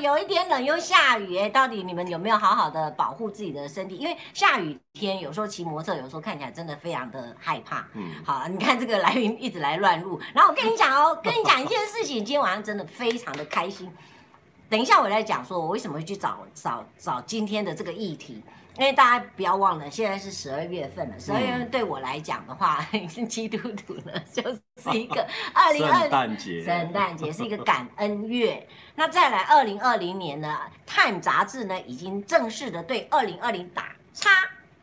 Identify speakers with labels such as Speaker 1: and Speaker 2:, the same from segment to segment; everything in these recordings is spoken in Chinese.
Speaker 1: 有一点冷又下雨、哎，到底你们有没有好好的保护自己的身体？因为下雨天有时候骑摩托车，有时候看起来真的非常的害怕。
Speaker 2: 嗯，
Speaker 1: 好，你看这个来云一直来乱入，然后我跟你讲哦，跟你讲一件事情，今天晚上真的非常的开心。等一下我来讲说我为什么会去找找找今天的这个议题，因为大家不要忘了，现在是十二月份了，十二月份对我来讲的话，已经基督徒了，就是一个二零二
Speaker 2: 圣诞节，
Speaker 1: 圣诞节是一个感恩 月。那再来，二零二零年呢，《Time》杂志呢已经正式的对二零二零打叉，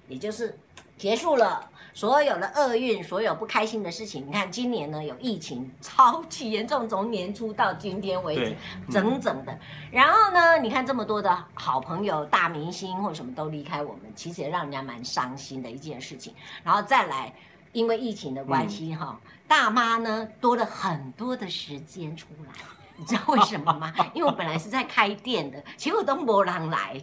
Speaker 1: 也就是结束了所有的厄运，所有不开心的事情。你看，今年呢有疫情，超级严重，从年初到今天为止
Speaker 2: 对，，嗯
Speaker 1: 整整的。然后呢，你看这么多的好朋友、大明星或者什么都离开我们，其实也让人家蛮伤心的一件事情。然后再来，因为疫情的
Speaker 2: 嗯
Speaker 1: 关系哈、大妈呢多了很多的时间出来， 你知道为什么吗？因为我本来是在开店的，结果都没人来，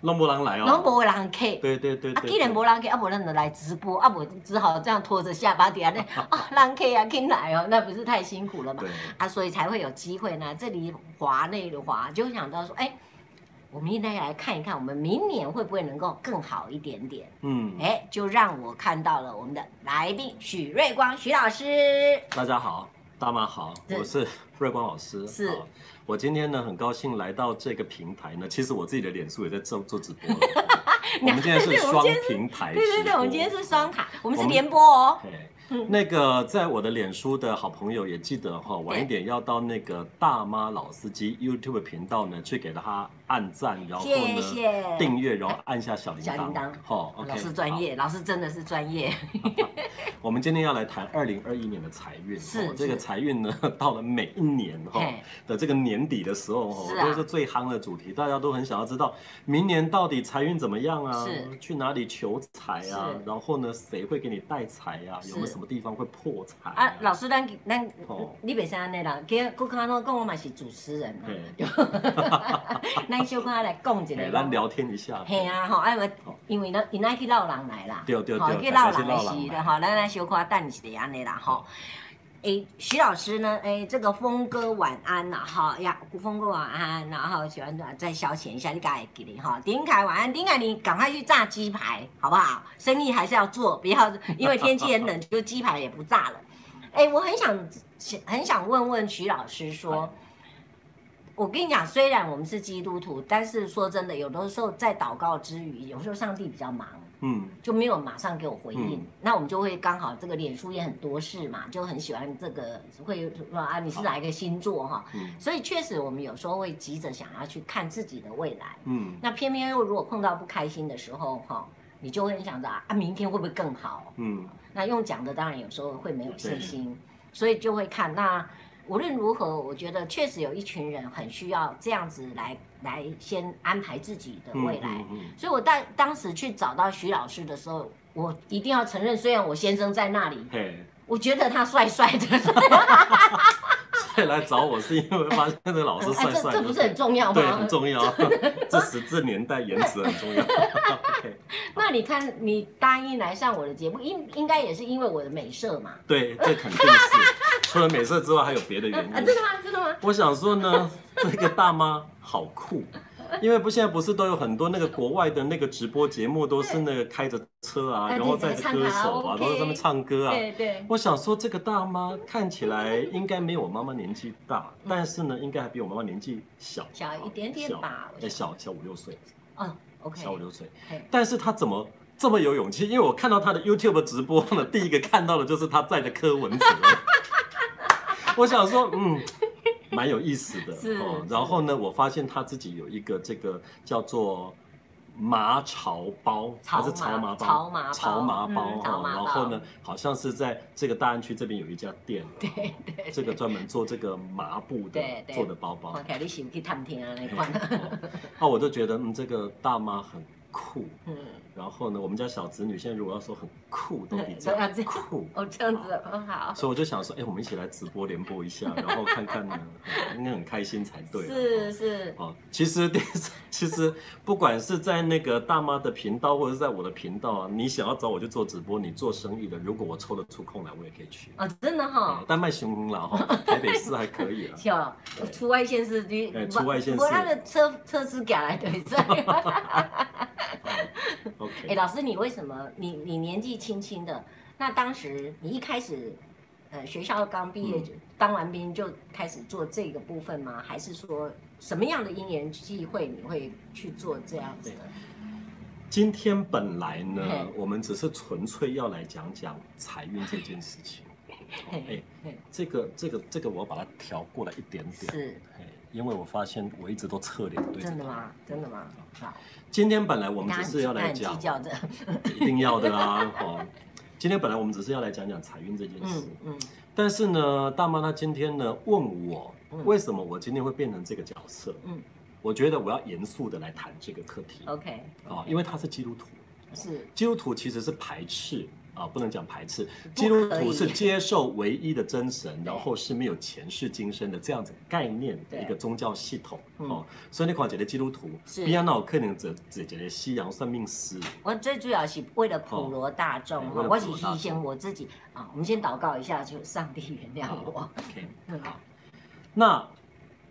Speaker 2: 弄不郎来
Speaker 1: 都
Speaker 2: 哦，
Speaker 1: 没人 K。
Speaker 2: 对对对
Speaker 1: 啊，
Speaker 2: 对，
Speaker 1: 既然
Speaker 2: 对
Speaker 1: 没人 K，啊，无咱就来直播，啊，我只好这样拖着下巴底 下那啊，人 K 啊，进来哦，那不是太辛苦了吗？
Speaker 2: 对，
Speaker 1: 啊，所以才会有机会呢。这里滑那里滑，就想到说，哎，我们应该来看一看，我们明年会不会能够更好一点点？
Speaker 2: 嗯，
Speaker 1: 哎，就让我看到了我们的来宾许瑞光许老师。
Speaker 2: 大家好，大妈好，
Speaker 1: 是
Speaker 2: 我是瑞光老师。
Speaker 1: 是
Speaker 2: 好，我今天呢很高兴来到这个平台呢，其实我自己的脸书也在做做直播 了。我们今天是
Speaker 1: 对对我们
Speaker 2: 双
Speaker 1: 今天
Speaker 2: 平台
Speaker 1: 对
Speaker 2: 直
Speaker 1: 对
Speaker 2: 播，
Speaker 1: 对，我们今天是双塔，我们是
Speaker 2: 我们
Speaker 1: 联播哦。
Speaker 2: 嘿。那个，在我的脸书的好朋友也记得哈、晚一点要到那个大妈老司机 YouTube 频道呢，去给他按赞，然后
Speaker 1: 谢
Speaker 2: 呢
Speaker 1: 谢
Speaker 2: 订阅，然后按下小铃铛。
Speaker 1: 小铃铛
Speaker 2: 好、o k
Speaker 1: 老师专业，老师真的是专业。
Speaker 2: 我们今天要来谈二零二一年的财运，
Speaker 1: 是
Speaker 2: 哦这
Speaker 1: 是
Speaker 2: 个财运呢，到了每一年哈、
Speaker 1: 嘿
Speaker 2: 的这个年底的时候哈、
Speaker 1: 是
Speaker 2: 我
Speaker 1: 啊
Speaker 2: 觉得是最夯的主题，大家都很想要知道明年到底财运怎么样啊
Speaker 1: 是，
Speaker 2: 去哪里求财啊
Speaker 1: 是，
Speaker 2: 然后呢，谁会给你带财啊，有没有
Speaker 1: 是
Speaker 2: 什么地方会破财
Speaker 1: 啊，老师，咱咱
Speaker 2: 哦
Speaker 1: 你别生安尼啦，今顾看我讲我嘛是主持人嘛
Speaker 2: 嘿，
Speaker 1: 咱小可来讲一
Speaker 2: 嘿
Speaker 1: 下。
Speaker 2: 咱聊天一下。
Speaker 1: 嘿啊，吼，哎，
Speaker 2: 好
Speaker 1: 因为咱因爱去闹人来啦，
Speaker 2: 对对对
Speaker 1: 吼去闹
Speaker 2: 大
Speaker 1: 人
Speaker 2: 家去
Speaker 1: 的
Speaker 2: 闹人
Speaker 1: 是的，
Speaker 2: 来
Speaker 1: 吼，咱来小可等一下安尼啦，吼。诶，徐老师呢？诶，这个峰哥晚安啦，哈呀，峰哥晚安，然后喜欢再消遣一下，你该给你哈。丁凯晚安，丁凯你赶快去炸鸡排，好不好？生意还是要做，不要因为天气很冷， 就鸡排也不炸了。诶，我很想很想问问徐老师说，我跟你讲，虽然我们是基督徒，但是说真的，有的时候在祷告之余，有时候上帝比较忙，
Speaker 2: 嗯，
Speaker 1: 就没有马上给我回应，
Speaker 2: 嗯
Speaker 1: 那我们就会刚好这个脸书也很多事嘛，就很喜欢这个会说啊你是哪一个星座哈，
Speaker 2: 嗯
Speaker 1: 所以确实我们有时候会急着想要去看自己的未来，
Speaker 2: 嗯
Speaker 1: 那偏偏又如果碰到不开心的时候哈，你就会很想着啊啊明天会不会更好？
Speaker 2: 嗯，
Speaker 1: 那用讲的当然有时候会没有信
Speaker 2: 对
Speaker 1: 心，所以就会看。那无论如何，我觉得确实有一群人很需要这样子来来先安排自己的
Speaker 2: 嗯
Speaker 1: 未来。
Speaker 2: 嗯嗯
Speaker 1: 所以我当当时去找到徐老师的时候，我一定要承认，虽然我先生在那里，
Speaker 2: 嘿，
Speaker 1: 我觉得他帅帅的，
Speaker 2: 所以来找我是因为发现这个老师帅
Speaker 1: 哎，这
Speaker 2: 帅的，
Speaker 1: 这不是很重要吗？
Speaker 2: 对，很重要。这时这年代颜值很重要。OK，
Speaker 1: 那你看，你答应来上我的节目，应应该也是因为我的美色嘛？
Speaker 2: 对，这肯定是。除了美色之外，还有别的原
Speaker 1: 啊，
Speaker 2: 因
Speaker 1: 真。的吗？真的吗？
Speaker 2: 我想说呢，这个大妈好酷，因为不现在不是都有很多那个国外的那个直播节目，都是那个开着车啊，
Speaker 1: 对
Speaker 2: 然后载着歌手啊，
Speaker 1: 对
Speaker 2: 然后在那边唱歌啊。
Speaker 1: 对对，
Speaker 2: 我想说，这个大妈看起来应该没有我妈妈年纪大，但是呢，应该还比我妈妈年纪小，
Speaker 1: 嗯小一点点
Speaker 2: 小
Speaker 1: 吧我
Speaker 2: 哎小小五六岁，
Speaker 1: 哦，OK，
Speaker 2: 小五六岁
Speaker 1: 嘿。
Speaker 2: 但是她怎么这么有勇气？因为我看到她的 YouTube 直播呢，第一个看到的就是她载着柯文哲。 我想说，嗯。蛮有意思的哦
Speaker 1: 是是
Speaker 2: 然后呢，我发现她自己有一个这个叫做麻潮包，
Speaker 1: 潮
Speaker 2: 还是潮
Speaker 1: 麻
Speaker 2: 麻包？
Speaker 1: 潮麻包
Speaker 2: 潮麻包
Speaker 1: 嗯
Speaker 2: 哦
Speaker 1: 潮麻
Speaker 2: 然后
Speaker 1: 包
Speaker 2: 呢，好像是在这个大安区这边有一家 店，对对，这个专门做这个麻布的
Speaker 1: 对对
Speaker 2: 做的包包
Speaker 1: 哦看。起来你是有去探听啊，你
Speaker 2: 嘿
Speaker 1: 看。
Speaker 2: 哦那我就觉得，嗯，这个大妈很酷。
Speaker 1: 嗯，
Speaker 2: 然后呢，我们家小侄女现在如果要说很酷，都比这
Speaker 1: 对要
Speaker 2: 样
Speaker 1: 这样
Speaker 2: 酷。
Speaker 1: 哦，这样子很好。
Speaker 2: 所以我就想说，哎、我们一起来直播联播 一下，然后看看呢，应该很开心才对。啊
Speaker 1: 是。是，
Speaker 2: 哦，其实电视， 其实不管是在那个大妈的频道，或者是在我的频道啊，你想要找我去做直播，你做生意的，如果我抽得出空来，我也可以去。
Speaker 1: 哦，真的哈、。
Speaker 2: 嗯但卖熊红啦，哈，台北市还可以啦啊
Speaker 1: 是哦，出外县市你，
Speaker 2: 嗯哎出外县市
Speaker 1: 我那个车车子改来对 在。哎、
Speaker 2: OK，
Speaker 1: 老师，你为什么你你年纪轻轻的，那当时你一开始，呃，学校刚毕业、
Speaker 2: 嗯
Speaker 1: 就当完兵就开始做这个部分吗？还是说什么样的因缘际会你会去做这样子的？
Speaker 2: 今天本来呢
Speaker 1: 嘿，
Speaker 2: 我们只是纯粹要来讲讲财运这件事情。哦哎、
Speaker 1: 嘿嘿
Speaker 2: 这个这个这个，我要把它调过来一点点。
Speaker 1: 是
Speaker 2: 哎，因为我发现我一直都侧脸对着
Speaker 1: 真的
Speaker 2: 它。
Speaker 1: 吗？真的吗？好，
Speaker 2: 今天本来我们
Speaker 1: 那
Speaker 2: 只是要来
Speaker 1: 计
Speaker 2: 讲，
Speaker 1: 较的，
Speaker 2: 一定要的 啊！哦，今天本来我们只是要来讲讲财运这件事，
Speaker 1: 嗯嗯
Speaker 2: 但是呢，大妈她今天呢问我，
Speaker 1: 嗯
Speaker 2: 为什么我今天会变成这个角色？
Speaker 1: 嗯
Speaker 2: 我觉得我要严肃的来谈这个课题啊、
Speaker 1: ，OK，
Speaker 2: 哦因为她是基督徒，
Speaker 1: 是
Speaker 2: 基督徒其实是排斥啊、不能讲排斥，
Speaker 1: 不
Speaker 2: 基督
Speaker 1: 可
Speaker 2: 徒
Speaker 1: 以
Speaker 2: 是接受唯一的真神，
Speaker 1: 对
Speaker 2: 然后是没有前世今生的这样子概念的
Speaker 1: 对
Speaker 2: 一个宗教系统
Speaker 1: 嗯
Speaker 2: 哦。所以你看，一个基督徒，
Speaker 1: 是
Speaker 2: 比安那有可能只只一个西洋算命 师，
Speaker 1: 我最主要是为了普罗大众
Speaker 2: 哦
Speaker 1: 哈，
Speaker 2: 对
Speaker 1: 我
Speaker 2: 为
Speaker 1: 是
Speaker 2: 了普罗大众
Speaker 1: 牺牲我自己啊。我们先祷告一下，就上帝原谅我。
Speaker 2: 啊 OK，
Speaker 1: 嗯
Speaker 2: 好，那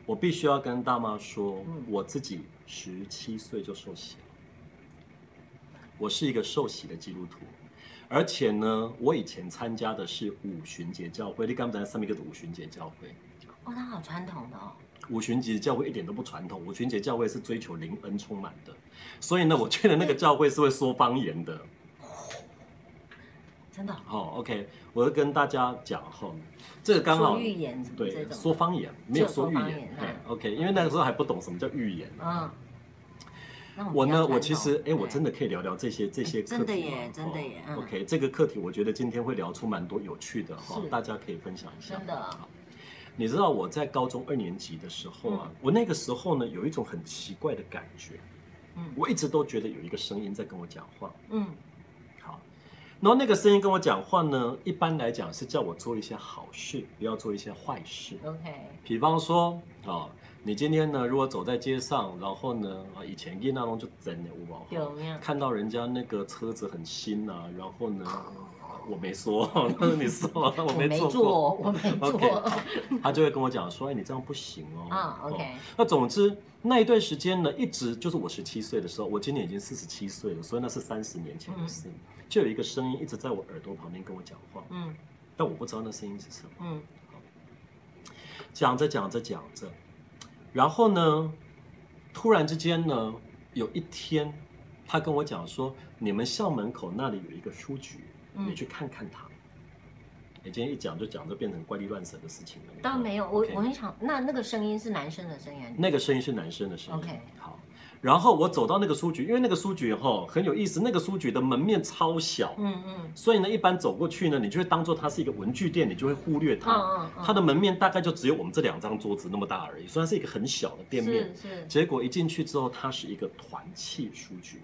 Speaker 2: 我必须要跟大妈说，
Speaker 1: 嗯
Speaker 2: 我自己十七岁就受洗了，我是一个受洗的基督徒，而且呢，我以前参加的是五旬节教会，你刚才上面一个五旬节教会。
Speaker 1: 哦，他好传统的哦。
Speaker 2: 五旬节教会一点都不传统，五旬节教会是追求灵恩充满的，所以呢，我去的那个教会是会说方言的。
Speaker 1: 真的哦
Speaker 2: 好、o k 我要跟大家讲哈、这个刚好
Speaker 1: 说预言什么这
Speaker 2: 对
Speaker 1: 种
Speaker 2: 说方言，没有说
Speaker 1: 只有说
Speaker 2: 预
Speaker 1: 方言
Speaker 2: 言。
Speaker 1: 嗯
Speaker 2: 哎 OK，因为那个时候还不懂什么叫预言啊。
Speaker 1: 嗯，那
Speaker 2: 我
Speaker 1: 们
Speaker 2: 呢，
Speaker 1: 比较
Speaker 2: 我其实
Speaker 1: 传统
Speaker 2: 哎，我真
Speaker 1: 对
Speaker 2: 的可以聊聊这些这些课题
Speaker 1: 真的耶
Speaker 2: 吗
Speaker 1: 真的耶
Speaker 2: 哦
Speaker 1: 嗯
Speaker 2: OK，这个课题我觉得今天会聊出蛮多有趣的哈
Speaker 1: 是，
Speaker 2: 大家可以分享一下。
Speaker 1: 真的哦
Speaker 2: 你知道我在高中二年级的时候啊，我那个时候呢有一种很奇怪的感觉，
Speaker 1: 嗯
Speaker 2: 我一直都觉得有一个声音在跟我讲话。
Speaker 1: 嗯
Speaker 2: 好，然后那个声音跟我讲话呢，一般来讲是叫我做一些好事，不要做一些坏事。
Speaker 1: OK
Speaker 2: 比方说啊、你今天呢如果走在街上，然后呢啊以前印那龙就真的五毛，
Speaker 1: 有没有？
Speaker 2: 看到人家那个车子很新啊，然后呢啊我没 说，你说我
Speaker 1: 我没
Speaker 2: 做过。
Speaker 1: 做，我没做
Speaker 2: OK 他就会跟我讲说：“哎，你这样不行哦。
Speaker 1: 啊
Speaker 2: 哦
Speaker 1: OK
Speaker 2: 那总之那一段时间呢，一直就是我十七岁的时候，我今年已经四十七岁了，所以那是三十年前的事。就有一个声音一直在我耳朵旁边跟我讲话，
Speaker 1: 嗯
Speaker 2: 但我不知道那声音是什么。
Speaker 1: 嗯
Speaker 2: 讲着讲着讲着，然后呢，突然之间呢，有一天，他跟我讲说：“你们校门口那里有一个书局，
Speaker 1: 嗯
Speaker 2: 你去看看它。”你今天一讲就讲，就变成怪力乱神的事情了。你知道
Speaker 1: 倒
Speaker 2: 吗
Speaker 1: 没有，我
Speaker 2: OK
Speaker 1: 我很想，那那个声音是男生的声音，
Speaker 2: 那个声音是男生的声音。
Speaker 1: OK
Speaker 2: 好。然后我走到那个书局，因为那个书局哈很有意思，那个书局的门面超小，
Speaker 1: 嗯嗯
Speaker 2: 所以呢，一般走过去呢，你就会当做它是一个文具店，你就会忽略它。
Speaker 1: 嗯嗯嗯
Speaker 2: 它的门面大概就只有我们这两张桌子那么大而已，所以它是一个很小的店面。
Speaker 1: 是是
Speaker 2: 结果一进去之后，它是一个团契书局，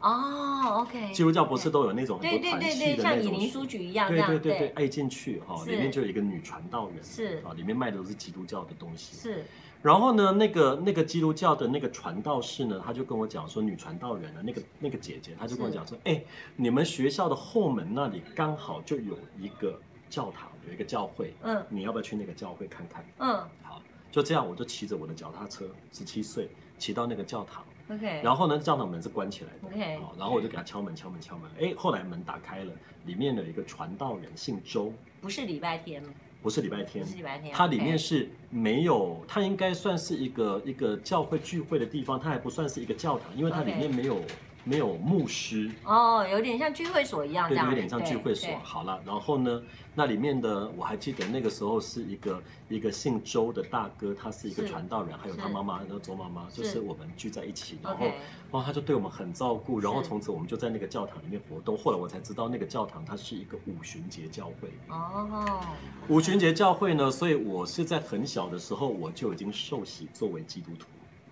Speaker 1: 哦 OK，
Speaker 2: 基督教不是都有那种很
Speaker 1: 对
Speaker 2: 多
Speaker 1: 对
Speaker 2: 团
Speaker 1: 对
Speaker 2: 契
Speaker 1: 对，
Speaker 2: 的
Speaker 1: 像
Speaker 2: 那
Speaker 1: 以
Speaker 2: 种
Speaker 1: 林书局一样这
Speaker 2: 对
Speaker 1: 样
Speaker 2: 对对对，哎，一进去哈、
Speaker 1: 是
Speaker 2: 里面就有一个女传道人，
Speaker 1: 是
Speaker 2: 啊，里面卖的都是基督教的东西。
Speaker 1: 是
Speaker 2: 然后呢，那个那个基督教的那个传道士呢，他就跟我讲说，女传道人啊，那个那个姐姐，她就跟我讲说，哎、
Speaker 1: 嗯
Speaker 2: 你们学校的后门那里刚好就有一个教堂，有一个教会，
Speaker 1: 嗯
Speaker 2: 你要不要去那个教会看看？
Speaker 1: 嗯
Speaker 2: 好，就这样，我就骑着我的脚踏车，十七岁，骑到那个教堂，
Speaker 1: OK，
Speaker 2: 然后呢，教堂门是关起来的
Speaker 1: OK
Speaker 2: 好，然后我就给他敲门，敲门，敲门，哎，后来门打开了，里面有一个传道人，姓周，
Speaker 1: 不是礼拜天吗？
Speaker 2: 不是礼拜
Speaker 1: 不
Speaker 2: 天
Speaker 1: 是，礼拜天，
Speaker 2: 它里面是没有，它应该算是一个一个教会聚会的地方，它还不算是一个教堂，因为它
Speaker 1: OK
Speaker 2: 里面没有没有牧师，
Speaker 1: 哦，有点像聚会所一样这
Speaker 2: 对，
Speaker 1: 样，
Speaker 2: 有点像
Speaker 1: 对
Speaker 2: 聚会所
Speaker 1: 对。
Speaker 2: 好了，然后呢，那里面的我还记得那个时候是一个一个姓周的大哥，他是一个
Speaker 1: 是
Speaker 2: 传道人，还有他
Speaker 1: 是
Speaker 2: 妈妈，然后周妈妈，就是是我们聚在一起，然后
Speaker 1: OK，
Speaker 2: 哇，他就对我们很照顾，然后
Speaker 1: 是
Speaker 2: 从此我们就在那个教堂里面活动。后来我才知道那个教堂它是一个五旬节教会。
Speaker 1: 哦，
Speaker 2: 五旬节教会呢，所以我是在很小的时候我就已经受洗作为基督徒。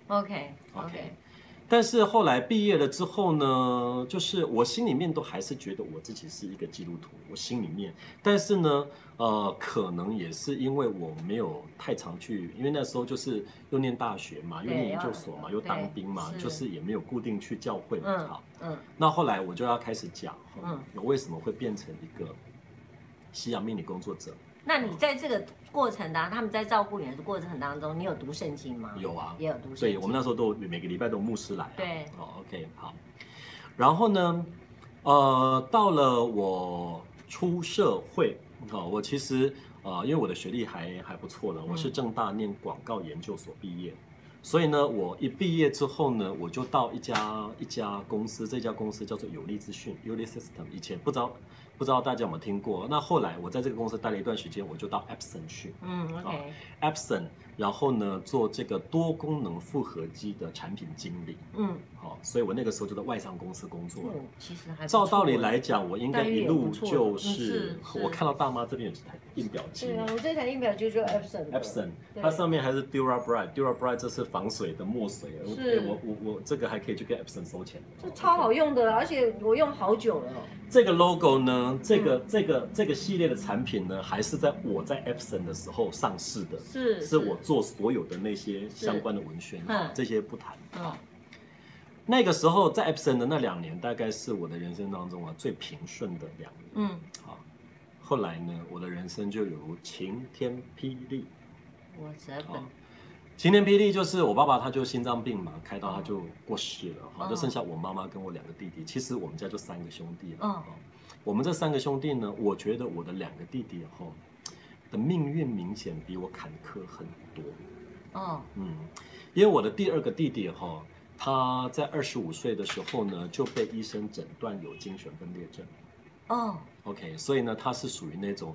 Speaker 1: OK
Speaker 2: OK，,
Speaker 1: OK，
Speaker 2: 但是后来毕业了之后呢，就是我心里面都还是觉得我自己是一个基督徒，我心里面。但是呢，呃，可能也是因为我没有太常去，因为那时候就是又念大学嘛，又
Speaker 1: 对
Speaker 2: 念研究所嘛，
Speaker 1: 要
Speaker 2: 又当兵嘛，
Speaker 1: 对是
Speaker 2: 就是也没有固定去教会嘛。
Speaker 1: 嗯
Speaker 2: 好，
Speaker 1: 嗯
Speaker 2: 那后来我就要开始讲，
Speaker 1: 嗯
Speaker 2: 嗯，我为什么会变成一个西洋命理工作者？
Speaker 1: 那你在这个过程当，他们在照顾你的过程当中，你有读圣经吗？，
Speaker 2: 有啊，
Speaker 1: 也有读圣经。
Speaker 2: 对，我们那时候都有每个礼拜都有牧师来、啊。
Speaker 1: 对
Speaker 2: 哦，OK，好。然后呢，呃，到了我出社会，哦，我其实呃，因为我的学历还还不错了，我是
Speaker 1: 嗯
Speaker 2: 正大念广告研究所毕业。所以呢，我一毕业之后呢，我就到一家一家公司，这家公司叫做有利资讯 u l i System）。以前不知道不知道大家有没有听过？那后来我在这个公司待了一段时间，我就到 Epson 去。
Speaker 1: 嗯，OK，
Speaker 2: Epson，然后呢做这个多功能复合机的产品经理，
Speaker 1: 嗯
Speaker 2: 好、所以我那个时候就在外商公司工作了。
Speaker 1: 嗯，其实还不错
Speaker 2: 照
Speaker 1: 欸
Speaker 2: 道理来，讲，我应该
Speaker 1: 待遇
Speaker 2: 一
Speaker 1: 也
Speaker 2: 路
Speaker 1: 不错
Speaker 2: 就
Speaker 1: 嗯
Speaker 2: 是
Speaker 1: 是，是
Speaker 2: 我看到大妈这边有台印表机
Speaker 1: 对啊，我这台印表就是 Epson 的
Speaker 2: Epson，
Speaker 1: 对
Speaker 2: 它上面还是 Durabright，Durabright 这是防水的墨水，我
Speaker 1: 是
Speaker 2: 哎我我我这个还可以去跟 Epson 收钱，
Speaker 1: 这超好。用的，而且我用好久了。
Speaker 2: 这个 logo 呢，这
Speaker 1: 嗯
Speaker 2: 个、这个这个系列的产品呢，还是在我在 Epson 的时候上市的，
Speaker 1: 是
Speaker 2: 是我做所有的那些相关的文宣
Speaker 1: 嗯，
Speaker 2: 这些不谈。
Speaker 1: 嗯
Speaker 2: 那个时候在 Epson 的那两年，大概是我的人生当中啊最平顺的两年。
Speaker 1: 嗯，
Speaker 2: 好，后来呢，我的人生就有如晴天霹雳。
Speaker 1: 我折
Speaker 2: 好
Speaker 1: 本，，
Speaker 2: 晴天霹雳就是我爸爸他就心脏病嘛，开刀他就过世了，好，
Speaker 1: 哦
Speaker 2: 就剩下我妈妈跟我两个弟弟。其实我们家就三个兄弟了。
Speaker 1: 嗯
Speaker 2: 好我们这三个兄弟呢，我觉得我的两个弟弟哈的命运明显比我坎坷很多。
Speaker 1: 哦，
Speaker 2: 嗯，因为我的第二个弟弟哈、他在二十五岁的时候呢，就被医生诊断有精神分裂症。
Speaker 1: 哦，
Speaker 2: OK，所以呢，他是属于那种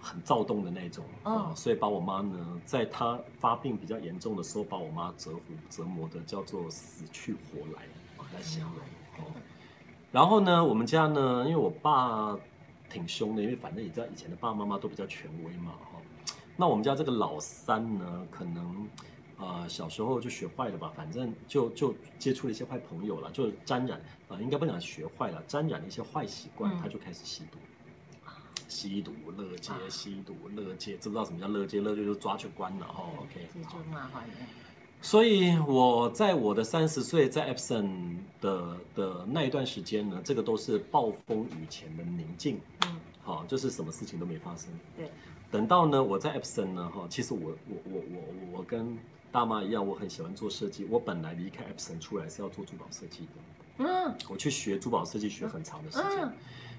Speaker 2: 很躁动的那种，
Speaker 1: 哦
Speaker 2: 啊所以把我妈呢，在她发病比较严重的时候，把我妈折服折磨的叫做死去活来啊来形容。哦，然后呢，我们家呢，因为我爸挺凶的，因为反正你知道以前的爸爸妈妈都比较权威嘛，哈、那我们家这个老三呢，可能呃小时候就学坏了吧，反正就就接触了一些坏朋友了，就沾染啊、呃应该不能讲学坏了，沾染了一些坏习惯，
Speaker 1: 嗯
Speaker 2: 他就开始吸毒。吸毒乐街，吸毒乐街，知不知道什么叫乐街？乐街就抓去关了
Speaker 1: 啊
Speaker 2: 哦。OK，
Speaker 1: 这就麻烦了。
Speaker 2: 所以我在我的三十岁在 Epson 的的那一段时间呢，这个都是暴风雨前的宁静，
Speaker 1: 嗯，
Speaker 2: 好、就是什么事情都没发生。
Speaker 1: 对，
Speaker 2: 等到呢，我在 Epson 呢，哈，其实我我我我我跟大妈一样，我很喜欢做设计。我本来离开 Epson 出来是要做珠宝设计的，
Speaker 1: 嗯
Speaker 2: 我去学珠宝设计学很长的时间。
Speaker 1: 嗯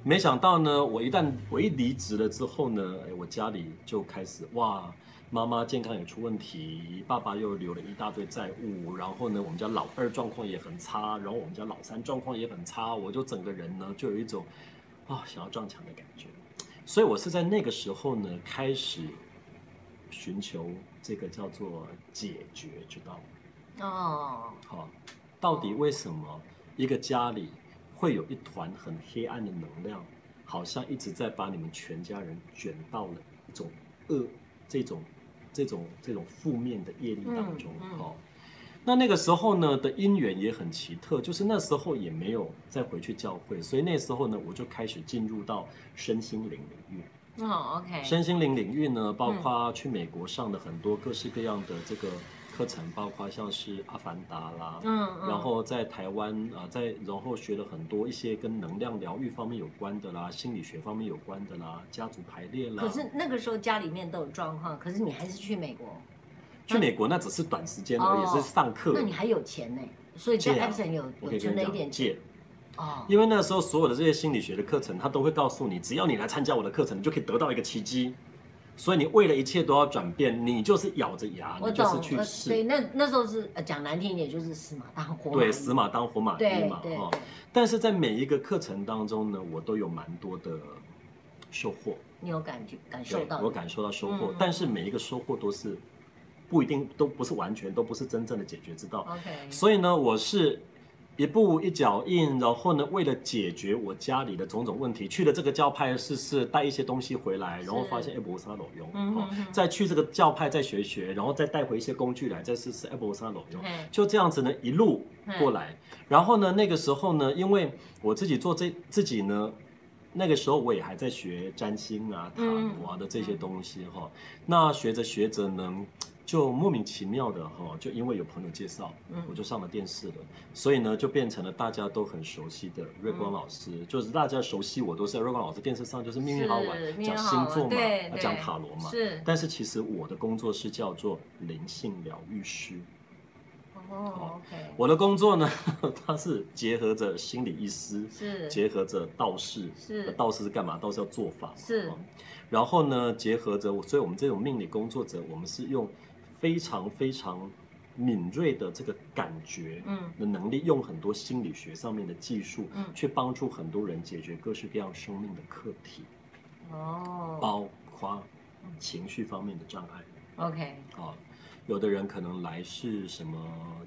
Speaker 2: 没想到呢，我一旦我一离职了之后呢，哎，我家里就开始哇，妈妈健康也出问题，爸爸又留了一大堆债务，然后呢，我们家老二状况也很差，然后我们家老三状况也很差，我就整个人呢就有一种啊想要撞墙的感觉，所以我是在那个时候呢开始寻求这个叫做解决之道。
Speaker 1: 哦，
Speaker 2: 好、到底为什么一个家里会有一团很黑暗的能量，好像一直在把你们全家人卷到了一种恶、这种、这种、这种负面的业力当中？
Speaker 1: 嗯嗯
Speaker 2: 好、那那个时候呢的因缘也很奇特，就是那时候也没有再回去教会，所以那时候呢我就开始进入到身心灵领域。
Speaker 1: 哦，OK，
Speaker 2: 身心灵领域呢，包括
Speaker 1: 嗯
Speaker 2: 去美国上的很多各式各样的这个课程，包括像是《阿凡达》啦，
Speaker 1: 嗯嗯，
Speaker 2: 然后在台湾啊、呃在然后学了很多一些跟能量疗愈方面有关的啦，心理学方面有关的啦，家族排列啦。
Speaker 1: 可是那个时候家里面都有状况，可是你还是去美国，
Speaker 2: 去美国那只是短时间而已，
Speaker 1: 哦
Speaker 2: 是上课。
Speaker 1: 那你还有钱呢，所以在
Speaker 2: 借啊
Speaker 1: Epson 有
Speaker 2: 我可
Speaker 1: 有
Speaker 2: 以
Speaker 1: 存
Speaker 2: 跟
Speaker 1: 了一
Speaker 2: 你讲
Speaker 1: 点
Speaker 2: 借，
Speaker 1: 哦，
Speaker 2: 因为那时候所有的这些心理学的课程，他都会告诉你，只要你来参加我的课程，你就可以得到一个奇迹。所以你为了一切都要转变，你就是咬着牙，
Speaker 1: 我
Speaker 2: 啊你就是
Speaker 1: 懂，
Speaker 2: 去
Speaker 1: 呃
Speaker 2: 试。
Speaker 1: 对，那那时候是呃讲难听一点就是死马当活马
Speaker 2: 对，
Speaker 1: 医
Speaker 2: 死马当活马医
Speaker 1: 对
Speaker 2: 嘛，
Speaker 1: 对
Speaker 2: 哦
Speaker 1: 对。
Speaker 2: 但是在每一个课程当中呢，我都有蛮多的收获，
Speaker 1: 你有感觉感受
Speaker 2: 对
Speaker 1: 到的，
Speaker 2: 我感受到收获，
Speaker 1: 嗯
Speaker 2: 但是每一个收获都是不一定，都不是完全，都不是真正的解决之道。
Speaker 1: OK，
Speaker 2: 所以呢，我是一步一脚印，然后呢，为了解决我家里的种种问题，去了这个教派试试，带一些东西回来，然后发现哎，不是那裸用，
Speaker 1: 嗯
Speaker 2: 哦
Speaker 1: 嗯嗯
Speaker 2: 再去这个教派再学学，然后再带回一些工具来再试试，哎，不是那裸用，
Speaker 1: 嘿
Speaker 2: 就这样子呢一路
Speaker 1: 嗯
Speaker 2: 过来。然后呢，那个时候呢，因为我自己做这自己呢，那个时候我也还在学占星啊、塔
Speaker 1: 嗯
Speaker 2: 罗啊的这些东西哈、那学着学着呢，就莫名其妙的哈、就因为有朋友介绍，
Speaker 1: 嗯
Speaker 2: 我就上了电视了，所以呢，就变成了大家都很熟悉的瑞
Speaker 1: 嗯
Speaker 2: 光老师，就是大家熟悉我都是瑞光老师，电视上就是命运好玩
Speaker 1: 是，命运
Speaker 2: 讲
Speaker 1: 好
Speaker 2: 星
Speaker 1: 玩
Speaker 2: 座嘛
Speaker 1: 对，
Speaker 2: 啊
Speaker 1: 对
Speaker 2: 讲塔罗嘛。
Speaker 1: 是
Speaker 2: 但是其实我的工作是叫做灵性疗愈师，
Speaker 1: 哦，OK，
Speaker 2: 我的工作呢， 它是结合着心理医师，
Speaker 1: 是
Speaker 2: 结合着道士，呃
Speaker 1: 是
Speaker 2: 道士是干嘛？道士要做法嘛，
Speaker 1: 是
Speaker 2: 哦然后呢，结合着，所以我们这种命理工作者，我们是用非常非常敏锐的这个感觉，
Speaker 1: 嗯
Speaker 2: 的能力，用很多心理学上面的技术，
Speaker 1: 嗯
Speaker 2: 去帮助很多人解决各式各样生命的课题，
Speaker 1: 哦
Speaker 2: 包括情绪方面的障碍。
Speaker 1: ，OK，
Speaker 2: 啊，有的人可能来是什么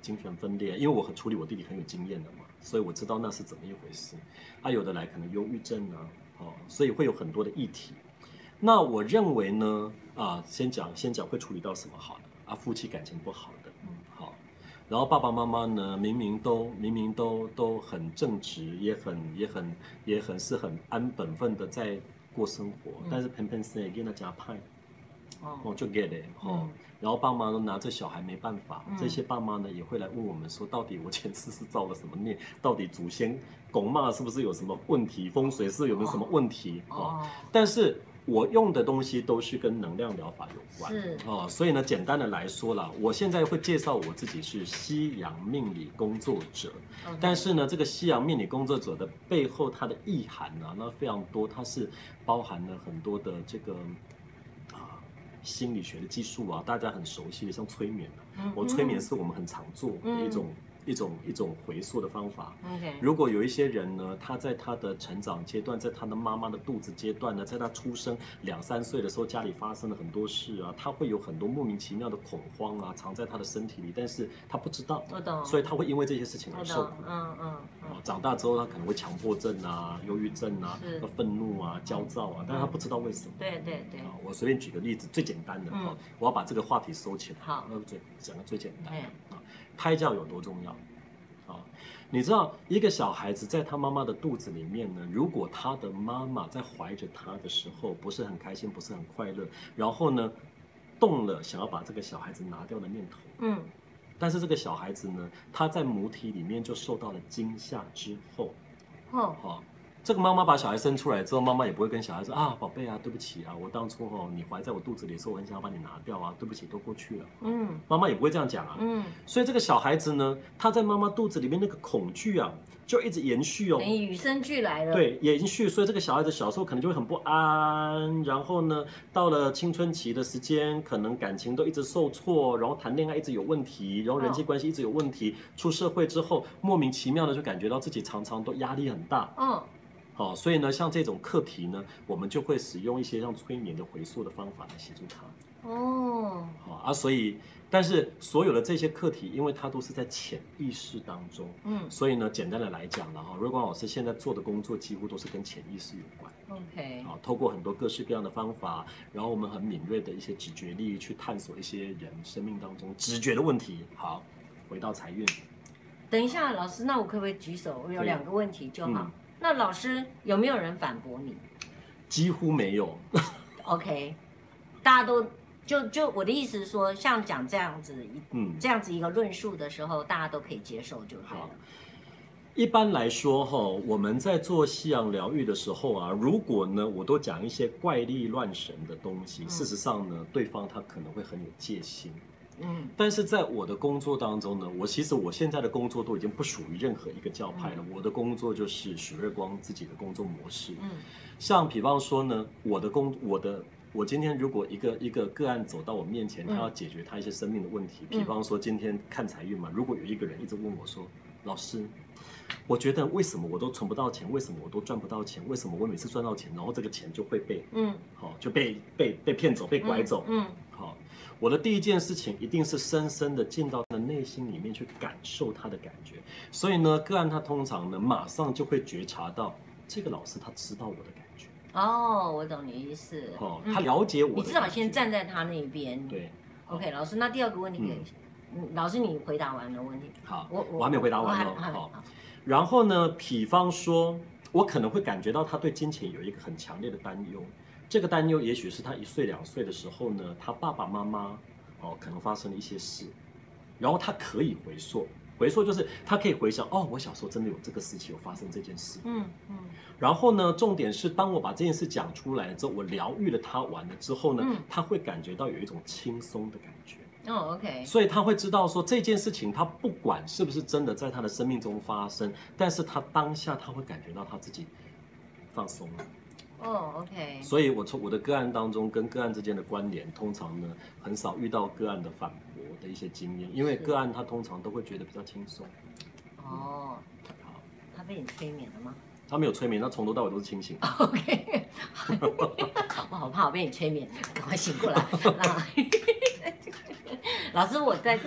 Speaker 2: 精神分裂，因为我很处理我弟弟很有经验的嘛，所以我知道那是怎么一回事。啊，有的来可能忧郁症啊，哦，所以会有很多的议题。那我认为呢，啊，先讲先讲会处理到什么好了啊，夫妻感情不好的，
Speaker 1: 嗯
Speaker 2: 好。然后爸爸妈妈呢，明明都明明都都很正直，也很也很也很是很安本分的在过生活，
Speaker 1: 嗯
Speaker 2: 但是偏偏是给他加派，
Speaker 1: 哦
Speaker 2: 哦，就 get 嘞，哦，
Speaker 1: 嗯
Speaker 2: 然后爸妈都拿这小孩没办法，
Speaker 1: 嗯
Speaker 2: 这些爸妈呢也会来问我们说，到底我前世是造了什么孽？到底祖先拱骂是不是有什么问题？风水是有没有什么问题？哦，
Speaker 1: 哦，
Speaker 2: 但是我用的东西都是跟能量疗法有关，
Speaker 1: 是
Speaker 2: 哦，所以呢，简单的来说啦，我现在会介绍我自己是西洋命理工作者，
Speaker 1: OK
Speaker 2: 但是呢，这个西洋命理工作者的背后，它的意涵呢、那非常多，它是包含了很多的这个啊心理学的技术啊，大家很熟悉的，像催眠啊、
Speaker 1: 嗯
Speaker 2: 我催眠是我们很常做的一
Speaker 1: 嗯
Speaker 2: 种、一种一种回溯的方法。
Speaker 1: OK，
Speaker 2: 如果有一些人呢，他在他的成长阶段，在他的妈妈的肚子阶段呢，在他出生两三岁的时候，家里发生了很多事啊，他会有很多莫名其妙的恐慌啊，藏在他的身体里，但是他不知道，
Speaker 1: 我懂，
Speaker 2: 所以
Speaker 1: 以
Speaker 2: 他会因为这些事情而
Speaker 1: 嗯我
Speaker 2: 受
Speaker 1: 懂
Speaker 2: 苦，。
Speaker 1: 嗯嗯
Speaker 2: 哦
Speaker 1: 嗯，
Speaker 2: 长大之后他可能会强迫症啊、忧郁症啊
Speaker 1: 是、
Speaker 2: 愤怒啊、焦躁啊，但是他不知道为什么。
Speaker 1: 对对对，
Speaker 2: 啊，我随便举个例子，最简单的
Speaker 1: 嗯
Speaker 2: 啊，我要把这个话题收起来。
Speaker 1: 好
Speaker 2: 那最讲个最简单
Speaker 1: 哎
Speaker 2: 的啊，胎教有多重要啊？你知道一个小孩子在他妈妈的肚子里面呢，如果他的妈妈在怀着他的时候不是很开心，不是很快乐，然后呢，动了想要把这个小孩子拿掉的念头，
Speaker 1: 嗯
Speaker 2: 但是这个小孩子呢，他在母体里面就受到了惊吓之后，
Speaker 1: 哦
Speaker 2: 哦，这个妈妈把小孩生出来之后，妈妈也不会跟小孩说啊，宝贝啊，对不起啊，我当初哦你怀在我肚子里的时候，我很想要把你拿掉啊，对不起，都过去了。
Speaker 1: 嗯
Speaker 2: 妈妈也不会这样讲啊。
Speaker 1: 嗯，
Speaker 2: 所以这个小孩子呢，他在妈妈肚子里面那个恐惧啊，就一直延续哦
Speaker 1: 等。于与生俱来了，
Speaker 2: 对，延续，所以这个小孩子小时候可能就会很不安，然后呢，到了青春期的时间，可能感情都一直受挫，然后谈恋爱一直有问题，然后人际
Speaker 1: 哦
Speaker 2: 关系一直有问题，出社会之后，莫名其妙的就感觉到自己常常都压力很大，
Speaker 1: 哦，
Speaker 2: 好、所以呢，像这种课题呢，我们就会使用一些像催眠的回溯的方法来协助他。
Speaker 1: 哦
Speaker 2: 好、啊，所以但是所有的这些课题，因为它都是在潜意识当中，
Speaker 1: 嗯
Speaker 2: 所以呢，简单的来讲了哈，瑞光老师现在做的工作几乎都是跟潜意识有关。
Speaker 1: ，OK，
Speaker 2: 啊，透过很多各式各样的方法，然后我们很敏锐的一些直觉力去探索一些人生命当中直觉的问题。好，回到财运，
Speaker 1: 等一下，老师，那我可不可以举手？我有
Speaker 2: 可以
Speaker 1: 两个问题就好
Speaker 2: 嗯。
Speaker 1: 那老师有没有人反驳你
Speaker 2: 几乎没有，
Speaker 1: ？OK，大家都就就我的意思是说，像讲这样子一
Speaker 2: 嗯，
Speaker 1: 这样子一个论述的时候，大家都可以接受就对了
Speaker 2: 好。一般来说，哈，我们在做西洋疗愈的时候啊，如果呢，我都讲一些怪力乱神的东西，
Speaker 1: 嗯
Speaker 2: 事实上呢，对方他可能会很有戒心。
Speaker 1: 嗯
Speaker 2: 但是在我的工作当中呢，我其实我现在的工作都已经不属于任何一个教派了，我的工作就是许月光自己的工作模式。
Speaker 1: 嗯
Speaker 2: 像比方说呢，我的工，我的我今天如果一个一个个案走到我面前，他
Speaker 1: 嗯
Speaker 2: 要解决他一些生命的问题，
Speaker 1: 嗯
Speaker 2: 比方说今天看财运嘛，如果有一个人一直问我说，老师。我觉得为什么我都存不到钱，为什么我都赚不到钱，为什么我每次赚到钱，然后这个钱就会被
Speaker 1: 嗯，
Speaker 2: 好、就被被被骗走、被拐走，
Speaker 1: 嗯
Speaker 2: 好、我的第一件事情一定是深深的进到他的内心里面去感受他的感觉。所以呢，个案他通常呢，马上就会觉察到这个老师他知道我的感觉，
Speaker 1: 哦，我懂你意思。
Speaker 2: 哦，
Speaker 1: 嗯
Speaker 2: 他了解我的
Speaker 1: 你
Speaker 2: 感觉。
Speaker 1: 至少先站在他那边。
Speaker 2: 对，
Speaker 1: OK，老师，那第二个问题给
Speaker 2: 嗯，
Speaker 1: 嗯老师你回答完了问题，
Speaker 2: 好，
Speaker 1: 我
Speaker 2: 我还没有回答完
Speaker 1: 还
Speaker 2: 哦
Speaker 1: 还没
Speaker 2: 好
Speaker 1: 好
Speaker 2: 然后呢，比方说，我可能会感觉到他对金钱有一个很强烈的担忧，这个担忧也许是他一岁两岁的时候呢，他爸爸妈妈哦可能发生了一些事，然后他可以回溯，回溯就是他可以回想哦，我小时候真的有这个事情，有发生这件事。
Speaker 1: 嗯嗯
Speaker 2: 然后呢，重点是当我把这件事讲出来之后，我疗愈了他完了之后呢，
Speaker 1: 嗯
Speaker 2: 他会感觉到有一种轻松的感觉。
Speaker 1: 哦，OK，
Speaker 2: 所以他会知道说这件事情，他不管是不是真的在他的生命中发生，但是他当下他会感觉到他自己放松了。
Speaker 1: 哦，OK，
Speaker 2: 所以我从我的个案当中跟个案之间的关联，通常呢很少遇到个案的反驳的一些经验，因为
Speaker 1: 是
Speaker 2: 个案他通常都会觉得比较轻松。
Speaker 1: 哦，
Speaker 2: 好，
Speaker 1: 他被你催眠了吗
Speaker 2: 他没有催眠，他从头到尾都是清醒
Speaker 1: 啊
Speaker 2: 的。
Speaker 1: ？OK，我好怕我被你催眠，赶快醒过来。 那老师，我再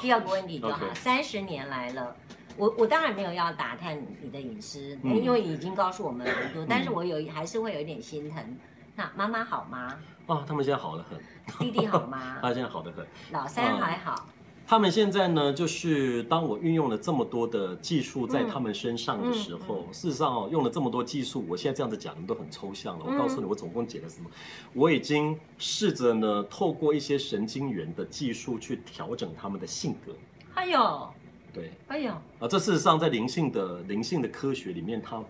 Speaker 1: 第二个问题就好。
Speaker 2: OK
Speaker 1: 三十年来了。我我当然没有要打探你的隐私，
Speaker 2: 嗯
Speaker 1: 因为你已经告诉我们很多，但是我有还是会有一点心疼。那妈妈好吗？
Speaker 2: 啊，他们现在好得很，
Speaker 1: 弟弟好吗？
Speaker 2: 他现在好得很。
Speaker 1: 老
Speaker 2: 嗯
Speaker 1: 三还好，
Speaker 2: 他们现在呢，就是当我运用了这么多的技术在
Speaker 1: 嗯
Speaker 2: 他们身上的时候，
Speaker 1: 嗯
Speaker 2: 事实上哦，用了这么多技术，我现在这样子讲，你们都很抽象了。我
Speaker 1: 嗯
Speaker 2: 告诉你，我总共解了什么，我已经试着呢，透过一些神经元的技术去调整他们的性格。
Speaker 1: 哎呦，
Speaker 2: 对，
Speaker 1: 哎呦，
Speaker 2: 啊，这事实上在灵性的灵性的科学里面，它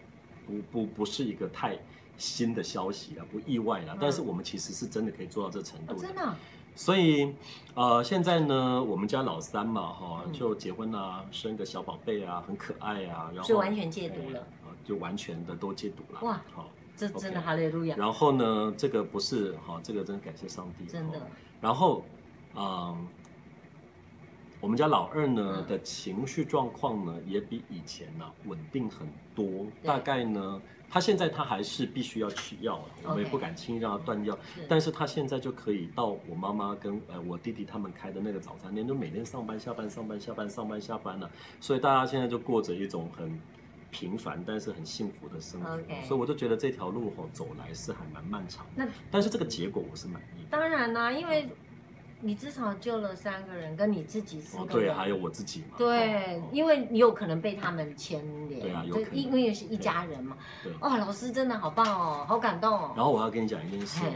Speaker 2: 不不不是一个太新的消息了，不意外了。但是我们其实是真的可以做到这程度
Speaker 1: 哦
Speaker 2: 的。
Speaker 1: 真嗯的啊，
Speaker 2: 所以，呃，现在呢，我们家老三嘛，哈、
Speaker 1: 嗯
Speaker 2: 就结婚啦、啊生个小宝贝啊，很可爱啊，然
Speaker 1: 所
Speaker 2: 后
Speaker 1: 以完全戒毒了，
Speaker 2: 呃就完全的都戒毒了。
Speaker 1: 哇
Speaker 2: 好、
Speaker 1: 这真的
Speaker 2: OK
Speaker 1: 哈利路亚，
Speaker 2: 然后呢，这个不是哈、这个真的感谢上帝，
Speaker 1: 真的
Speaker 2: 哦。然后，嗯，我们家老二呢、
Speaker 1: 嗯
Speaker 2: 的情绪状况呢，也比以前呢、稳定很多。大概呢，他现在他还是必须要吃药了，啊我们也
Speaker 1: OK
Speaker 2: 不敢轻易让他断药。
Speaker 1: 是
Speaker 2: 但是他现在就可以到我妈妈跟呃我弟弟他们开的那个早餐店，就每天上班下班上班下班上班下班了、所以大家现在就过着一种很平凡但是很幸福的生活。
Speaker 1: OK
Speaker 2: 所以我就觉得这条路吼、走来是还蛮漫长的，
Speaker 1: 那
Speaker 2: 但是这个结果我是满意的。哦
Speaker 1: 当然啦、因为你至少救了三个人，跟你自己四个
Speaker 2: 哦，
Speaker 1: 人，
Speaker 2: 对，还有我自己嘛。
Speaker 1: 对
Speaker 2: 哦哦
Speaker 1: 因为你有可能被他们牵连，
Speaker 2: 对啊有
Speaker 1: 这
Speaker 2: 可能
Speaker 1: 因为是一家人嘛。
Speaker 2: 对
Speaker 1: 哇、老师真的好棒哦，好感动哦。
Speaker 2: 然后我要跟你讲一件事哦，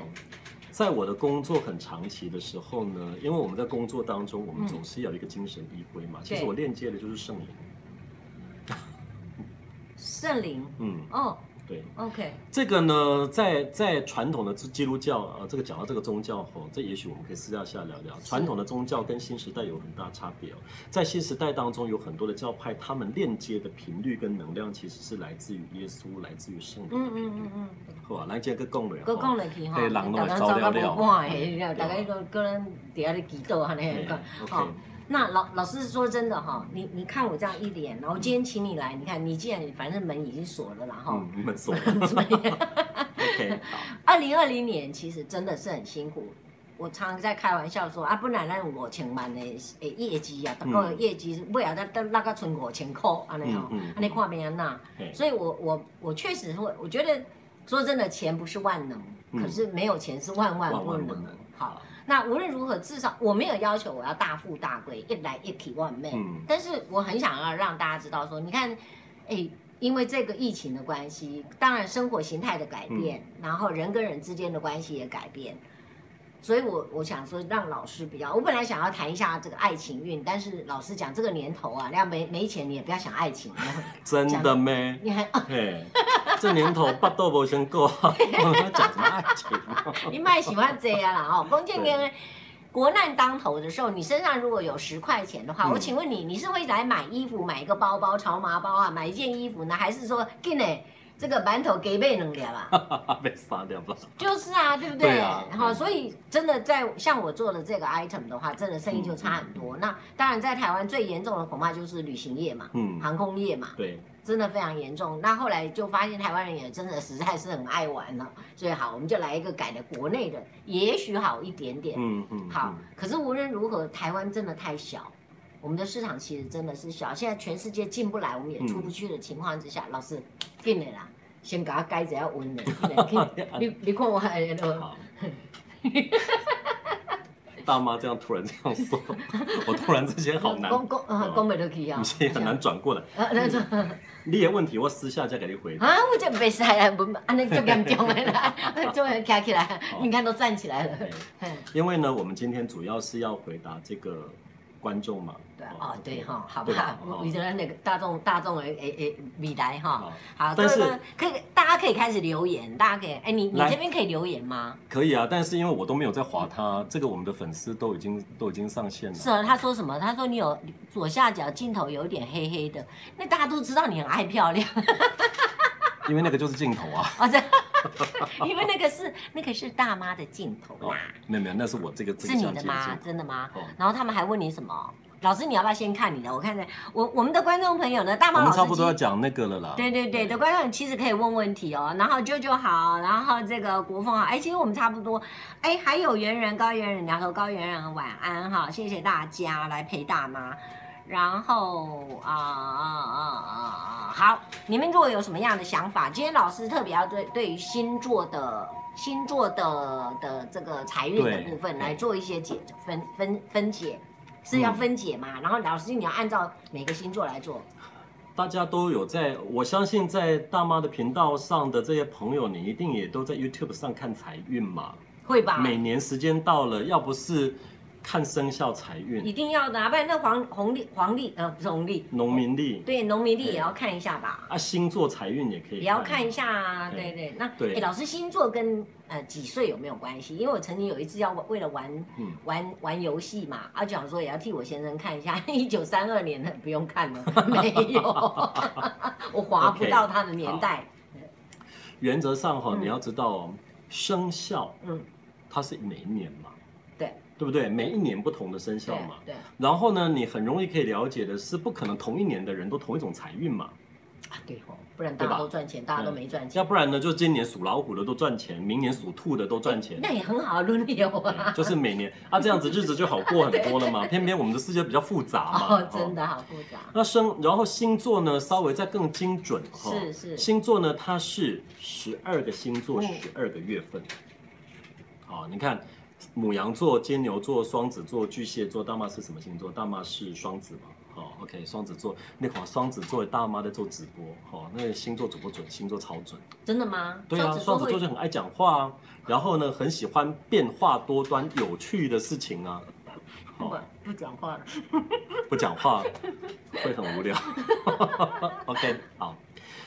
Speaker 2: 在我的工作很长期的时候呢，因为我们在工作当中，我
Speaker 1: 嗯
Speaker 2: 们总是要有一个精神依归嘛。其实
Speaker 1: 对
Speaker 2: 我链接的就是圣灵。
Speaker 1: 圣灵，
Speaker 2: 嗯，
Speaker 1: 哦
Speaker 2: 对。
Speaker 1: ，OK，
Speaker 2: 这个呢，在在传统的基督教啊、呃这个讲到这个宗教哦，这也许我们可以私下下聊聊。
Speaker 1: 是
Speaker 2: 传统的宗教跟新时代有很大差别哦，在新时代当中有很多的教派，他们链接的频率跟能量其实是来自于耶稣，来自于圣灵
Speaker 1: 嗯
Speaker 2: 的频率
Speaker 1: 嗯。嗯嗯，
Speaker 2: 好啊，咱今个讲了哦，
Speaker 1: 哥讲落去吼，
Speaker 2: 对人拢会走了了
Speaker 1: 哇，
Speaker 2: 对啊
Speaker 1: 大家都个人底下咧祈祷安尼
Speaker 2: 嘿
Speaker 1: 个，
Speaker 2: 哎，OK，嗯
Speaker 1: 那老老师说真的哈、你你看我这样一脸，然后今天请你来，你看你既然反正门已经锁了啦哈。
Speaker 2: 嗯，你们 说 ，OK，好，
Speaker 1: 二零二零年其实真的是很辛苦，我常常在开玩笑说啊，不然咱有五千万的诶业绩啊，不过
Speaker 2: 嗯
Speaker 1: 业绩尾啊，咱咱那个存五千块安尼吼
Speaker 2: 嗯嗯，
Speaker 1: 安尼看别人呐。
Speaker 2: 嘿，
Speaker 1: 所以我我我确实会，我觉得说真的，钱不是万能，
Speaker 2: 嗯
Speaker 1: 可是没有钱是万万
Speaker 2: 万
Speaker 1: 不
Speaker 2: 万
Speaker 1: 能。
Speaker 2: 不能，
Speaker 1: 好，，那无论如何，至少我没有要求我要大富大贵，一来一体万妹。
Speaker 2: 嗯
Speaker 1: 但是我很想要让大家知道说，你看，哎，因为这个疫情的关系，当然生活形态的改变，然后人跟人之间的关系也改变，所以我我想说让老师比较，我本来想要谈一下这个爱情运，但是老师讲这个年头啊，要没没钱你也不要想爱情，
Speaker 2: 真的咩？
Speaker 1: 你还
Speaker 2: 嘿，这年头八道无先 过，讲什么爱情 啊？
Speaker 1: 你卖喜欢这样 啦哦，关键跟国难当头的时候，你身上如果有十块钱的话，
Speaker 2: 嗯
Speaker 1: 我请问你，你是会来买衣服、买一个包包、潮麻包啊，买一件衣服呢，还是说进来这个馒头给背能 量啊，
Speaker 2: 被杀掉吧？
Speaker 1: 就是啊，对不对？
Speaker 2: 对啊
Speaker 1: 然后
Speaker 2: 嗯
Speaker 1: 所以真的在像我做的这个 item 的话，真的生意就差很多。那当然，在台湾最严重的恐怕就是旅行业嘛，
Speaker 2: 嗯，
Speaker 1: 航空业嘛，
Speaker 2: 对，
Speaker 1: 真的非常严重。那后来就发现台湾人也真的实在是很爱玩了，所以好，我们就来一个改的国内的，也许好一点点。
Speaker 2: 嗯嗯，
Speaker 1: 好
Speaker 2: 嗯，，
Speaker 1: 可是无论如何，台湾真的太小，我们的市场其实真的是小。现在全世界进不来，我们也出不去的情况之下，老师，进来啦，先给他改一下温的。
Speaker 2: 嗯
Speaker 1: 紧 你你看我， 哎我
Speaker 2: 好。 大妈这样突然这样说，我突然之间好难，
Speaker 1: 讲讲呃讲不落去啊，
Speaker 2: 你 是很难转过来。
Speaker 1: 啊。那种
Speaker 2: 你的问题我私下再给你回答。
Speaker 1: 啊，我这袂使啦，不，安尼足严重的啦， 终于站起来，
Speaker 2: 哦
Speaker 1: 你看都站起来了
Speaker 2: 哎。
Speaker 1: 嘿
Speaker 2: 因为呢，我们今天主要是要回答这个观众嘛。
Speaker 1: 对啊哦，对哈，好
Speaker 2: 对
Speaker 1: 吧
Speaker 2: 吧，
Speaker 1: 我
Speaker 2: 哦
Speaker 1: 为了咱那个大众大众的诶诶未来哈
Speaker 2: 好，
Speaker 1: 好，
Speaker 2: 但是
Speaker 1: 这个可以大家可以开始留言，大家可以，哎，你你
Speaker 2: 来
Speaker 1: 这边可以留言吗？
Speaker 2: 可以啊，但是因为我都没有在划它，这个我们的粉丝都已经都已经上线了。
Speaker 1: 是啊，他说什么？他说你有左下角镜头有一点黑黑的，那大家都知道你很爱漂亮
Speaker 2: 因为那个就是镜头啊。
Speaker 1: 哦，这 因为那个是那个是大妈的镜头
Speaker 2: 哦
Speaker 1: 啦，，
Speaker 2: 没有没有，哦那是我这个这
Speaker 1: 是
Speaker 2: 个
Speaker 1: 你
Speaker 2: 相
Speaker 1: 的
Speaker 2: 机
Speaker 1: 吗
Speaker 2: 镜？头
Speaker 1: 真的吗
Speaker 2: 哦？
Speaker 1: 然后他们还问你什么？老师，你要不要先看你的？我看看我我们的观众朋友呢，大
Speaker 2: 我
Speaker 1: 妈老
Speaker 2: 们
Speaker 1: 师
Speaker 2: 差不
Speaker 1: 今
Speaker 2: 多要讲那个了啦。
Speaker 1: 对对对，的观众其实可以问问题哦。然后舅舅好，然后这个国风好，哎，其实我们差不多。哎，还有圆人、高圆人、两头高圆人，晚安哈，谢谢大家来陪大妈。然后啊啊啊啊啊，好，你们如果有什么样的想法，今天老师特别要对对于星座的星座的的这个财运的
Speaker 2: 对
Speaker 1: 部分
Speaker 2: 对
Speaker 1: 来做一些解分分分解。是要
Speaker 2: 嗯
Speaker 1: 分解嘛？然后老师，你要按照每个星座来做。
Speaker 2: 大家都有在，我相信在大妈的频道上的这些朋友，你一定也都在 YouTube 上看财运嘛。
Speaker 1: 会吧？
Speaker 2: 每年时间到了，要不是看生肖财
Speaker 1: 一
Speaker 2: 运，
Speaker 1: 定要的、啊，不然那黄红历、黄历呃不是红历，
Speaker 2: 农民历
Speaker 1: 对农民历也要看一下吧，
Speaker 2: 啊，星座财运也可以。
Speaker 1: 也要看一。下啊。对
Speaker 2: 对
Speaker 1: 对，那
Speaker 2: 对
Speaker 1: 诶老师星座跟呃几岁有没有关系？因为我曾经有一次要为了玩
Speaker 2: 嗯，
Speaker 1: 玩玩游戏嘛，阿蒋说也要替我先生看一下， 一九三二年的不用看了，没 有，我划不
Speaker 2: OK，
Speaker 1: 到他的年代。
Speaker 2: 原则上哈、
Speaker 1: 嗯
Speaker 2: 你要知道哦，生肖
Speaker 1: 嗯，
Speaker 2: 它是每一年嘛，
Speaker 1: 对
Speaker 2: 对不对？每一年不同的生肖
Speaker 1: 对
Speaker 2: 嘛。
Speaker 1: 对
Speaker 2: 然后呢，你很容易可以了解的是，不可能同一年的人都同一种财运嘛。
Speaker 1: 啊对哦，不然大家
Speaker 2: 对吧
Speaker 1: 都赚钱，大家都
Speaker 2: 嗯
Speaker 1: 没赚钱，
Speaker 2: 要不然呢，就今年属老虎的都赚钱，明年属兔的都赚钱。
Speaker 1: 那也很好啊，轮流啊
Speaker 2: 对，就是每年啊，这样子日子就好过很多了嘛。偏偏我们的世界比较复杂嘛，
Speaker 1: 哦
Speaker 2: 哦，
Speaker 1: 真。的好复杂，
Speaker 2: 那生，然后星座呢，稍微再更精准哈。
Speaker 1: 是是
Speaker 2: 星座呢，它是十二个星
Speaker 1: 嗯
Speaker 2: 座，十二个月份。好，你看，母羊座、金牛座、双子座、巨蟹座，大妈是什么星座？大妈是双子嘛。好，OK，双子座那会儿双子座的大妈在做直播，好，那个星座准不准？星座超准。
Speaker 1: 真的吗？
Speaker 2: 对啊，双子
Speaker 1: 会
Speaker 2: 座就很爱讲话啊，然后呢，很喜欢变化多端、有趣的事情啊。
Speaker 1: 不
Speaker 2: 哦，
Speaker 1: 不讲话了。
Speaker 2: 不 讲话会很无聊。OK，好。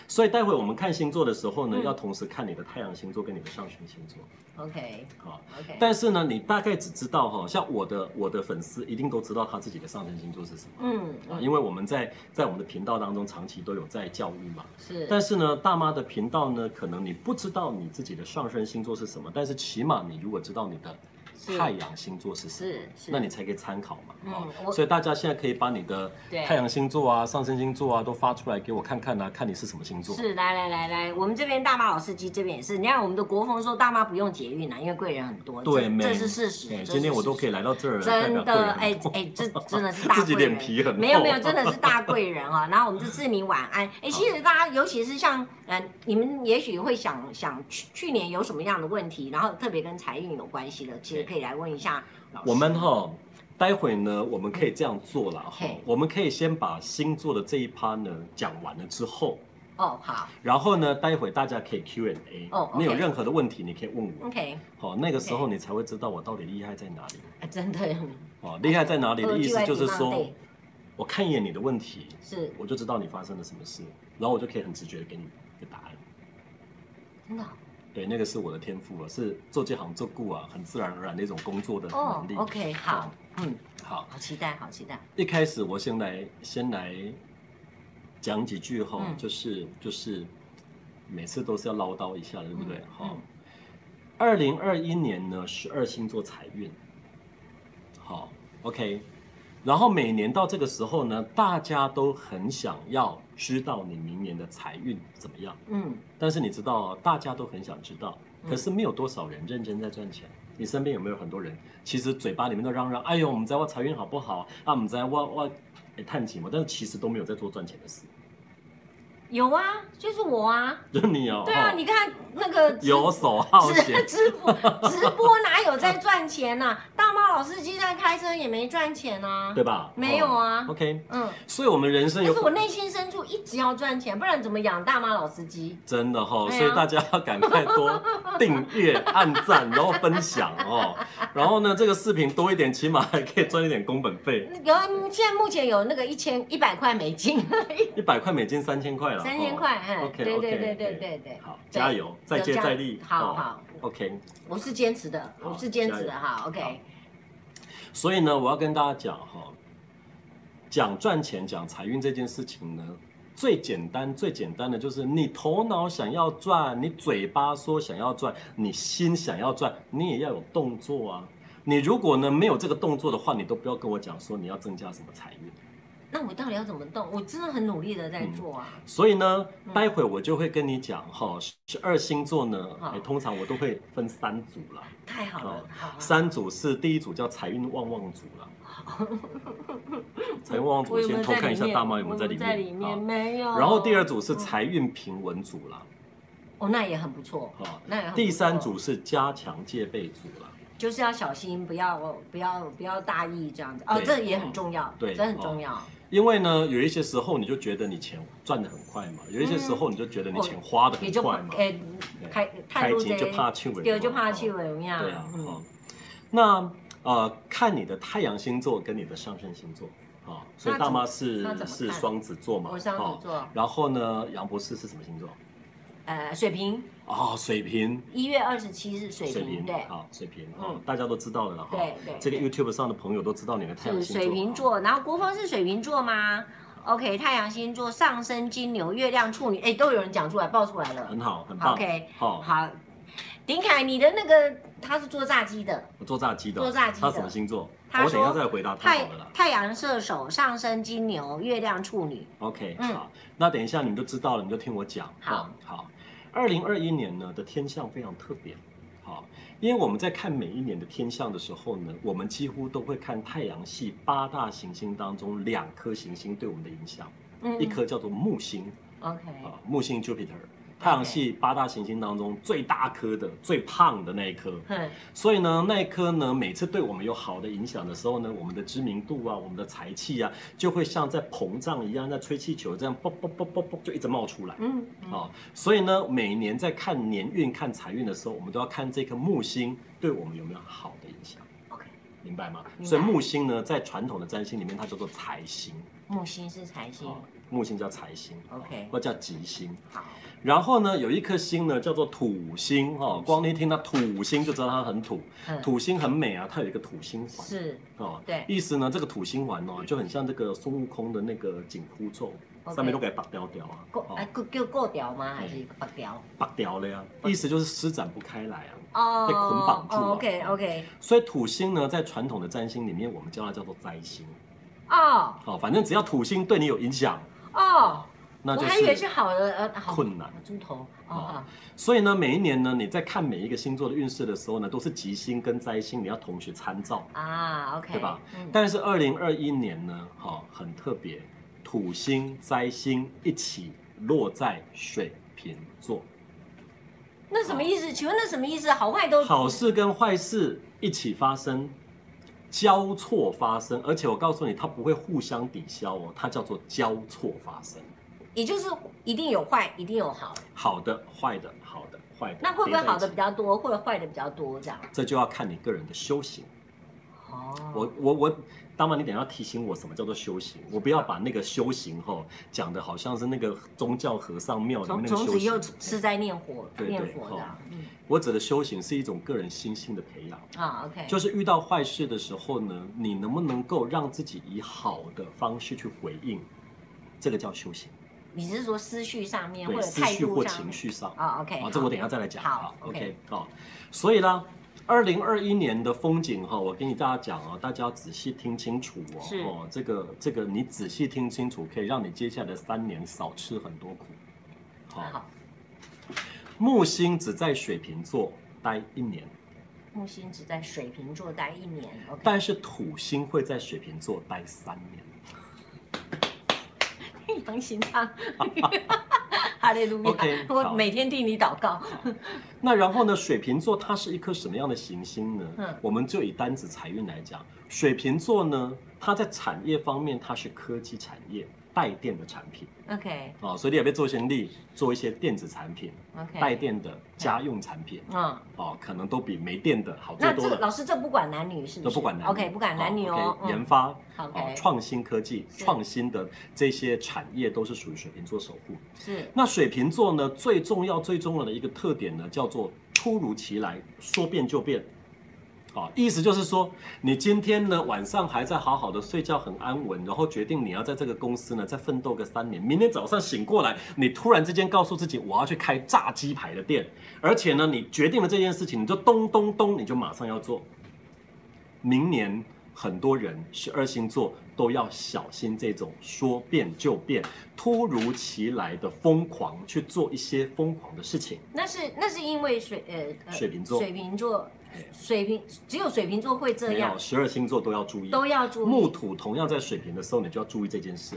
Speaker 2: 所以待会我们看星座的时候呢，
Speaker 1: 嗯
Speaker 2: 要同时看你的太阳星座跟你的上升星座
Speaker 1: OK
Speaker 2: 啊。
Speaker 1: OK，
Speaker 2: 但是呢，你大概只知道哈，像我的我的粉丝一定都知道他自己的上升星座是什么
Speaker 1: 嗯，
Speaker 2: 啊，
Speaker 1: 嗯
Speaker 2: 因为我们在在我们的频道当中长期都有在教育嘛。
Speaker 1: 是，
Speaker 2: 但是呢，大妈的频道呢，可能你不知道你自己的上升星座是什么，但是起码你如果知道你的
Speaker 1: 是
Speaker 2: 太阳星座是什么，
Speaker 1: 是是，
Speaker 2: 那你才可以参考嘛。
Speaker 1: 嗯
Speaker 2: 哦
Speaker 1: 我
Speaker 2: 所以大家现在可以把你的
Speaker 1: 对
Speaker 2: 太阳星座啊、上升星座啊都发出来给我看看啊，看你是什么星座。
Speaker 1: 是来来来来，我们这边大妈老司机这边也是，你看我们的国风说大妈不用捷运啊，因为贵人很多，
Speaker 2: 对，
Speaker 1: 这
Speaker 2: 妹
Speaker 1: 这是事实
Speaker 2: 哎。
Speaker 1: 这是
Speaker 2: 今天我都
Speaker 1: 事
Speaker 2: 可以来到这儿
Speaker 1: 实
Speaker 2: 了，
Speaker 1: 真
Speaker 2: 代表贵
Speaker 1: 的
Speaker 2: 人很
Speaker 1: 哎
Speaker 2: 多
Speaker 1: 哎，这真的 是大
Speaker 2: 自己
Speaker 1: 贵人
Speaker 2: 脸皮很厚啊
Speaker 1: 没有没有，真的是大贵人啊。然后我们这志明晚安，哎，其实大家尤其是像呃，你们也许会想想去去年有什么样的问题，然后特别跟财运有关系的，其实可以来问一下老师。
Speaker 2: 我们哈，待会呢，我们可以这样做了哈
Speaker 1: 嘿，
Speaker 2: 我们可以先把星座的这一趴呢讲完了之后。
Speaker 1: 哦好
Speaker 2: 然后呢，待会大家可以 Q&A，
Speaker 1: 哦，OK 嗯
Speaker 2: 你有任何的问题你可以问我，
Speaker 1: ，OK，
Speaker 2: 好，那个时候你才会知道我到底厉害在哪里。
Speaker 1: 哎真的。
Speaker 2: 哦，厉害在哪里的意思就是
Speaker 1: 呃
Speaker 2: 说，我看一眼你的问题，
Speaker 1: 是
Speaker 2: 我就知道你发生了什么事，然后我就可以很直觉的给你一个答案。
Speaker 1: 真的哦
Speaker 2: 对，那个是我的天赋了，啊是做这行做顾啊，很自然而然的一种工作的
Speaker 1: 哦
Speaker 2: 能力。
Speaker 1: ，OK，好
Speaker 2: 哦，
Speaker 1: 嗯，
Speaker 2: 好，
Speaker 1: 好期待，好期待，
Speaker 2: 一开始我先来先来讲几句哈、
Speaker 1: 嗯
Speaker 2: 就是就是每次都是要唠叨一下的，对不对？
Speaker 1: 嗯
Speaker 2: 好
Speaker 1: 嗯，
Speaker 2: 二零二一年呢，十二星座财运，好，OK。然后每年到这个时候呢，大家都很想要知道你明年的财运怎么样。
Speaker 1: 嗯
Speaker 2: 但是你知道哦，大家都很想知道，
Speaker 1: 嗯
Speaker 2: 可是没有多少人认真在赚钱。你身边有没有很多人，其实嘴巴里面都嚷嚷：“哎呦，我们在挖财运好不好啊？我们在挖挖哎探景嘛。”但是其实都没有在做赚钱的事，
Speaker 1: 有啊，就是我啊。
Speaker 2: 就是你哦。
Speaker 1: 对啊，
Speaker 2: 哦
Speaker 1: 你看那 个直
Speaker 2: 游手好
Speaker 1: 直，
Speaker 2: 闲
Speaker 1: 直播直播哪有在赚钱呐、大猫老司机在开车也没赚钱啊。
Speaker 2: 对吧？
Speaker 1: 没有啊
Speaker 2: 哦 OK，
Speaker 1: 嗯，
Speaker 2: 所以我们人生
Speaker 1: 但
Speaker 2: 有
Speaker 1: 是我内心深处一直要赚钱，不然怎么养大妈老司机？
Speaker 2: 真的哈、哦，
Speaker 1: 对啊
Speaker 2: 所以大家要赶快多订阅、按赞，然后分享哦。然后呢，这个视频多一点，起码还可以赚一点工本费，
Speaker 1: 有啊现在目前有那个一千一百块美金，
Speaker 2: 一百块美金三千块 了，
Speaker 1: 三千
Speaker 2: 哦
Speaker 1: 块，哎，
Speaker 2: OK，
Speaker 1: 对对
Speaker 2: OK，
Speaker 1: 对对
Speaker 2: OK
Speaker 1: 对对，
Speaker 2: 好，
Speaker 1: 对
Speaker 2: 加油，再接
Speaker 1: 有加
Speaker 2: 再厉。
Speaker 1: 好
Speaker 2: 哦
Speaker 1: 好，
Speaker 2: ，OK。
Speaker 1: 我是坚持的，
Speaker 2: 好
Speaker 1: 我是坚持的
Speaker 2: 加油
Speaker 1: 哈
Speaker 2: 好
Speaker 1: ，OK，
Speaker 2: 所以呢，我要跟大家讲哈，讲赚钱、讲财运这件事情呢，最简单、最简单的就是你头脑想要赚，你嘴巴说想要赚，你心想要赚，你也要有动作啊。你如果呢没有这个动作的话，你都不要跟我讲说你要增加什么财运。
Speaker 1: 那我到底要怎么动？我真的很努力的在做啊，
Speaker 2: 所以呢，
Speaker 1: 嗯
Speaker 2: 待会我就会跟你讲哈，十二星座呢，
Speaker 1: 好
Speaker 2: 哎通常我都会分三组啦。
Speaker 1: 太好了
Speaker 2: 哦，
Speaker 1: 好啊，
Speaker 2: 三组是第一组叫财运旺旺组了，财运旺旺
Speaker 1: 我
Speaker 2: 组
Speaker 1: 有没有
Speaker 2: 先偷
Speaker 1: 在
Speaker 2: 看一
Speaker 1: 里
Speaker 2: 下
Speaker 1: 面？
Speaker 2: 大猫有没有
Speaker 1: 我
Speaker 2: 在里
Speaker 1: 有
Speaker 2: 面。
Speaker 1: 在里面哦
Speaker 2: 啊
Speaker 1: 没有。
Speaker 2: 然后第二组是财运平稳组了，
Speaker 1: 哦，那也很不错，
Speaker 2: 啊，
Speaker 1: 那也很不错
Speaker 2: 第三组是加强戒备组了，
Speaker 1: 就是要小心，不要不要不要大意这样子哦，
Speaker 2: 对
Speaker 1: 这也很重要，
Speaker 2: 对哦
Speaker 1: 这很重要。
Speaker 2: 因为呢，有一些时候你就觉得你钱赚的很快嘛，有一些时候你就觉得你钱花的
Speaker 1: 嗯也
Speaker 2: 很
Speaker 1: 就
Speaker 2: 快嘛，
Speaker 1: 诶
Speaker 2: 对
Speaker 1: 开
Speaker 2: 开
Speaker 1: 探路
Speaker 2: 钱
Speaker 1: 这
Speaker 2: 就怕去尾，
Speaker 1: 对，就怕去
Speaker 2: 哦
Speaker 1: 尾怎么样？
Speaker 2: 对啊，哦
Speaker 1: 嗯，
Speaker 2: 那呃，看你的太阳星座跟你的上升星座啊，所
Speaker 1: 那
Speaker 2: 以
Speaker 1: 怎
Speaker 2: 大妈
Speaker 1: 那
Speaker 2: 是
Speaker 1: 怎么
Speaker 2: 是
Speaker 1: 看
Speaker 2: 双子座嘛，
Speaker 1: 我上
Speaker 2: 哦
Speaker 1: 次做
Speaker 2: 然后呢，杨博士是什么星座？
Speaker 1: 呃水瓶，
Speaker 2: 哦，水瓶，
Speaker 1: 一月二十七日水瓶，对
Speaker 2: 好，水瓶，
Speaker 1: 嗯
Speaker 2: 哦，大家都知道了啦哈。
Speaker 1: 对对
Speaker 2: 这个 YouTube 上的朋友都知道你的太阳
Speaker 1: 是
Speaker 2: 星
Speaker 1: 嗯
Speaker 2: 座。
Speaker 1: 水瓶座，然后国风是水瓶座吗？OK，太阳星座上升金牛，月亮处女，哎，都有人讲出来报出来
Speaker 2: 哦，
Speaker 1: 了
Speaker 2: 很。好，很棒。
Speaker 1: OK，
Speaker 2: 好，
Speaker 1: 好，丁凯，你的那个他是做炸鸡的，
Speaker 2: 我做炸鸡的。
Speaker 1: 做炸鸡的
Speaker 2: 他什么星座？
Speaker 1: 他
Speaker 2: 我等一下
Speaker 1: 说
Speaker 2: 再回答他
Speaker 1: 太
Speaker 2: 好了啦。
Speaker 1: 太阳射手，上升金牛，月亮处女。
Speaker 2: OK，
Speaker 1: 嗯
Speaker 2: 好，那等一下你们就知道了，你就听我讲。
Speaker 1: 好
Speaker 2: 哦，好。二零二一年呢的天象非常特别，好，因为我们在看每一年的天象的时候呢，我们几乎都会看太阳系八大行星当中两颗行星对我们的影响，
Speaker 1: 嗯哎
Speaker 2: 一颗叫做木星，
Speaker 1: OK，
Speaker 2: 啊，木星 Jupiter，太阳系
Speaker 1: 哎
Speaker 2: 八大行星当中最大颗的、最胖的那一颗。
Speaker 1: 哼，
Speaker 2: 所以呢，那一颗呢，每次对我们有好的影响的时候呢，我们的知名度啊，我们的财气啊，就会像在膨胀一样，在吹气球这样，啵啵啵啵啵就一直冒出来。
Speaker 1: 嗯，嗯
Speaker 2: 啊、所以呢，每年在看年运、看财运的时候，我们都要看这颗木星对我们有没有好的影响，
Speaker 1: ，OK，
Speaker 2: 明白吗？
Speaker 1: 明白
Speaker 2: 所以木星呢，在传统的占星里面，它叫做财星，
Speaker 1: 木星是财星
Speaker 2: 啊，木星叫财星
Speaker 1: OK
Speaker 2: 或叫吉星。
Speaker 1: 好，
Speaker 2: 然后呢，有一颗星呢叫做土星哦，光你一听到土星就知道它很土，
Speaker 1: 嗯，
Speaker 2: 土星很美啊，它有一个土星环
Speaker 1: 是
Speaker 2: 哦。
Speaker 1: 对
Speaker 2: 意思呢，这个土星环哦，就很像这个孙悟空的那个紧箍咒，
Speaker 1: OK
Speaker 2: 上面都给它拔掉掉啊，
Speaker 1: 过
Speaker 2: 哦
Speaker 1: 哎，过叫过掉吗？还是拔掉？
Speaker 2: 拔掉了呀，意思就是施展不开来啊。
Speaker 1: 哦
Speaker 2: 被捆绑住啊
Speaker 1: OK OK，
Speaker 2: 所以土星呢，在传统的占星里面，我们叫它叫做灾星。
Speaker 1: 哦
Speaker 2: 哦，反正只要土星对你有影响，
Speaker 1: 哦，
Speaker 2: 那
Speaker 1: 我
Speaker 2: 就
Speaker 1: 还以为
Speaker 2: 是
Speaker 1: 是好的，呃，好
Speaker 2: 困难。
Speaker 1: 猪头
Speaker 2: 哦
Speaker 1: 哦，
Speaker 2: 所以呢，每一年呢，你在看每一个星座的运势的时候呢，都是吉星跟灾星，你要同时参照。
Speaker 1: 哦啊，OK，
Speaker 2: 对吧
Speaker 1: 嗯？
Speaker 2: 但是二零二一年呢，哈、很特别，土星、灾星一起落在水瓶座，
Speaker 1: 那什么意思？请问那什么意思？好坏都
Speaker 2: 好事跟坏事一起发生，交错发生，而且我告诉你，它不会互相抵消哦，它叫做交错发生，
Speaker 1: 也就是一定有坏，一定有好。
Speaker 2: 好的、坏的、好的、坏的，
Speaker 1: 那会不会
Speaker 2: 叠在一起
Speaker 1: 好的比？较多，或者坏的比较多这样？
Speaker 2: 这就要看你个人的修行。
Speaker 1: 哦，
Speaker 2: 我我我，当然你等一下要提醒我什么叫做修行，我不要把那个修行哈、讲的好像是那个宗教和尚庙里面
Speaker 1: 从从
Speaker 2: 那个修
Speaker 1: 此
Speaker 2: 行
Speaker 1: 又。是在念佛，
Speaker 2: 对对
Speaker 1: 念佛
Speaker 2: 哦
Speaker 1: 这样。嗯
Speaker 2: 我指的修行是一种个人心性的培养，
Speaker 1: 啊，OK，
Speaker 2: 就是遇到坏事的时候呢，你能不能够让自己以好的方式去回应，这个叫修行。
Speaker 1: 你是说思绪上面或
Speaker 2: 对
Speaker 1: 者
Speaker 2: 思
Speaker 1: 态
Speaker 2: 绪
Speaker 1: 度
Speaker 2: 或
Speaker 1: 上
Speaker 2: 情
Speaker 1: 面？
Speaker 2: 绪上。
Speaker 1: 哦，OK，
Speaker 2: 啊，
Speaker 1: 好
Speaker 2: 这我等一下再来讲。啊
Speaker 1: 好
Speaker 2: ，OK，
Speaker 1: OK
Speaker 2: 好。所以呢，二零二一年的风景哈，我跟你大家讲哦，大家要仔细听清楚哦。
Speaker 1: 是
Speaker 2: 哦，这个这个你仔细听清楚，可以让你接下来的三年少吃很多苦。好，
Speaker 1: 好，
Speaker 2: 木星只在水瓶座待一年，
Speaker 1: 木星只在水瓶座待一年，OK，
Speaker 2: 但是土星会在水瓶座待三年。
Speaker 1: 杨行昌， 哈利路亚
Speaker 2: OK，
Speaker 1: 我
Speaker 2: 好
Speaker 1: 每天替你祷告。
Speaker 2: 那然后呢？水瓶座它是一颗什么样的行星呢？
Speaker 1: 嗯
Speaker 2: 我们就以单子财运来讲，水瓶座呢，它在产业方面它是科技产业带电的产品
Speaker 1: OK
Speaker 2: 啊、哦，所以你也被做先例，做一些电子产品、带
Speaker 1: OK，
Speaker 2: 电的家用产品
Speaker 1: 嗯，
Speaker 2: 哦，可能都比没电的好做
Speaker 1: 那
Speaker 2: 多
Speaker 1: 这
Speaker 2: 了
Speaker 1: 老。师这不管男女是不
Speaker 2: 都
Speaker 1: 是？
Speaker 2: 不管男女啊
Speaker 1: OK，不管男女哦。
Speaker 2: ，OK，研
Speaker 1: 嗯
Speaker 2: 发、哦
Speaker 1: OK，
Speaker 2: 创新科技、
Speaker 1: 是
Speaker 2: 创新的这些产业都是属于水瓶座守护。
Speaker 1: 是
Speaker 2: 那水瓶座呢，最重要、最重要的一个特点呢，叫做突如其来，说变就变。啊，意思就是说，你今天呢晚上还在好好的睡觉，很安稳，然后决定你要在这个公司呢再奋斗个三年，明天早上醒过来，你突然之间告诉自己我要去开炸鸡排的店，而且呢你决定了这件事情，你就咚咚咚，你就马上要做。明年很多人十二星座都要小心这种说变就变、突如其来的疯狂，去做一些疯狂的事情。
Speaker 1: 那是那是因为水呃呃
Speaker 2: 水瓶座
Speaker 1: 水瓶座
Speaker 2: 嘿
Speaker 1: 水瓶只有水瓶座会这
Speaker 2: 没有
Speaker 1: 样，
Speaker 2: 十二星座都要注意。
Speaker 1: 都要注
Speaker 2: 木
Speaker 1: 意。
Speaker 2: 土同样在水瓶的时候，你就要注意这件事。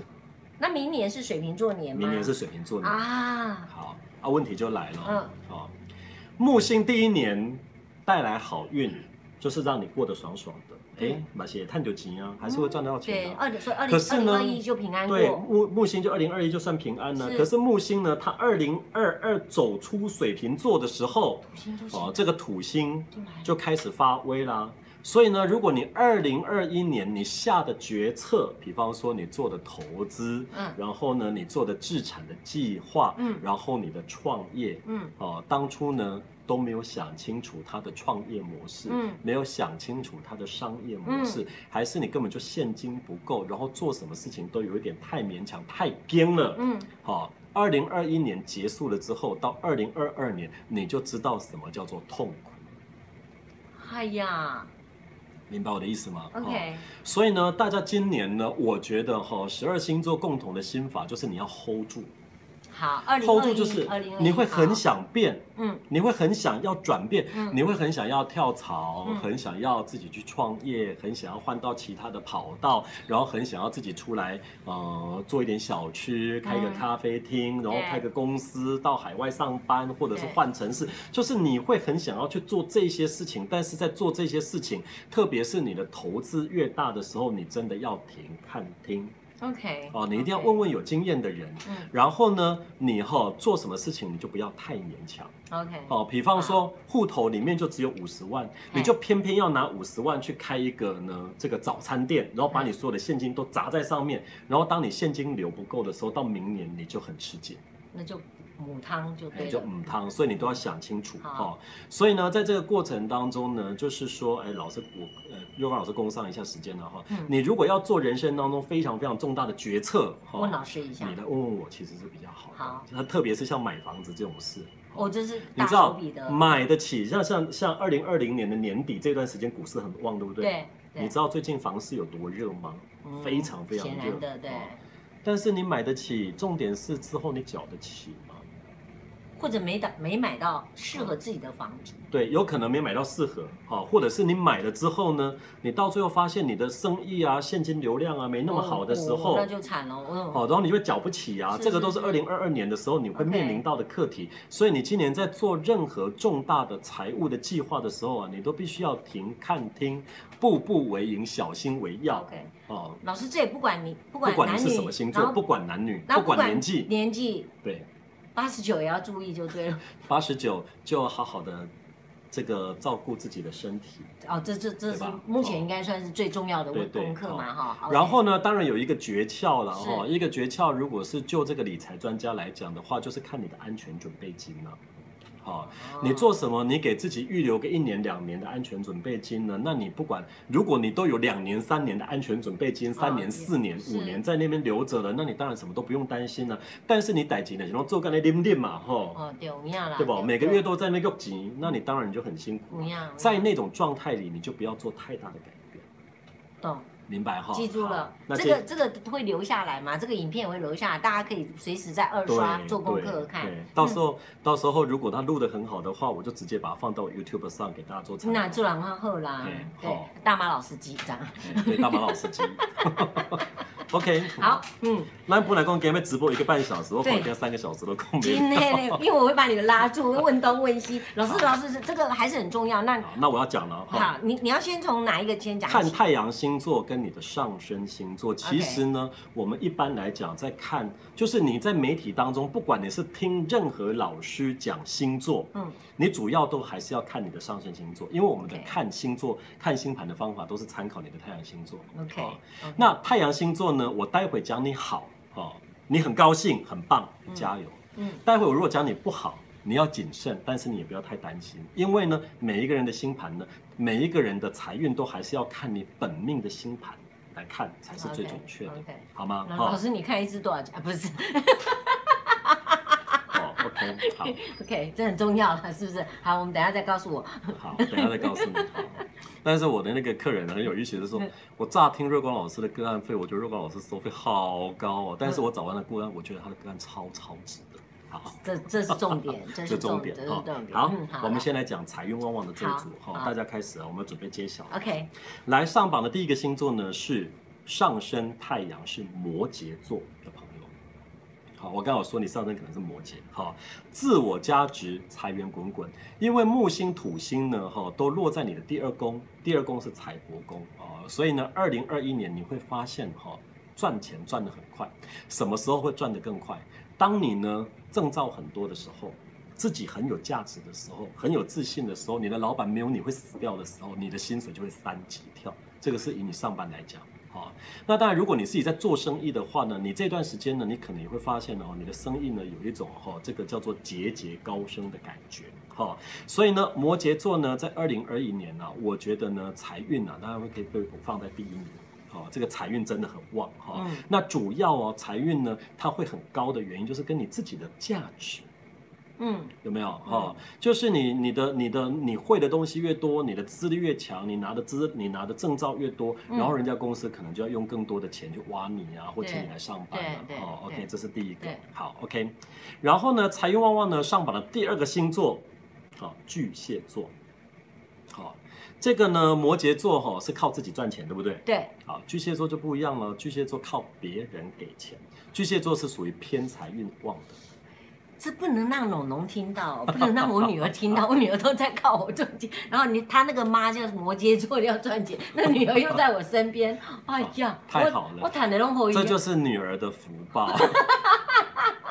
Speaker 1: 那明年是水瓶座年吗？
Speaker 2: 明年是水瓶座年，
Speaker 1: 啊，
Speaker 2: 好啊，问题就来了。
Speaker 1: 嗯
Speaker 2: 哦，木星第一年带来好运，就是让你过得爽爽的。哎
Speaker 1: 嗯，
Speaker 2: 马些探究钱啊，还是会赚到钱
Speaker 1: 对，
Speaker 2: 的、
Speaker 1: 二零所以二零
Speaker 2: 可是
Speaker 1: 二零
Speaker 2: 呢
Speaker 1: 二一就平安
Speaker 2: 对，
Speaker 1: 过。
Speaker 2: 木木星就二零二一就算平安了。
Speaker 1: 是
Speaker 2: 可是木星呢，它二零二二走出水瓶座的时候，
Speaker 1: 土星就是
Speaker 2: 哦，这个土星
Speaker 1: 就来了
Speaker 2: 就开始发威啦。所以呢，如果你二零二一年你下的决策，比方说你做的投资，
Speaker 1: 嗯
Speaker 2: 然后呢你做的自产的计划，
Speaker 1: 嗯
Speaker 2: 然后你的创业，
Speaker 1: 嗯
Speaker 2: 哦，当初呢都没有想清楚他的创业模式，
Speaker 1: 嗯
Speaker 2: 没有想清楚他的商业模式，还是你根本就现金不够，然后做什么事情都有一点太勉强、太僵了。
Speaker 1: 嗯，
Speaker 2: 好、2二零二一年结束了之后，到二零二二年，你就知道什么叫做痛苦，
Speaker 1: 哎呀
Speaker 2: 明白我的意思吗哦
Speaker 1: ，OK，
Speaker 2: 所以呢，大家今年呢，我觉得哈、十二星座共同的心法就是你要 hold 住
Speaker 1: 好，二零
Speaker 2: ，hold
Speaker 1: 二
Speaker 2: 住
Speaker 1: 一，
Speaker 2: 就是
Speaker 1: 二零二一，
Speaker 2: 你会很
Speaker 1: 好，
Speaker 2: 想变。
Speaker 1: 嗯
Speaker 2: 你会很想要转变，
Speaker 1: 嗯
Speaker 2: 你会很想要跳槽，
Speaker 1: 嗯
Speaker 2: 很想要自己去创业，很想要换到其他的跑道，然后很想要自己出来，呃，做一点小吃，开个
Speaker 1: 嗯
Speaker 2: 咖啡厅，然后
Speaker 1: 对
Speaker 2: 开个公司，到海外上班，或者是
Speaker 1: 对
Speaker 2: 换城市，就是你会很想要去做这些事情，但是在做这些事情，特别是你的投资越大的时候，你真的要停看听
Speaker 1: ，OK，
Speaker 2: 哦，你一定要
Speaker 1: OK
Speaker 2: 问问有经验的人。
Speaker 1: 嗯
Speaker 2: 然后呢，你哈、做什么事情你就不要太勉强。
Speaker 1: ，OK，
Speaker 2: 哦，比方说
Speaker 1: 嗯
Speaker 2: 户头里面就只有五十万，你就偏偏要拿五十万去开一个呢这个早餐店，然后把你所有的现金都砸在上面，然后当你现金流不够的时候，到明年你就很吃紧，
Speaker 1: 那就母汤就
Speaker 2: 你
Speaker 1: 对
Speaker 2: 就
Speaker 1: 了，
Speaker 2: 嗯汤，所以你都要想清楚
Speaker 1: 好
Speaker 2: 哦。所以呢，在这个过程当中呢，就是说，哎，老师我呃，又帮老师工上一下时间了哈、
Speaker 1: 嗯
Speaker 2: 你如果要做人生当中非常非常重大的决策，哈、
Speaker 1: 问老师一下
Speaker 2: 你，来问问我，其实是比较好的。
Speaker 1: 好
Speaker 2: 那特别是像买房子这种事，哦
Speaker 1: 我这是
Speaker 2: 你
Speaker 1: 大
Speaker 2: 知
Speaker 1: 手
Speaker 2: 道
Speaker 1: 笔的，
Speaker 2: 买得起，像像像二零二零年的年底这段时间股市很旺，对不对？。
Speaker 1: 对对，
Speaker 2: 你知道最近房市有多热吗？
Speaker 1: 嗯
Speaker 2: 非常非常
Speaker 1: 显
Speaker 2: 热
Speaker 1: 然的，对，
Speaker 2: 哦但是你买得起，重点是之后你缴得起吗？
Speaker 1: 或者没到没买到适合自己的房子，
Speaker 2: 对，有可能没买到适合，好、或者是你买了之后呢，你到最后发现你的生意啊、现金流量啊没那么好的时
Speaker 1: 哦
Speaker 2: 候，
Speaker 1: 那就惨了，嗯，
Speaker 2: 好，然后你就会缴不起啊，
Speaker 1: 是
Speaker 2: 这个都是
Speaker 1: 是
Speaker 2: 二零二二年的时候你会
Speaker 1: OK
Speaker 2: 面临到的课题。所以你今年在做任何重大的财务的计划的时候啊，你都必须要停、看、听，步步为营，小心为要
Speaker 1: OK，
Speaker 2: 哦。
Speaker 1: 老师这也不管你不
Speaker 2: 不
Speaker 1: 管
Speaker 2: 管
Speaker 1: 男
Speaker 2: 你
Speaker 1: 女，
Speaker 2: 是什么星座，
Speaker 1: 然后
Speaker 2: 不管男女，
Speaker 1: 然
Speaker 2: 不
Speaker 1: 后
Speaker 2: 管年纪，
Speaker 1: 年纪
Speaker 2: 对，
Speaker 1: 八十九也要注意就对 了，
Speaker 2: 八十九就好好的这个照顾自己的身体。
Speaker 1: 哦，这这这
Speaker 2: 对
Speaker 1: 是
Speaker 2: 吧
Speaker 1: 目前应该算是最重要的
Speaker 2: 对对
Speaker 1: 功课嘛哈，OK
Speaker 2: 然后呢，当然有一个诀窍了哈，
Speaker 1: 是
Speaker 2: 一个诀窍，如果是就这个理财专家来讲的话，就是看你的安全准备金了。哈、你做什么，你给自己预留个一年两年的安全准备金呢？那你不管，如果你都有两年、三年的安全准备金，三年、
Speaker 1: 啊也
Speaker 2: 四年、
Speaker 1: 是
Speaker 2: 五年在那边留着了，那你当然什么都不用担心了。但是你逮紧了，然后做干的拎拎嘛，吼、
Speaker 1: 哦，对，有影啦，
Speaker 2: 对吧？每个月都在那边用钱，那你当然你就很辛苦
Speaker 1: 有。影，
Speaker 2: 在那种状态里，你就不要做太大的改变，
Speaker 1: 懂，
Speaker 2: 明白哈？
Speaker 1: 记住
Speaker 2: 哦好
Speaker 1: 了，
Speaker 2: 那
Speaker 1: 这个这个会留下来嘛？这个影片也会留下来，大家可以随时在二刷
Speaker 2: 对
Speaker 1: 做功课
Speaker 2: 对
Speaker 1: 看嗯
Speaker 2: 对。到时候到时候如果他录的很好的话，我就直接把它放到我 YouTube 上给大家做参考
Speaker 1: 那。做然后后啦
Speaker 2: 对，
Speaker 1: 对
Speaker 2: 好，
Speaker 1: 大妈老司机这样。
Speaker 2: 嗯对，大马老司机。OK，
Speaker 1: 好，，嗯，
Speaker 2: 那本来讲今天直播一个半小时，我
Speaker 1: 对
Speaker 2: 房间三个小时都空没
Speaker 1: 今
Speaker 2: 有。
Speaker 1: 天 呢，因为我会把你们拉住，会问东问西。老师，老师，这个还是很重要。那
Speaker 2: 好，那我要讲了哈。
Speaker 1: 好，你你要先从哪一个先讲
Speaker 2: 看
Speaker 1: 起？
Speaker 2: 太阳星座跟你的上升星座，其实呢我们一般来讲在看，就是你在媒体当中，不管你是听任何老师讲星座，
Speaker 1: 嗯，
Speaker 2: 你主要都还是要看你的上升星座，因为我们的
Speaker 1: OK
Speaker 2: 看星座、看星盘的方法都是参考你的太阳星座。
Speaker 1: OK，
Speaker 2: 哦
Speaker 1: OK
Speaker 2: 那太阳星座呢，我待会讲你好哦，你很高兴，很棒，加油。
Speaker 1: 嗯，
Speaker 2: 待会我如果讲你不好，你要谨慎，但是你也不要太担心，因为呢，每一个人的星盘呢，每一个人的财运都还是要看你本命的星盘来看才是最准确的
Speaker 1: OK，OK
Speaker 2: 好吗？
Speaker 1: 那
Speaker 2: 好
Speaker 1: 老师，你看一只多少钱？啊 不是
Speaker 2: 哦，OK，好，
Speaker 1: ，OK，这很重要了，是不是？好，我们等一下再告诉我。
Speaker 2: 好，等一下再告诉你。好但是我的那个客人呢很有意思，就是说
Speaker 1: 嗯
Speaker 2: 我乍听瑞光老师的个案费，我觉得瑞光老师收费好高哦，但是我找完了个案，我觉得他的个案超超值的。好，
Speaker 1: 这这是重 点，这
Speaker 2: 这
Speaker 1: 是
Speaker 2: 重
Speaker 1: 重
Speaker 2: 点
Speaker 1: 点，这是
Speaker 2: 哦
Speaker 1: 重点。
Speaker 2: 好
Speaker 1: 嗯，
Speaker 2: 我们
Speaker 1: 来
Speaker 2: 先来讲财运旺旺的这一组
Speaker 1: 好
Speaker 2: 哈，
Speaker 1: 好
Speaker 2: 大家开始啊，我们准备揭晓。
Speaker 1: OK，
Speaker 2: 来上榜的第一个星座呢是上升太阳是摩羯座的朋友。好，我刚好说你上升可能是摩羯，哈，自我价值财源滚滚，因为木星、土星呢，哈，都落在你的第二宫，第二宫是财帛宫啊，所以呢，二零二一年你会发现哈，赚钱赚得很快，什么时候会赚得更快？当你呢挣到很多的时候，自己很有价值的时候，很有自信的时候，你的老板没有你会死掉的时候，你的薪水就会三级跳。这个是以你上班来讲。好，那当然，如果你自己在做生意的话呢，你这段时间呢，你可能也会发现哦，你的生意呢有一种哈、哦，这个叫做节节高升的感觉。哈、所以呢，摩羯座呢，在二零二一年呢、我觉得呢，财运啊，当然会可以被我放在第一名。好、这个财运真的很旺哈、
Speaker 1: 嗯
Speaker 2: 那主要哦，财运呢，它会很高的原因就是跟你自己的价值
Speaker 1: 嗯，
Speaker 2: 有没有哈、就是你你的你的你会的东西越多，你的资历越强，你拿的资你拿的证照越多，
Speaker 1: 嗯
Speaker 2: 然后人家公司可能就要用更多的钱去挖你啊，或请你来上班啊
Speaker 1: 对。对
Speaker 2: 哦，OK，
Speaker 1: 对
Speaker 2: 这是第一个
Speaker 1: 对。
Speaker 2: 好，OK。然后呢，财运旺旺呢，上榜的第二个星座，好、巨蟹座。好、这个呢，摩羯座哈、是靠自己赚钱，对不对？
Speaker 1: 对，
Speaker 2: 好，啊巨蟹座就不一样了，巨蟹座靠别人给钱，巨蟹座是属于偏财运旺的。
Speaker 1: 这不能让农农听 到，不能让我女儿听到，我女儿都在靠我赚钱，然后你她那个妈就是摩羯座要赚 钱，那女儿又在我身边，哎呀，
Speaker 2: 太
Speaker 1: 我
Speaker 2: 好了
Speaker 1: 我坦的弄后
Speaker 2: 这就是是女儿的福 报。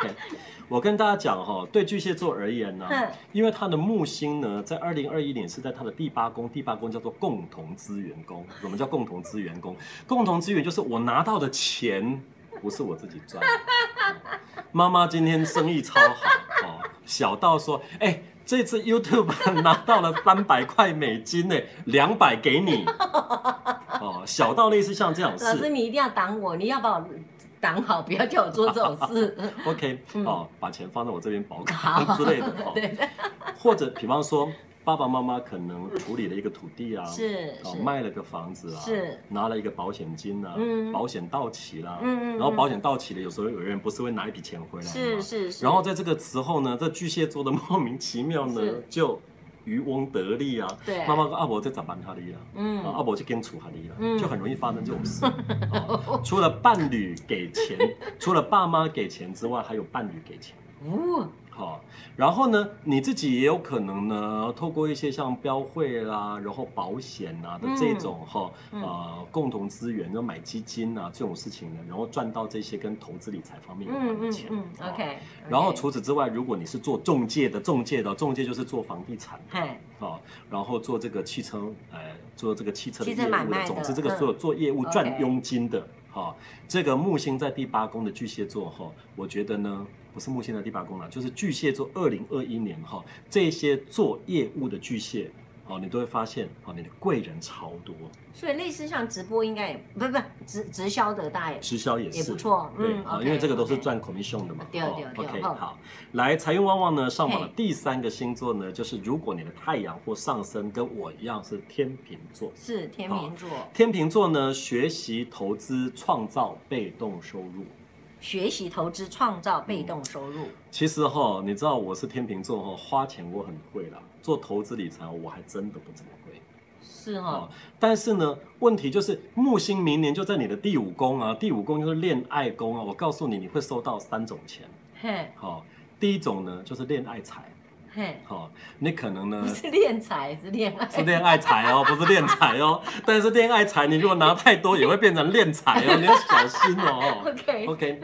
Speaker 2: 对我跟大家讲哈、对巨蟹座而言呢、
Speaker 1: 嗯
Speaker 2: 因为它的木星呢，在二零二一年是在它的第八宫，第八宫叫做共同资源宫。我们叫共同资源宫，共同资源就是我拿到的钱不是我自己 赚的。哦妈妈今天生意超好哦，小到说，哎、这次 YouTube 拿到了三百块美金呢，哎两百给你。哦，小到类似像这种事。
Speaker 1: 老师，你一定要挡我，你要把我挡好，不要叫我做这种 事。
Speaker 2: OK，
Speaker 1: 嗯
Speaker 2: 哦，把钱放在我这边保
Speaker 1: 好
Speaker 2: 管之类的 哦，
Speaker 1: 对对，
Speaker 2: 或者比方说爸爸妈妈可能处理了一个土地啊，
Speaker 1: 是
Speaker 2: 哦
Speaker 1: 是，
Speaker 2: 卖了个房子啊，
Speaker 1: 是
Speaker 2: 拿了一个保险金啊，
Speaker 1: 嗯
Speaker 2: 保险到期啦，
Speaker 1: 嗯嗯嗯
Speaker 2: 然后保险到期了，有时候有人不是会拿一笔钱回来吗？
Speaker 1: 是是是，
Speaker 2: 然后在这个时候呢，这巨蟹座的 莫名其妙呢
Speaker 1: 是，
Speaker 2: 就渔翁得利啊，
Speaker 1: 对
Speaker 2: 妈妈说啊，我在咋办他的呀？啊，
Speaker 1: 嗯
Speaker 2: 阿伯去跟楚哈利
Speaker 1: 嗯
Speaker 2: 了，就很容易发生这 种事。哦除了伴侣给钱，除了爸妈给钱之外，还有伴侣给钱。
Speaker 1: 哦，
Speaker 2: 好、然后呢，你自己也有可能呢，透过一些像标会啦，然后保险啊的这种哈、
Speaker 1: 嗯
Speaker 2: 呃共同资源，然后买基金啊这种事情呢，然后赚到这些跟投资理财方面有
Speaker 1: 嗯
Speaker 2: 关的
Speaker 1: 嗯
Speaker 2: 钱。
Speaker 1: 嗯
Speaker 2: 哦
Speaker 1: ，OK，
Speaker 2: 然后除此之外，如果你是做中介的，中介的中介就是做房地产的，
Speaker 1: 嘿，
Speaker 2: 哦，然后做这个汽车，呃，做这个汽车的
Speaker 1: 汽
Speaker 2: 业
Speaker 1: 车买
Speaker 2: 务
Speaker 1: 卖的
Speaker 2: 的，总之这个
Speaker 1: 嗯
Speaker 2: 所有做业务
Speaker 1: OK
Speaker 2: 赚佣金的，哦，这个木星在第八宫的巨蟹座哈、我觉得呢，不是木星的第八宫啦，就是巨蟹座二零二一年哈、这些做业务的巨蟹哦，你都会发现哦，你的贵人超多，
Speaker 1: 所以类似像直播应该也不不直直销的大也
Speaker 2: 直销也是
Speaker 1: 也不错，
Speaker 2: 对
Speaker 1: 嗯，
Speaker 2: 啊，
Speaker 1: OK，
Speaker 2: 因为这个都是
Speaker 1: OK
Speaker 2: 赚 commission 的嘛。
Speaker 1: 对
Speaker 2: 哦
Speaker 1: 对对
Speaker 2: OK，
Speaker 1: 哦
Speaker 2: 好，来财运旺旺呢，上榜的
Speaker 1: 嘿
Speaker 2: 第三个星座呢，就是如果你的太阳或上升跟我一样是天秤座，
Speaker 1: 是天秤座，
Speaker 2: 天秤座呢，学习投资创造被动收入。
Speaker 1: 学习投资创造被动收入，
Speaker 2: 其实哈、你知道我是天秤座哈、花钱我很会啦，做投资理财我还真的不怎么会。
Speaker 1: 是
Speaker 2: 哦
Speaker 1: 哈，，
Speaker 2: 但是呢，问题就是木星明年就在你的第五宫啊，第五宫就是恋爱宫啊。我告诉你，你会收到三种钱。
Speaker 1: 嘿
Speaker 2: 好、第一种呢就是恋爱财，
Speaker 1: 嘿，
Speaker 2: 好、你可能呢
Speaker 1: 不是练财，是恋
Speaker 2: 是
Speaker 1: 爱，
Speaker 2: 恋爱财哦，不是恋财哦。但是恋爱财你如果拿太多，也会变成恋财哦，你要小心哦。
Speaker 1: OK，
Speaker 2: OK，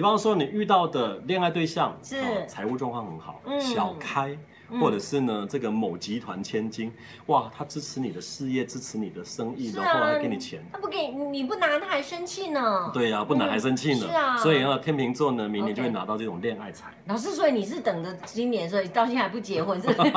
Speaker 2: 方说你遇到的恋爱对象
Speaker 1: 是
Speaker 2: 哦财务状况很好，
Speaker 1: 嗯
Speaker 2: 小开。
Speaker 1: 嗯
Speaker 2: 或者是呢，这个某集团千金，哇，他支持你的事业，支持你的生意，
Speaker 1: 是啊
Speaker 2: 然后还给你钱，
Speaker 1: 他不给你你不拿他还生气呢，，
Speaker 2: 对呀、不拿
Speaker 1: 嗯
Speaker 2: 还生气
Speaker 1: 是
Speaker 2: 呢。
Speaker 1: 啊
Speaker 2: 所以呢，天秤座呢，明年就会
Speaker 1: OK
Speaker 2: 拿到这种恋爱财。
Speaker 1: 老师，所以你是等着今年，所以到现在还不结 婚是？OK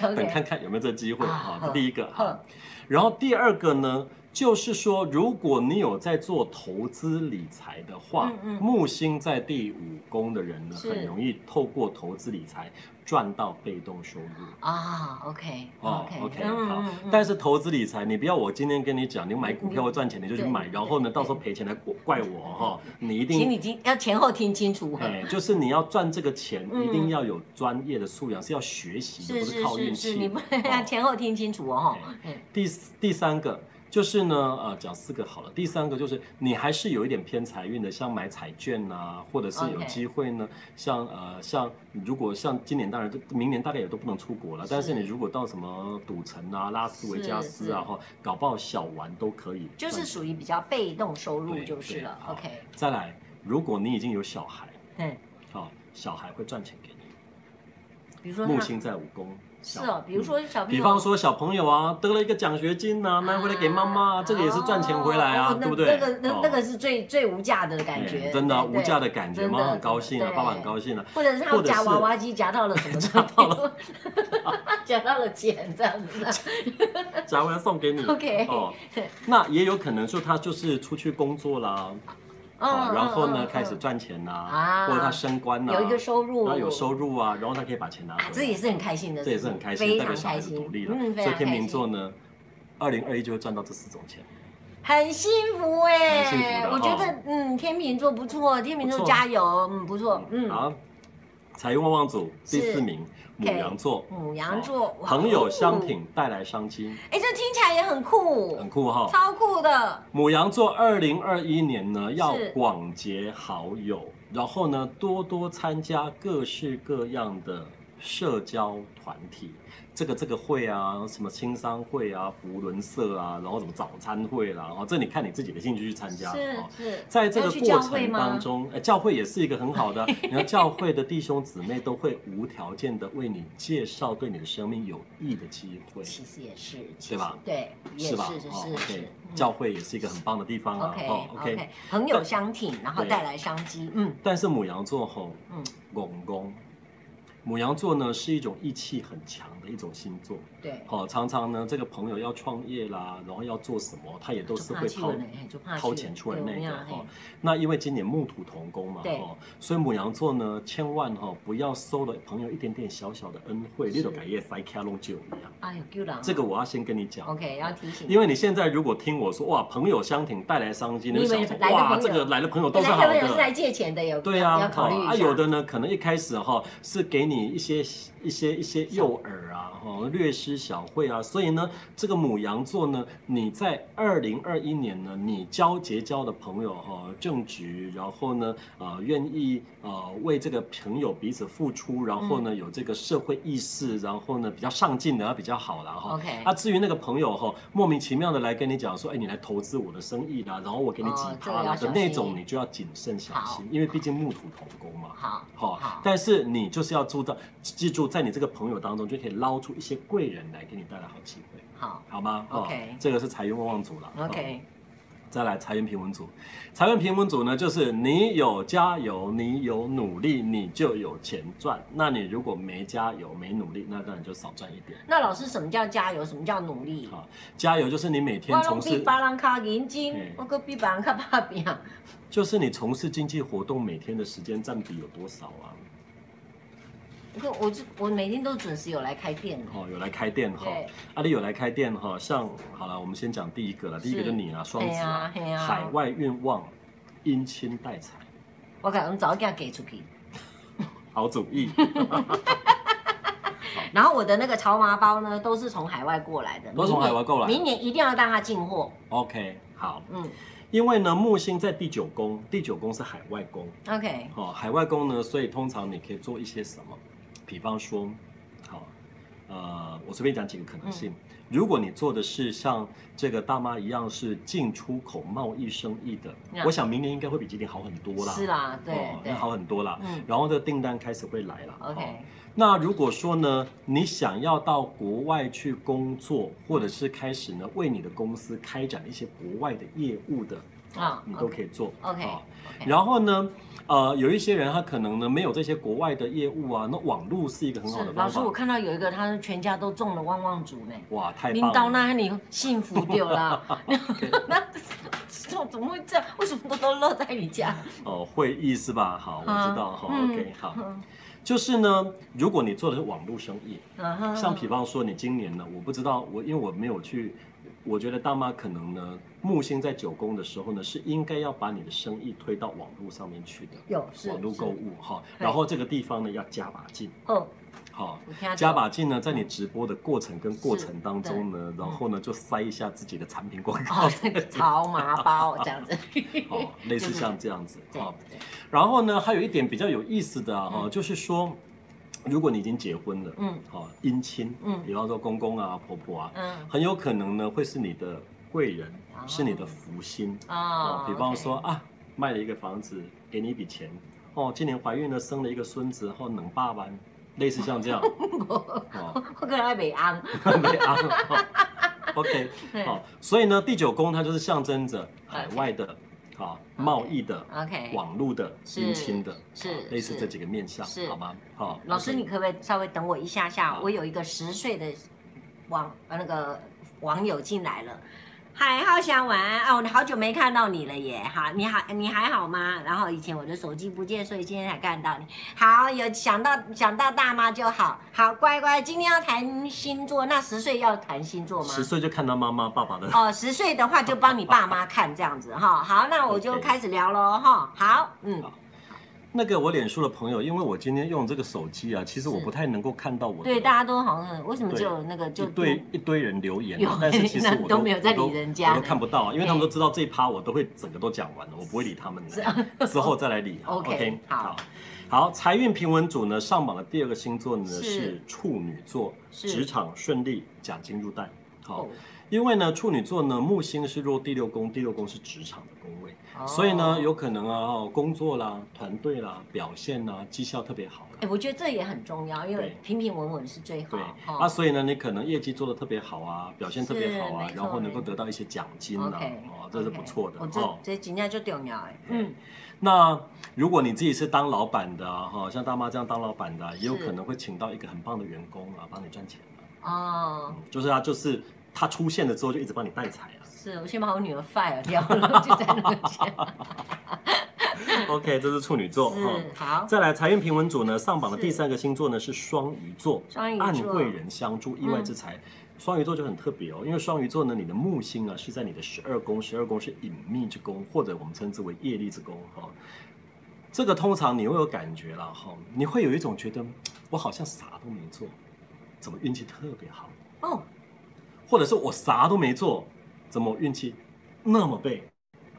Speaker 2: 等看
Speaker 1: OK，
Speaker 2: 看有没有这机会
Speaker 1: 啊
Speaker 2: 哈。这第一个
Speaker 1: 呵
Speaker 2: 哈，然后第二个呢，就是说，如果你有在做投资理财的话
Speaker 1: 嗯，嗯
Speaker 2: 木星在第五宫的人呢，
Speaker 1: 是
Speaker 2: 很容易透过投资理财赚到被动收入。
Speaker 1: 啊 OK
Speaker 2: 哦
Speaker 1: OK
Speaker 2: ，OK，
Speaker 1: 嗯
Speaker 2: 好
Speaker 1: 嗯嗯。
Speaker 2: 但是投资理财，你不要我今天跟你讲，你买股票会赚钱，你就去
Speaker 1: 对
Speaker 2: 买，然后呢，
Speaker 1: 对
Speaker 2: 到时候赔钱来怪我哈。你一
Speaker 1: 请
Speaker 2: 定，
Speaker 1: 你今要前后听清楚，
Speaker 2: 哎，就是你要赚这个钱，
Speaker 1: 嗯
Speaker 2: 一定要有专业的素养，是要学习的，
Speaker 1: 是
Speaker 2: 不
Speaker 1: 是
Speaker 2: 靠运
Speaker 1: 是
Speaker 2: 气
Speaker 1: 是，
Speaker 2: 的。
Speaker 1: 你不
Speaker 2: 哦哎
Speaker 1: 前后听清楚哦，嗯
Speaker 2: 第四第三个就是呢，呃，讲四个好了。第三个就是你还是有一点偏财运的，像买彩券啊，或者是有
Speaker 1: OK
Speaker 2: 机会呢像呃像如果像今年当然明年大概也都不能出国了，但是
Speaker 1: 是
Speaker 2: 你如果到什么赌城啊、拉斯维加斯啊
Speaker 1: 是
Speaker 2: 哈，搞不好小玩都可以。
Speaker 1: 就是
Speaker 2: 嗯
Speaker 1: 属于比较被动收入
Speaker 2: 对
Speaker 1: 就是了
Speaker 2: 对好
Speaker 1: ，OK，
Speaker 2: 再来，如果你已经有小孩，
Speaker 1: 嗯，
Speaker 2: 好、小孩会赚钱给你。
Speaker 1: 比如说
Speaker 2: 木
Speaker 1: 他
Speaker 2: 星在五宫，
Speaker 1: 是
Speaker 2: 小
Speaker 1: 哦，比如
Speaker 2: 嗯
Speaker 1: 说小朋友，
Speaker 2: 比方说小朋友啊，得了一个奖学金呐、啊，拿回来给妈妈、啊，这个也是赚钱回来啊，
Speaker 1: 哦哦那
Speaker 2: 对不对？
Speaker 1: 那个那
Speaker 2: 哦
Speaker 1: 那个是最最无价的感
Speaker 2: 哎
Speaker 1: 觉，
Speaker 2: 真的啊、
Speaker 1: 对对
Speaker 2: 无价的感觉，
Speaker 1: 真的
Speaker 2: 妈妈很高兴啊，
Speaker 1: 对
Speaker 2: 爸爸很高兴啊。
Speaker 1: 或者是他
Speaker 2: 或者
Speaker 1: 夹
Speaker 2: 是
Speaker 1: 娃娃机夹到了什 么？夹到了，夹到了钱这样子。
Speaker 2: 假如要送给你
Speaker 1: OK
Speaker 2: 哦，那也有可能说他就是出去工作啦，
Speaker 1: 嗯
Speaker 2: 哦，然后呢开始赚钱
Speaker 1: 啊
Speaker 2: 啦，或者他升官啦，
Speaker 1: 嗯有一个收入，
Speaker 2: 然后有收入啊，然后他可以把钱拿回
Speaker 1: 啊
Speaker 2: 来，，
Speaker 1: 这也是很开心的事，
Speaker 2: 这也是很开心，
Speaker 1: 非
Speaker 2: 代表
Speaker 1: 常
Speaker 2: 小
Speaker 1: 开
Speaker 2: 孩子
Speaker 1: 心，
Speaker 2: 独立了。
Speaker 1: 嗯，非
Speaker 2: 所以
Speaker 1: 常
Speaker 2: 天
Speaker 1: 开
Speaker 2: 秤
Speaker 1: 心。
Speaker 2: 座呢，二零二一就会赚到这四种钱。
Speaker 1: 很幸福哎、
Speaker 2: 很幸福的
Speaker 1: 我觉
Speaker 2: 哦
Speaker 1: 得嗯，天秤座不错，天秤
Speaker 2: 不
Speaker 1: 座
Speaker 2: 错
Speaker 1: 加油，嗯，不错，嗯，
Speaker 2: 好，财运旺旺组第
Speaker 1: 是
Speaker 2: 四名，母
Speaker 1: OK
Speaker 2: 羊座。
Speaker 1: 母羊座，哇
Speaker 2: 哦朋友相，挺带来商机，
Speaker 1: 哎、这听起来也很酷，
Speaker 2: 很酷哈。
Speaker 1: 超酷的，
Speaker 2: 母羊座二零二一年呢，要
Speaker 1: 是
Speaker 2: 广结好友，然后呢多多参加各式各样的社交团体，这个这个会啊，什么青商会啊、福伦社啊，然后什么早餐会啦、哦，这你看你自己的兴趣去参加。
Speaker 1: 是
Speaker 2: 哦
Speaker 1: 是，
Speaker 2: 在这
Speaker 1: 要
Speaker 2: 个
Speaker 1: 去
Speaker 2: 过
Speaker 1: 教会
Speaker 2: 程
Speaker 1: 吗
Speaker 2: 当中，呃，教会也是一个很好 的，你看教会的弟兄姊妹都会无条件的为你介绍对你的生命有益的机会。
Speaker 1: 其实也是，其
Speaker 2: 对吧
Speaker 1: 实？对，也
Speaker 2: 吧？
Speaker 1: 是是
Speaker 2: 哦
Speaker 1: 是
Speaker 2: OK，
Speaker 1: 是。嗯
Speaker 2: 教会也是一个很棒的地方啊。
Speaker 1: OK
Speaker 2: 哦
Speaker 1: OK，朋友相挺，然后
Speaker 2: 对
Speaker 1: 带来商机，嗯
Speaker 2: 但是母羊座吼，
Speaker 1: 嗯，
Speaker 2: 拱拱，母羊座呢是一种意气很强的一种星座。
Speaker 1: 对，
Speaker 2: 哦，常常呢这个朋友要创业啦，然后要做什么，他也都是
Speaker 1: 就
Speaker 2: 会
Speaker 1: 怕去
Speaker 2: 掏
Speaker 1: 了呢，嘿就怕
Speaker 2: 掏钱出来那个
Speaker 1: 哈
Speaker 2: 哦。那因为今年木土同工嘛
Speaker 1: 对
Speaker 2: 哦，所以母羊座呢千万哈、哦、不要收了朋友一点点小小的恩惠，
Speaker 1: 是
Speaker 2: 你都改业塞卡弄酒一样。
Speaker 1: 哎呦，救人啊，
Speaker 2: 这个我要先跟你讲。
Speaker 1: OK 要提醒，
Speaker 2: 因为你现在如果听我说哇，朋友相挺带来商机，
Speaker 1: 你以
Speaker 2: 你
Speaker 1: 为
Speaker 2: 就想说
Speaker 1: 来的
Speaker 2: 哇，
Speaker 1: 朋友
Speaker 2: 这个来的朋友都是
Speaker 1: 本来
Speaker 2: 好
Speaker 1: 有人是来
Speaker 2: 的。
Speaker 1: 借钱的，有
Speaker 2: 对
Speaker 1: 要
Speaker 2: 啊
Speaker 1: 要，考虑一
Speaker 2: 啊，
Speaker 1: 下，
Speaker 2: 有的呢，可能一开始哈、是给你一些一些一些诱饵啊，哈、略施小惠啊，所以呢，这个母羊座呢，你在二零二一年呢，你交结交的朋友哈、正直，然后呢，呃，愿意呃为这个朋友彼此付出，然后
Speaker 1: 嗯
Speaker 2: 呢、有这个社会意识，然后呢比较上进的啊要比较好啦哈、
Speaker 1: OK
Speaker 2: 啊，至于那个朋友哈、莫名其妙的来跟你讲说，哎，你来投资我的生意啦，然后我给你几
Speaker 1: 哦这个
Speaker 2: 趴啦、
Speaker 1: 要小心
Speaker 2: 的那种，你就要谨慎小
Speaker 1: 好
Speaker 2: 心，因为毕竟木土同工嘛。
Speaker 1: 好
Speaker 2: 好
Speaker 1: 好，
Speaker 2: 但是你就是要注到，记住，在你这个朋友当中就可以捞出一些贵人来给你带来好机会，
Speaker 1: 好
Speaker 2: 好吗哦
Speaker 1: OK
Speaker 2: 这个是财运旺旺组了。哦
Speaker 1: OK，
Speaker 2: 再来财源平稳组，财源平稳组呢，就是你有加油，你有努力，你就有钱赚。那你如果没加油、没努力，那当然就少赚一点。
Speaker 1: 那老师，什么叫加油？什么叫努力？
Speaker 2: 好，加油就是你每天
Speaker 1: 我拢
Speaker 2: 从
Speaker 1: 比
Speaker 2: 事，
Speaker 1: 别人较认真
Speaker 2: 嘿，
Speaker 1: 我搁比别人较打拼。
Speaker 2: 就是你从事经济活动每天的时间占比有多少啊？
Speaker 1: 我说我就我每天都准时有来开店的。
Speaker 2: 哦，有来开店哈
Speaker 1: 对，
Speaker 2: 阿丽有来开店哈，像好了，我们先讲第一个了，第一个
Speaker 1: 是
Speaker 2: 就你啊，双子啊
Speaker 1: 嘿啊嘿啊，
Speaker 2: 海外愿望，姻亲带财，
Speaker 1: 我讲我早给他给出去。
Speaker 2: 好主 意。
Speaker 1: 然后我的那个潮麻包呢，都是从海外过来的，
Speaker 2: 都是从海外过来
Speaker 1: 明年明年一定要让他进货。
Speaker 2: OK，好，
Speaker 1: 嗯
Speaker 2: 因为呢，木星在第九宫，第九宫是海外宫，
Speaker 1: ，OK，
Speaker 2: 哦，海外宫呢，所以通常你可以做一些什么？比方说，好，呃，我随便讲几个可能性。
Speaker 1: 嗯
Speaker 2: 如果你做的是像这个大妈一样是进出口贸易生意的，
Speaker 1: 嗯
Speaker 2: 我想明年应该会比今年好很多啦。
Speaker 1: 是啦，对
Speaker 2: 哦，
Speaker 1: 对
Speaker 2: 那，好很多啦。
Speaker 1: 嗯
Speaker 2: 然后这个订单开始会来了。哦
Speaker 1: ，OK，
Speaker 2: 那如果说呢，你想要到国外去工作，或者是开始呢为你的公司开展一些国外的业务的，
Speaker 1: 啊
Speaker 2: 哦你都可以做。
Speaker 1: OK，
Speaker 2: 哦
Speaker 1: OK
Speaker 2: 然后呢，呃，有一些人他可能呢没有这些国外的业务啊，那网络是一个很好
Speaker 1: 是
Speaker 2: 的
Speaker 1: 老
Speaker 2: 方
Speaker 1: 师，我
Speaker 2: 法。
Speaker 1: 看到有一个，他是全家都中了旺旺竹呢。
Speaker 2: 哇，太
Speaker 1: 领
Speaker 2: 棒
Speaker 1: 导
Speaker 2: 了！
Speaker 1: 那你幸福丢 了， 那怎么怎么会这样？为什么都落在你家？
Speaker 2: 哦，会议是吧？好，我
Speaker 1: 啊
Speaker 2: 知道。好
Speaker 1: 嗯
Speaker 2: ，OK，好。
Speaker 1: 嗯
Speaker 2: 就是呢，如果你做的是网络生意，
Speaker 1: 嗯哼
Speaker 2: 像比方说你今年呢，我不知道，我因为我没有去，我觉得大妈可能呢，木星在九宫的时候呢，是应该要把你的生意推到网络上面去的，
Speaker 1: 有是
Speaker 2: 网络购物哈，
Speaker 1: 对
Speaker 2: 然后这个地方呢要加把劲，
Speaker 1: 哦，
Speaker 2: 哈。
Speaker 1: 我听到
Speaker 2: 加把劲呢，在你直播的过程跟过程当中呢，
Speaker 1: 对
Speaker 2: 然后呢就塞一下自己的产品广告
Speaker 1: 哦，，这个潮麻包这样子，
Speaker 2: 哦，类似像哦这样子
Speaker 1: 对
Speaker 2: 哈。
Speaker 1: 对
Speaker 2: 然后呢，还有一点比较有意思的啊哈，
Speaker 1: 嗯
Speaker 2: 就是说，如果你已经结婚了，
Speaker 1: 嗯
Speaker 2: 好姻亲，
Speaker 1: 嗯
Speaker 2: 比方说公公啊、婆婆啊，
Speaker 1: 嗯
Speaker 2: 很有可能呢会是你的贵人，
Speaker 1: 哦
Speaker 2: 是你的福星
Speaker 1: 啊
Speaker 2: 啊。比方说啊，卖了一个房子，给你一笔钱哦，今年怀孕了，生了一个孙子，后能爸爸，类似像这样哦，
Speaker 1: 我可能还没安，
Speaker 2: 没啊。哦 OK，好，所以呢，第九宫它就是象征着海外的、啊贸易的、
Speaker 1: OK，
Speaker 2: 网络的、
Speaker 1: 是
Speaker 2: 姻亲的，
Speaker 1: 是
Speaker 2: 啊类似
Speaker 1: 是
Speaker 2: 这几个面相，
Speaker 1: 是
Speaker 2: 好吗？好，
Speaker 1: 老师，
Speaker 2: OK
Speaker 1: 你可不可以稍微等我一下下？
Speaker 2: 好
Speaker 1: 我有一个十岁的网呃那个网友进来了。嗨，浩翔晚安哦！我好久没看到你了耶，好，你好，你还好吗？然后以前我的手机不见，所以今天才看到你。好，有想到想到大妈就好，好乖乖。今天要谈星座，那十岁要谈星座吗？
Speaker 2: 十岁就看到妈妈、爸爸的，
Speaker 1: 哦，十岁的话就帮你爸妈看这样子哈。好，那我就
Speaker 2: OK
Speaker 1: 开始聊喽哈。好，嗯
Speaker 2: 好，那个我脸书的朋友，因为我今天用这个手机啊，其实我
Speaker 1: 是
Speaker 2: 不太能够看到我的
Speaker 1: 对，大家都好像为什么
Speaker 2: 对
Speaker 1: 只有那个就
Speaker 2: 一堆一堆人留言
Speaker 1: 有
Speaker 2: 啊，但是其实
Speaker 1: 那
Speaker 2: 我都
Speaker 1: 都没有在理
Speaker 2: 我都
Speaker 1: 人家
Speaker 2: 我都看不到，因为他们
Speaker 1: 对
Speaker 2: 都知道这一趴我都会整个都讲完了，我不会理他们 的，之后再来理。啊
Speaker 1: 哦 OK，好
Speaker 2: 好，好，财运平稳组呢，上榜的第二个星座呢
Speaker 1: 是
Speaker 2: 是处女座，
Speaker 1: 是
Speaker 2: 职场顺利，奖金入袋。好
Speaker 1: 哦，
Speaker 2: 因为呢，处女座呢，木星是落第六宫，第六宫是职场的宫位，所以呢，
Speaker 1: 哦
Speaker 2: 有可能啊，哦工作啦、团队啦、表现啦，绩效特别好啦
Speaker 1: 哎、。我觉得这也很重要，因为
Speaker 2: 对
Speaker 1: 平平稳稳是最好
Speaker 2: 对
Speaker 1: 哈。
Speaker 2: 啊，所以呢，你可能业绩做的特别好啊，表现特别好啊
Speaker 1: 是没，错
Speaker 2: 然后能够得到一些奖金啊
Speaker 1: OK，，
Speaker 2: 哦，这是不错的
Speaker 1: 我
Speaker 2: 哦
Speaker 1: 这。这今天就重要哎，嗯，
Speaker 2: 那如果你自己是当老板的啊，哈，像大妈这样当老板的啊，也有可能会请到一个很棒的员工啊，帮你赚钱啊。
Speaker 1: 哦，
Speaker 2: 嗯就是啊，就是他出现了之后就一直帮你带财啊。
Speaker 1: 是我先把我女儿 fire 掉了，就在那个 家
Speaker 2: OK，这是处女座哈。
Speaker 1: 是好，
Speaker 2: 再来，财运平稳组呢，上榜的
Speaker 1: 是
Speaker 2: 第三个星座呢是双鱼座，
Speaker 1: 双鱼座
Speaker 2: 按贵人相助，意外之财。双鱼座就很特别哦，因为双鱼座呢，你的木星啊是在你的十二宫，十二宫是隐秘之宫，或者我们称之为业力之宫哈、哦。这个通常你会有感觉了哈、你会有一种觉得我好像啥都没做，怎么运气特别好，
Speaker 1: 哦
Speaker 2: 或者是我啥都没做，怎么运气那么背？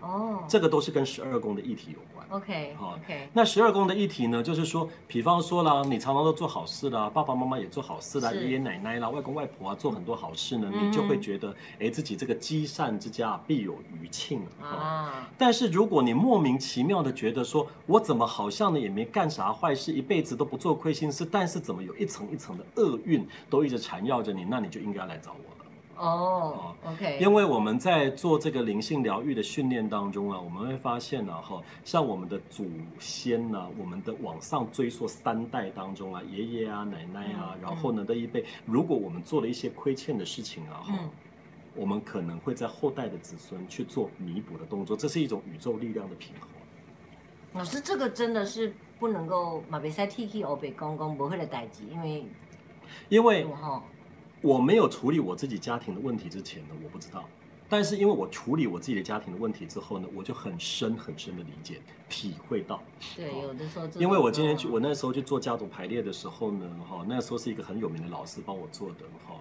Speaker 1: 哦，
Speaker 2: 这哦个都是跟十二宫的议题有关。
Speaker 1: OK
Speaker 2: 好
Speaker 1: OK，
Speaker 2: 那十二宫的议题呢，就是说，比方说啦，你常常都做好事啦，爸爸妈妈也做好事啦，
Speaker 1: 是
Speaker 2: 爷爷奶奶啦，外公外婆啊，做很多好事呢，
Speaker 1: 嗯
Speaker 2: 你就会觉得，哎，自己这个积善之家啊必有余庆啊。
Speaker 1: 啊，
Speaker 2: 但是如果你莫名其妙的觉得说，我怎么好像呢也没干啥坏事，一辈子都不做亏心事，但是怎么有一层一层的厄运都一直缠绕着你，那你就应该来找我了。
Speaker 1: 哦，OK，
Speaker 2: 因为我们在做这个灵性疗愈的训练当中啊，我们会发现啊，哈，像我们的祖先呢、我们的往上追溯三代当中啊，爷爷啊、奶奶啊，
Speaker 1: 嗯
Speaker 2: 然后呢这一辈，如果我们做了一些亏欠的事情啊，哈、
Speaker 1: 嗯
Speaker 2: 我们可能会在后代的子孙去做弥补的动作，这是一种宇宙力量的平衡。
Speaker 1: 老师这个真的是不能够马别塞 T K 欧北公公不会的代志，因为
Speaker 2: 因为
Speaker 1: 哈，
Speaker 2: 我没有处理我自己家庭的问题之前呢，我不知道。但是因为我处理我自己的家庭的问题之后呢，我就很深很深的理解、体会到。
Speaker 1: 对，有的时候真的
Speaker 2: 因为我今天去，
Speaker 1: 嗯
Speaker 2: 我那时候去做家族排列的时候呢，哈，那时候是一个很有名的老师帮我做的，哈，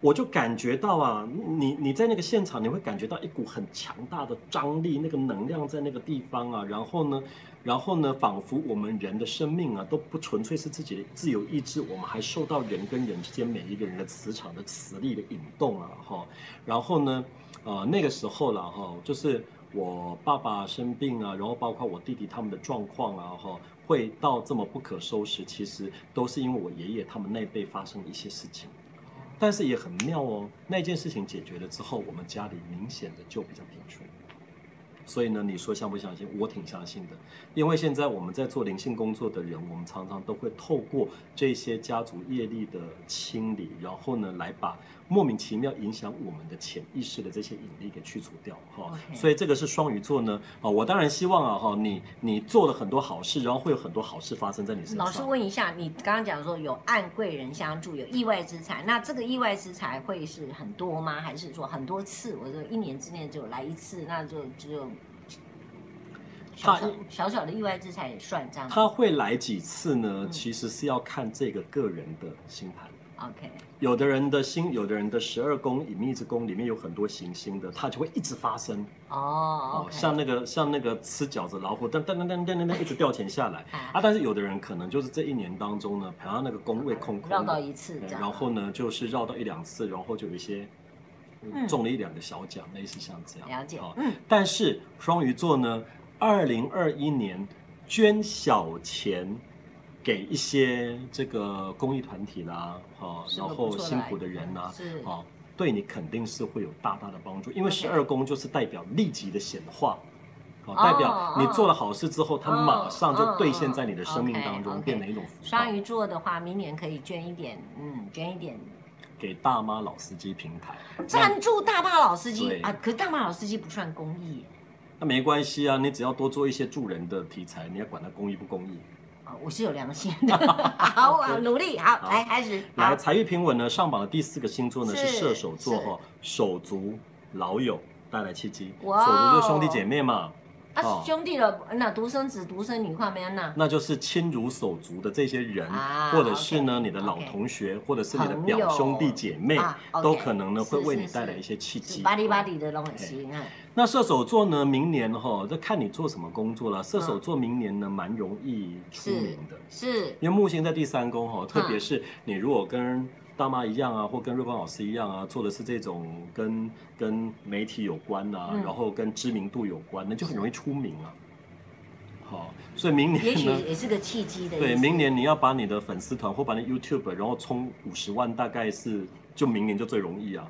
Speaker 2: 我就感觉到啊，你你在那个现场，你会感觉到一股很强大的张力，那个能量在那个地方啊，然后呢，然后呢，仿佛我们人的生命啊，都不纯粹是自己的自由意志，我们还受到人跟人之间每一个人的磁场的磁力的引动啊，哈，然后呢，呃，那个时候了哈、就是我爸爸生病啊，然后包括我弟弟他们的状况啊，哈、会到这么不可收拾，其实都是因为我爷爷他们那辈发生的一些事情。但是也很妙哦，那件事情解决了之后，我们家里明显的就比较平顺。所以呢，你说相不相信？我挺相信的，因为现在我们在做灵性工作的人，我们常常都会透过这些家族业力的清理，然后呢，来把莫名其妙影响我们的潜意识的这些引力给去除掉哈。
Speaker 1: OK
Speaker 2: 所以这个是双鱼座呢，啊，我当然希望啊哈，你你做了很多好事，然后会有很多好事发生在你身上。
Speaker 1: 老师问一下，你刚刚讲说有按贵人相助，有意外之财，那这个意外之财会是很多吗？还是说很多次？我说一年之内只有来一次，那就只有小
Speaker 2: 大
Speaker 1: 小小小的意外之财也算这样
Speaker 2: 他会来几次呢
Speaker 1: 嗯？
Speaker 2: 其实是要看这个个人的星盘。
Speaker 1: ？OK，
Speaker 2: 有的人的星，有的人的十二宫、隐秘之宫里面有很多行星的，它就会一直发生
Speaker 1: 哦
Speaker 2: 哦，
Speaker 1: ，OK，
Speaker 2: 像那个像那个吃饺子老虎，噔噔噔噔噔噔噔一直掉钱下来啊。但是有的人可能就是这一年当中呢，好像那个宫位空空的
Speaker 1: 绕到一次这
Speaker 2: 对
Speaker 1: 样，
Speaker 2: 然后呢就是绕到一两次，然后就有一些嗯
Speaker 1: 嗯
Speaker 2: 中了一两个小奖，类似像这样。
Speaker 1: 了解
Speaker 2: 哦，
Speaker 1: 嗯，
Speaker 2: 但是双鱼座呢，二零二一年捐小钱给一些这个公益团体啦，哦，
Speaker 1: 是
Speaker 2: 然
Speaker 1: 个不
Speaker 2: 后
Speaker 1: 错的
Speaker 2: 辛苦的人呐、
Speaker 1: 是
Speaker 2: 哦，对你肯定是会有大大的帮助，因为
Speaker 1: OK
Speaker 2: 十二宫就是代表立即的显化。
Speaker 1: 哦，
Speaker 2: 哦代表你
Speaker 1: 哦
Speaker 2: 做了好事之后，它
Speaker 1: 哦
Speaker 2: 马上就兑现
Speaker 1: 哦
Speaker 2: 在你的生命
Speaker 1: OK，
Speaker 2: 当中，
Speaker 1: OK
Speaker 2: 变成一种福报
Speaker 1: 双，鱼座的话，明年可以捐一点，嗯，捐一点
Speaker 2: 给大妈老司机平台。
Speaker 1: 赞助大巴老司机
Speaker 2: 对
Speaker 1: 啊。可是大巴老司机不算公益耶
Speaker 2: 那没关系啊，你只要多做一些助人的题材，你要管它公益不公益。
Speaker 1: 啊，我是有良心的。 好，我努力，好，
Speaker 2: 好
Speaker 1: 来开始，
Speaker 2: 来，
Speaker 1: 好，
Speaker 2: 财运平稳呢，上榜的第四个星座呢
Speaker 1: 啊是
Speaker 2: 是射手座
Speaker 1: 是
Speaker 2: 哈，手足老友带来契机，手
Speaker 1: 哇哦
Speaker 2: 足就兄弟姐妹嘛，
Speaker 1: 啊
Speaker 2: 哦，
Speaker 1: 兄弟了，那独生子、独生女，看没呐？
Speaker 2: 那就是亲如手足的这些人
Speaker 1: 啊，
Speaker 2: 或者是
Speaker 1: OK，
Speaker 2: 呢你的老
Speaker 1: OK
Speaker 2: 同学，或者是你的
Speaker 1: 朋友
Speaker 2: 表兄弟姐妹
Speaker 1: 啊，，OK，
Speaker 2: 都可能呢会
Speaker 1: 是
Speaker 2: 为
Speaker 1: 是
Speaker 2: 你带来
Speaker 1: 是
Speaker 2: 一些契机。
Speaker 1: 是巴里巴
Speaker 2: 哦
Speaker 1: 里的东西，嗯，
Speaker 2: 那射手座呢，明年哈，这看你做什么工作了。
Speaker 1: 嗯
Speaker 2: 射手座明年呢蛮容易出名的，
Speaker 1: 是
Speaker 2: 因为木星在第三宫
Speaker 1: 嗯
Speaker 2: 哈，特别是你如果跟大妈一样啊，或跟瑞光老师一样啊，做的是这种跟跟媒体有关啊，
Speaker 1: 嗯
Speaker 2: 然后跟知名度有关，那就很容易出名啊。好、所以明
Speaker 1: 也
Speaker 2: 年
Speaker 1: 许
Speaker 2: 呢，
Speaker 1: 也是个契机的意思。
Speaker 2: 对，明年你要把你的粉丝团或把你 YouTube，然后冲五十万，大概是就明年就最容易啊。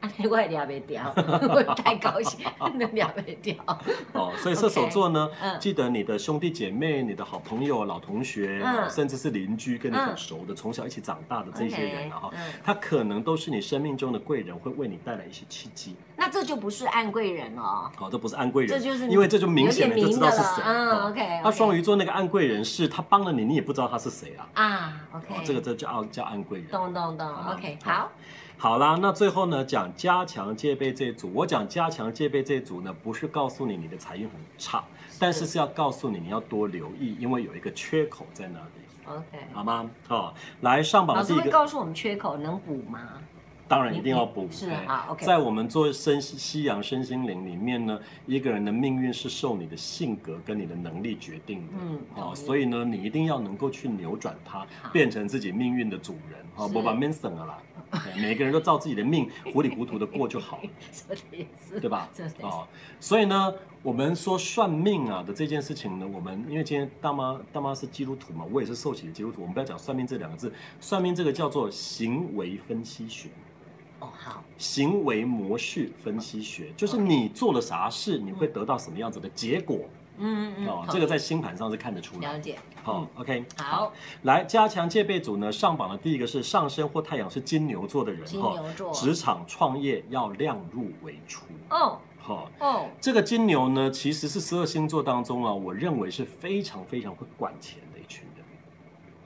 Speaker 1: 啊 我也聊不掉，我太高兴，那聊不掉。
Speaker 2: 哦，所以射手座呢
Speaker 1: OK，嗯
Speaker 2: 记得你的兄弟姐妹、你的好朋友、老同学，
Speaker 1: 嗯
Speaker 2: 甚至是邻居，跟你
Speaker 1: 嗯
Speaker 2: 很熟的、从小一起长大的 这些人啊，哈
Speaker 1: OK，嗯
Speaker 2: 他可能都是你生命中的贵人，会为你带来一些契机。
Speaker 1: 那这就不是暗贵人哦，
Speaker 2: 好、这不是安贵
Speaker 1: 这
Speaker 2: 人，
Speaker 1: 就是
Speaker 2: 因为这就明显
Speaker 1: 有
Speaker 2: 的
Speaker 1: 点
Speaker 2: 就
Speaker 1: 明
Speaker 2: 知
Speaker 1: 的
Speaker 2: 道是
Speaker 1: 了。
Speaker 2: 谁。
Speaker 1: 嗯
Speaker 2: 哦
Speaker 1: ，OK，
Speaker 2: 那双鱼座那个安贵人是他帮了你，你也不知道他是谁啊。
Speaker 1: 啊
Speaker 2: 哦
Speaker 1: ，OK，，
Speaker 2: 这个这叫叫安贵人。
Speaker 1: 懂懂懂
Speaker 2: 好
Speaker 1: ，OK，
Speaker 2: 好
Speaker 1: 好，
Speaker 2: 好啦，那最后呢，讲加强戒备这一组。我讲加强戒备这一组呢，不是告诉你你的财运很差，但是是要告诉你你要多留意，因为有一个缺口在那里，
Speaker 1: ，OK。
Speaker 2: 好吗？哦，来上榜
Speaker 1: 老
Speaker 2: 的
Speaker 1: 师
Speaker 2: 第一
Speaker 1: 会
Speaker 2: 个，
Speaker 1: 告诉我们缺口能补吗？
Speaker 2: 当然一定要补。
Speaker 1: 是
Speaker 2: 哎
Speaker 1: 啊，OK
Speaker 2: 在我们做身西洋身心灵里面呢，一个人的命运是受你的性格跟你的能力决定的。
Speaker 1: 嗯
Speaker 2: 哦，所以呢，你一定要能够去扭转它，变成自己命运的主人。哦，
Speaker 1: 是
Speaker 2: 不把 man 省 了啦，哎每个人都照自己的命糊里糊涂的过就 好了。
Speaker 1: 说的也是，
Speaker 2: 对吧
Speaker 1: 说的也？是
Speaker 2: 哦，所以呢，我们说算命啊的这件事情呢，我们因为今天大妈大妈是基督徒嘛，我也是受洗的基督徒，我们不要讲算命这两个字，算命这个叫做行为分析学。
Speaker 1: 哦，好，
Speaker 2: 行为模式分析
Speaker 1: 哦
Speaker 2: 学，就是你做了啥事，你会得到什么样子的结果
Speaker 1: 嗯嗯嗯，
Speaker 2: 哦
Speaker 1: 好，
Speaker 2: 这个在星盘上是看得出来
Speaker 1: 了。解，
Speaker 2: 好，OK，
Speaker 1: 好，
Speaker 2: 来加强戒备组呢，上榜的第一个是上升或太阳是金牛座的人
Speaker 1: 金
Speaker 2: 哈
Speaker 1: 牛，座，
Speaker 2: 职场创业要量入为出。
Speaker 1: 哦
Speaker 2: 哈，
Speaker 1: 哦，
Speaker 2: 这个金牛呢，其实是十二星座当中啊，我认为是非常非常会管钱的一群人。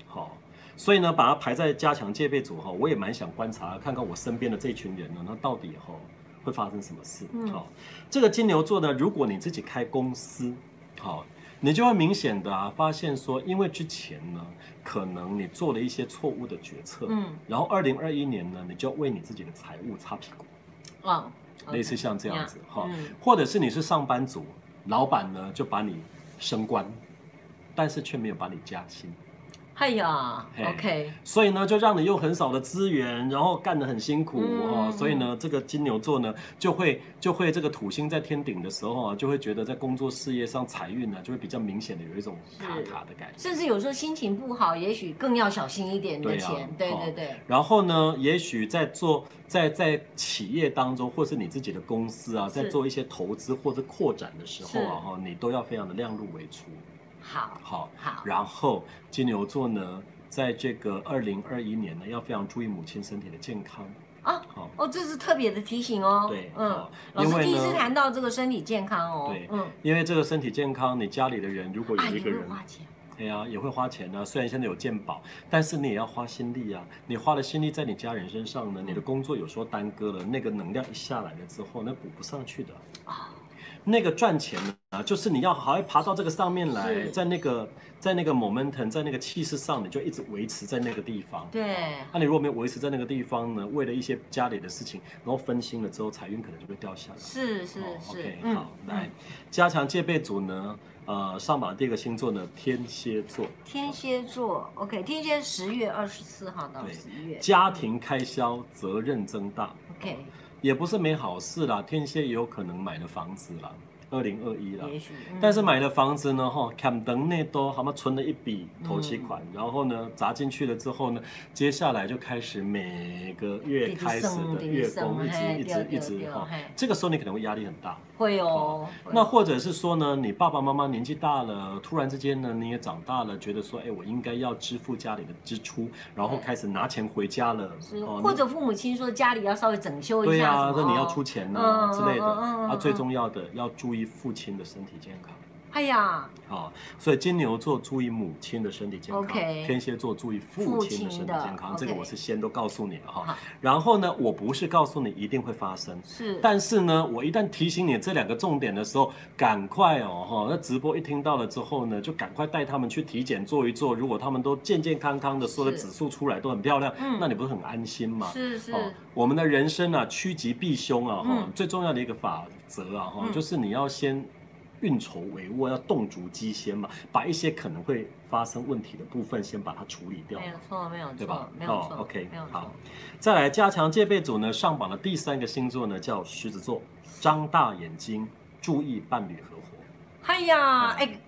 Speaker 2: 好、所以呢，把它排在加强戒备组哈、我也蛮想观察看看我身边的这群人呢，他到底哈、会发生什么事。好、
Speaker 1: 嗯
Speaker 2: 这个金牛座呢，如果你自己开公司，好、你就会明显的啊发现说，因为之前呢，可能你做了一些错误的决策，
Speaker 1: 嗯
Speaker 2: 然后二零二一年呢，你就为你自己的财务擦屁股。
Speaker 1: 哦，
Speaker 2: 类似像这样子哈、
Speaker 1: 嗯
Speaker 2: 或者是你是上班族，老板呢就把你升官，但是却没有把你加薪，
Speaker 1: 哎呀
Speaker 2: 嘿
Speaker 1: ，OK，
Speaker 2: 所以呢就让你用很少的资源，然后干得很辛苦、
Speaker 1: 嗯
Speaker 2: 哦，所以呢这个金牛座呢就会就会这个土星在天顶的时候啊，就会觉得在工作事业上财运呢就会比较明显的有一种卡卡的感觉。
Speaker 1: 甚至有时候心情不好，也许更要小心一点你的
Speaker 2: 对啊
Speaker 1: 钱，对
Speaker 2: 好
Speaker 1: 对对，
Speaker 2: 然后呢，也许在做在在企业当中，或是你自己的公司啊，
Speaker 1: 是
Speaker 2: 在做一些投资或者扩展的时候啊，
Speaker 1: 是
Speaker 2: 哈，你都要非常的量入为出。
Speaker 1: 好，
Speaker 2: 好，
Speaker 1: 好，
Speaker 2: 然后金牛座呢，在这个二零二一年呢，要非常注意母亲身体的健康。
Speaker 1: 啊，
Speaker 2: 好、
Speaker 1: 哦，这是特别的提醒哦，
Speaker 2: 对，
Speaker 1: 嗯
Speaker 2: 好，
Speaker 1: 老
Speaker 2: 因
Speaker 1: 师
Speaker 2: 为
Speaker 1: 第一次
Speaker 2: 呢，
Speaker 1: 谈到这个身体健康哦，
Speaker 2: 对
Speaker 1: 嗯，
Speaker 2: 因为这个身体健康，你家里的人如果有
Speaker 1: 啊，
Speaker 2: 一
Speaker 1: 也
Speaker 2: 个
Speaker 1: 会
Speaker 2: 人，
Speaker 1: 花钱，
Speaker 2: 对呀、也会花钱啊。虽然现在有健保，但是你也要花心力啊。你花了心力在你家人身上
Speaker 1: 嗯
Speaker 2: 呢，你的工作有时候耽搁了，那个能量一下来了之后，那补不上去的。
Speaker 1: 啊
Speaker 2: 那个赚钱啊，就是你要好好爬到这个上面来，
Speaker 1: 是
Speaker 2: 在那个在那个 momentum，在那个气势上，你就一直维持在那个地方。
Speaker 1: 对，
Speaker 2: 那、你如果没有维持在那个地方呢，为了一些家里的事情，然后分心了之后，财运可能就会掉下来。
Speaker 1: 是是
Speaker 2: 哦
Speaker 1: 是
Speaker 2: OK，，
Speaker 1: 嗯
Speaker 2: 好，，来，加强戒备组呢，呃，上榜的第一个星座呢，天蝎座，
Speaker 1: 天蝎座，OK，天蝎十月二十四号到
Speaker 2: 对
Speaker 1: 十一月
Speaker 2: 家庭开销责任增大，
Speaker 1: ，OK，
Speaker 2: 也不是没好事啦。天蝎也有可能买了房子啦，二零二一啦。
Speaker 1: 也许，嗯
Speaker 2: 啊但是买了房子呢，哈，坎等内都好嘛存了一笔头期款，
Speaker 1: 嗯
Speaker 2: 然后呢砸进去了之后呢，接下来就开始每个月开始的月供，
Speaker 1: 嗯
Speaker 2: 一直一直一直哈，这个时候你可能会压力很大。
Speaker 1: 会哦。会
Speaker 2: 那或者是说呢，你爸爸妈妈年纪大了，突然之间呢你也长大了，觉得说，哎，我应该要支付家里的支出，然后开始拿钱回家了
Speaker 1: 是，
Speaker 2: 哦
Speaker 1: 或者父母亲说家里要稍微整修一
Speaker 2: 对
Speaker 1: 下
Speaker 2: 呀、
Speaker 1: 什么，
Speaker 2: 那你要出
Speaker 1: 哦。
Speaker 2: 钱呐、
Speaker 1: 嗯
Speaker 2: 之类的。
Speaker 1: 嗯嗯嗯嗯
Speaker 2: 啊，最重要的要注意父亲的身体健康。
Speaker 1: 哎呀，
Speaker 2: 好，啊所以金牛座注意母亲的身体健康
Speaker 1: OK
Speaker 2: 天蝎座注意父亲的身体健康，
Speaker 1: 父亲的
Speaker 2: 这个
Speaker 1: OK
Speaker 2: 我是先都告诉你了
Speaker 1: 好
Speaker 2: 哈。然后呢，我不是告诉你一定会发生，
Speaker 1: 是，
Speaker 2: 但是呢，我一旦提醒你这两个重点的时候，赶快哦哈，那直播一听到了之后呢，就赶快带他们去体检做一做，如果他们都健健康康的，所有的
Speaker 1: 是
Speaker 2: 指数出来都很漂亮，
Speaker 1: 嗯
Speaker 2: 那你不是很安心吗？
Speaker 1: 是是
Speaker 2: 哦，我们的人生啊，趋吉避凶啊，哈、
Speaker 1: 嗯
Speaker 2: 最重要的一个法则啊，哈、
Speaker 1: 嗯
Speaker 2: 就是你要先运筹帷幄，要动足机先嘛，把一些可能会发生问题的部分先把它处理掉
Speaker 1: 没。有错，没有
Speaker 2: 对
Speaker 1: 错
Speaker 2: 吧，
Speaker 1: 没有错
Speaker 2: 哦，OK，
Speaker 1: 没有错
Speaker 2: 好。再来，加强戒备组呢，上榜的第三个星座呢叫狮子座，张大眼睛，注意伴侣合伙。
Speaker 1: 哎呀，
Speaker 2: 嗯
Speaker 1: 哎，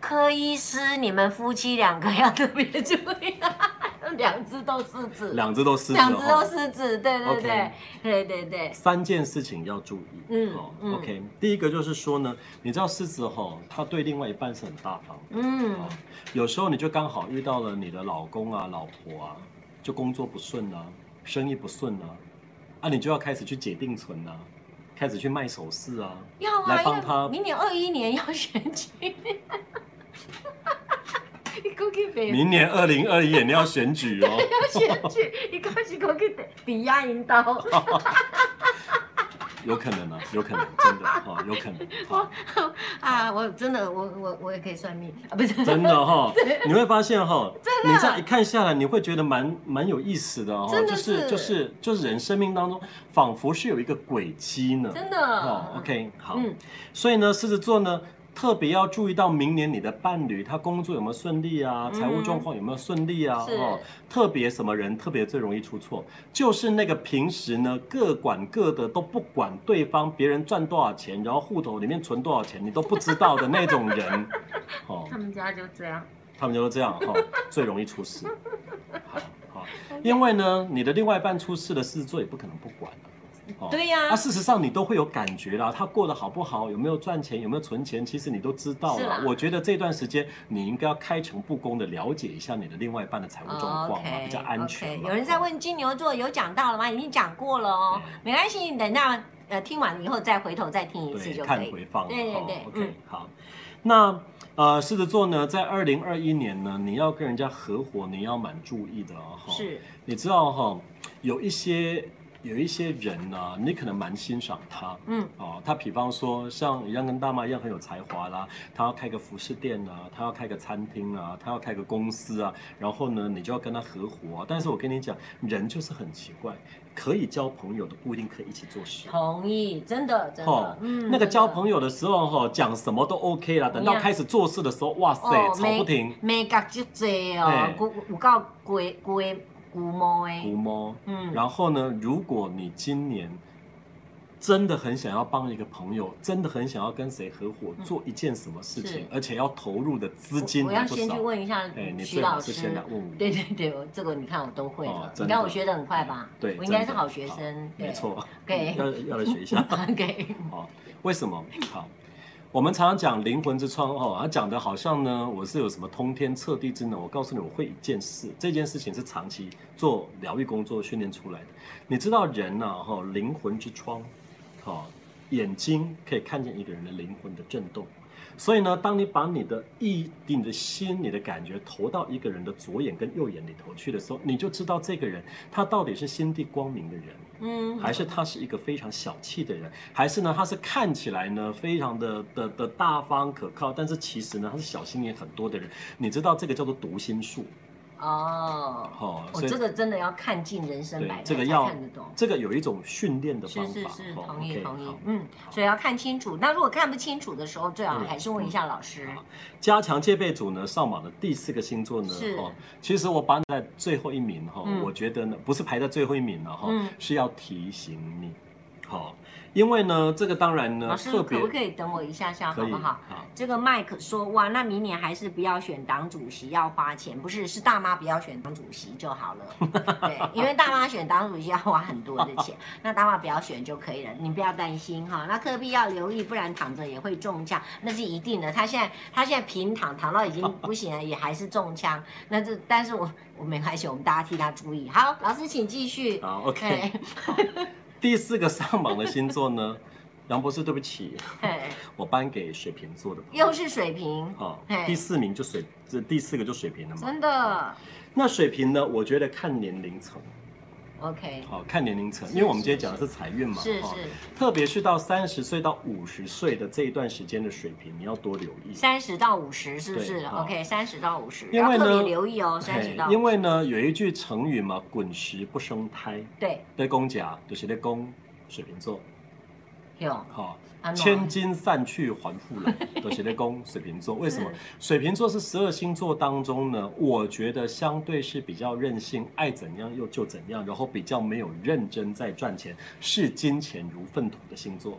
Speaker 1: 柯医师，你们夫妻两个要特别注意，啊两只都狮子，
Speaker 2: 两只都狮子，
Speaker 1: 呃两只
Speaker 2: 哈
Speaker 1: 都狮子，对对对
Speaker 2: OK，
Speaker 1: 对对对，
Speaker 2: 三件事情要注意。
Speaker 1: 嗯
Speaker 2: 哦
Speaker 1: 嗯
Speaker 2: ，OK，第一个就是说呢，你知道狮子哈、它对另外一半是很大方的。
Speaker 1: 嗯
Speaker 2: 哦，有时候你就刚好遇到了你的老公啊、老婆啊，就工作不顺啊，生意不顺啊，啊，你就要开始去解定存啊，开始去卖首饰啊，
Speaker 1: 要啊，
Speaker 2: 来帮
Speaker 1: 因为
Speaker 2: 他
Speaker 1: 明年二一年要选举， 你估计没
Speaker 2: 明年二零二一年要选举哦，
Speaker 1: 要选举，你讲是讲去抵押引导，
Speaker 2: 有可能啊，有可能，真的哦，有可能，哦、
Speaker 1: 啊！我真的，我我我也可以算命啊，不是
Speaker 2: 真的哈、哦，你会发现哈、哦，
Speaker 1: 的
Speaker 2: 你这样一看下来，你会觉得蛮蛮有意思的哦，
Speaker 1: 真的
Speaker 2: 就是是就是就是人生命当中仿佛是有一个轨迹呢，
Speaker 1: 真的。
Speaker 2: 哦，OK，好，
Speaker 1: 嗯
Speaker 2: 所以呢，狮子座呢，特别要注意到明年你的伴侣他工作有没有顺利啊，
Speaker 1: 嗯
Speaker 2: 财务状况有没有顺利啊？
Speaker 1: 是
Speaker 2: 哦，特别什么人特别最容易出错，就是那个平时呢各管各的都不管对方别人赚多少钱， 然后户头里面存多少钱你都不知道的那种人。哦，
Speaker 1: 他们家就这样，
Speaker 2: 他们就说这样哈、最容易出事。好，好，因为呢，你的另外一半出事的事做也不可能不管啊哦
Speaker 1: 对呀
Speaker 2: 那、事实上你都会有感觉啦，他过得好不好，有没有赚钱，有没有存钱，其实你都知道
Speaker 1: 是啦
Speaker 2: 了。我觉得这段时间你应该要开诚布公的了解一下你的另外一半的财务状况嘛
Speaker 1: OK，
Speaker 2: 比较安全
Speaker 1: 哦 OK，
Speaker 2: 嘛。
Speaker 1: 有人在问金牛座有讲到了吗？已经讲过了哦，没关系，你等到呃听完以后再回头再听一次
Speaker 2: 对，
Speaker 1: 就
Speaker 2: 看
Speaker 1: 可以。
Speaker 2: 回放。
Speaker 1: 对对
Speaker 2: 哦
Speaker 1: 对
Speaker 2: OK，
Speaker 1: 嗯
Speaker 2: 好。那呃，狮子座呢，在二零二一年呢，你要跟人家合伙，你要蛮注意的哦。哈
Speaker 1: 是，
Speaker 2: 你知道哈、有一些有一些人呢、你可能蛮欣赏他。
Speaker 1: 嗯，
Speaker 2: 哦，他比方说像一样跟大妈一样很有才华啦，他要开个服饰店啊，他要开个餐厅啊，他要开个公司啊，然后呢，你就要跟他合伙、啊。但是我跟你讲，人就是很奇怪，可以交朋友的不一定可以一起做事。
Speaker 1: 同意，真的真
Speaker 2: 哦
Speaker 1: 的，，嗯，
Speaker 2: 那个交
Speaker 1: 友
Speaker 2: 朋友的时候哈、讲什么都 OK 啦。等到
Speaker 1: 一样哦
Speaker 2: 开始做事的时候，哇塞，吵不停，
Speaker 1: 美角就多哦
Speaker 2: 哎，
Speaker 1: 古有够龟龟古毛
Speaker 2: 胡
Speaker 1: 的，
Speaker 2: 摸。
Speaker 1: 嗯，
Speaker 2: 然后呢，如果你今年真的很想要帮一个朋友，真的很想要跟谁合伙、
Speaker 1: 嗯
Speaker 2: 做一件什么事情
Speaker 1: 是，
Speaker 2: 而且要投入的资
Speaker 1: 我
Speaker 2: 金
Speaker 1: 我
Speaker 2: 还
Speaker 1: 要
Speaker 2: 不
Speaker 1: 先去
Speaker 2: 少。
Speaker 1: 问一下
Speaker 2: 哎，你
Speaker 1: 徐
Speaker 2: 最
Speaker 1: 老
Speaker 2: 好是先
Speaker 1: 师
Speaker 2: 来。问我。
Speaker 1: 对对对，我这个你看我都会了
Speaker 2: 哦，
Speaker 1: 你
Speaker 2: 真的嗯
Speaker 1: 看我学的很快吧？
Speaker 2: 对
Speaker 1: 我应该是
Speaker 2: 真的
Speaker 1: 好学生，对
Speaker 2: 没。错，
Speaker 1: 对
Speaker 2: 要要来学一下。
Speaker 1: OK，
Speaker 2: 哦，为什么？好，我们常常讲灵魂之窗哦，他讲的好像呢，我是有什么通天彻地之能。我告诉你，我会一件事，这件事情是长期做疗愈工作训练出来的。你知道人呐、哈、灵魂之窗，哦，眼睛可以看见一个人的灵魂的震动。所以呢，当你把你的意、你的心、你的感觉投到一个人的左眼跟右眼里头去的时候，你就知道这个人他到底是心地光明的人，
Speaker 1: 嗯，
Speaker 2: 还是他是一个非常小气的人，还是呢他是看起来呢非常的的的大方可靠，但是其实呢他是小心眼很多的人。你知道这个叫做读心术，
Speaker 1: 哦，
Speaker 2: 哦，
Speaker 1: 我、
Speaker 2: 所以
Speaker 1: 这个真的要看尽人生
Speaker 2: 对
Speaker 1: 百态
Speaker 2: 这个
Speaker 1: 才
Speaker 2: 要
Speaker 1: 看得懂。
Speaker 2: 这个有一种训练的
Speaker 1: 是
Speaker 2: 方法，
Speaker 1: 是是，
Speaker 2: 哦
Speaker 1: 同意
Speaker 2: OK，
Speaker 1: 同意
Speaker 2: 好，
Speaker 1: 嗯，
Speaker 2: 好
Speaker 1: 所以要看清楚。那如果看不清楚的时候，最好
Speaker 2: 嗯
Speaker 1: 还是问一下老师。
Speaker 2: 好加强戒备组呢，上榜的第四个星座呢
Speaker 1: 是，
Speaker 2: 哦，其实我把你在最后一名哈、
Speaker 1: 嗯
Speaker 2: 我觉得呢不是排在最后一名了哈、
Speaker 1: 嗯
Speaker 2: 是要提醒你，好、因为呢这个当然呢
Speaker 1: 老师
Speaker 2: 特别
Speaker 1: 可不可以等我一下下，好
Speaker 2: 可以
Speaker 1: 不好？
Speaker 2: 好
Speaker 1: 这个麦克说，哇，那明年还是不要选党主席，要花钱，不是，是大妈不要选党主席就好了。对，因为大妈选党主席要花很多的钱，那大妈不要选就可以了，你不要担心哈。那科比要留意，不然躺着也会中枪，那是一定的。他现在他现在平躺躺到已经不行了，也还是中枪。那这但是我我没关系，我们大家替他注意。好，老师请继续。
Speaker 2: 好 OK，、
Speaker 1: 嘿
Speaker 2: 第四个上榜的星座呢， 杨博士，对不起，
Speaker 1: 嘿
Speaker 2: 我颁给水瓶座的。
Speaker 1: 又是水平，
Speaker 2: 好、
Speaker 1: 嘿
Speaker 2: 第四名就水，这第四个就水瓶了嘛。
Speaker 1: 真的。
Speaker 2: 那水瓶呢？我觉得看年龄层，
Speaker 1: OK，
Speaker 2: 好、看年龄层，
Speaker 1: 是
Speaker 2: 因为我们今天讲的是财运嘛，
Speaker 1: 是
Speaker 2: 哦
Speaker 1: 是。
Speaker 2: 特别是到三十岁到五十岁的这一段时间的水瓶，你要多留意。
Speaker 1: 三十到五十是不是
Speaker 2: 对哦
Speaker 1: ？OK，三十到五十，
Speaker 2: 因
Speaker 1: 要
Speaker 2: 为呢
Speaker 1: 特别留意哦，三十
Speaker 2: 嘿
Speaker 1: 到50
Speaker 2: 因为呢，有一句成语嘛，“滚石不生胎
Speaker 1: 对”，
Speaker 2: 对公甲就是对公水瓶座，哦
Speaker 1: 有
Speaker 2: 好、
Speaker 1: 啊
Speaker 2: 千金散去还复 来，都写在宫水瓶座。为什么？水瓶座是十二星座当中呢，我觉得相对是比较任性，爱怎样又就怎样，然后比较没有认真在赚钱，视金钱如粪土的星座。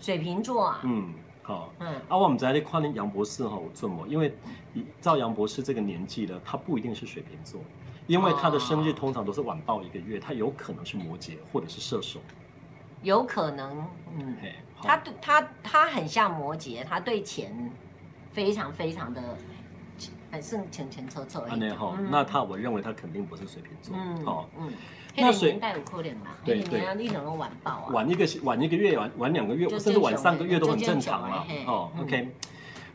Speaker 1: 水瓶座啊，
Speaker 2: 嗯，好、
Speaker 1: 嗯，
Speaker 2: 啊，我们在那夸你杨博士哈，我这么，因为以照杨博士这个年纪呢，他不一定是水瓶座，因为他的生日通常都是晚报一个月，他有可能是摩羯或者是射手。
Speaker 1: 有可能，嗯，
Speaker 2: 嘿，好
Speaker 1: 他对他他很像摩羯，他对钱非常非常的呃很剩钱钱凑凑而
Speaker 2: 安
Speaker 1: 已
Speaker 2: 内哈，
Speaker 1: 嗯
Speaker 2: 啊那他我认为他肯定不是水瓶座，
Speaker 1: 嗯
Speaker 2: 哦，
Speaker 1: 嗯，
Speaker 2: 那
Speaker 1: 那
Speaker 2: 水
Speaker 1: 年代有可能啦，
Speaker 2: 对
Speaker 1: 那个年代你可能晚报啊，
Speaker 2: 晚一个晚一个月，晚晚两个月，
Speaker 1: 就
Speaker 2: 甚至晚三个月
Speaker 1: 正常哎
Speaker 2: 都很正常了
Speaker 1: 就正常了
Speaker 2: 哦
Speaker 1: 嘿。嗯
Speaker 2: OK，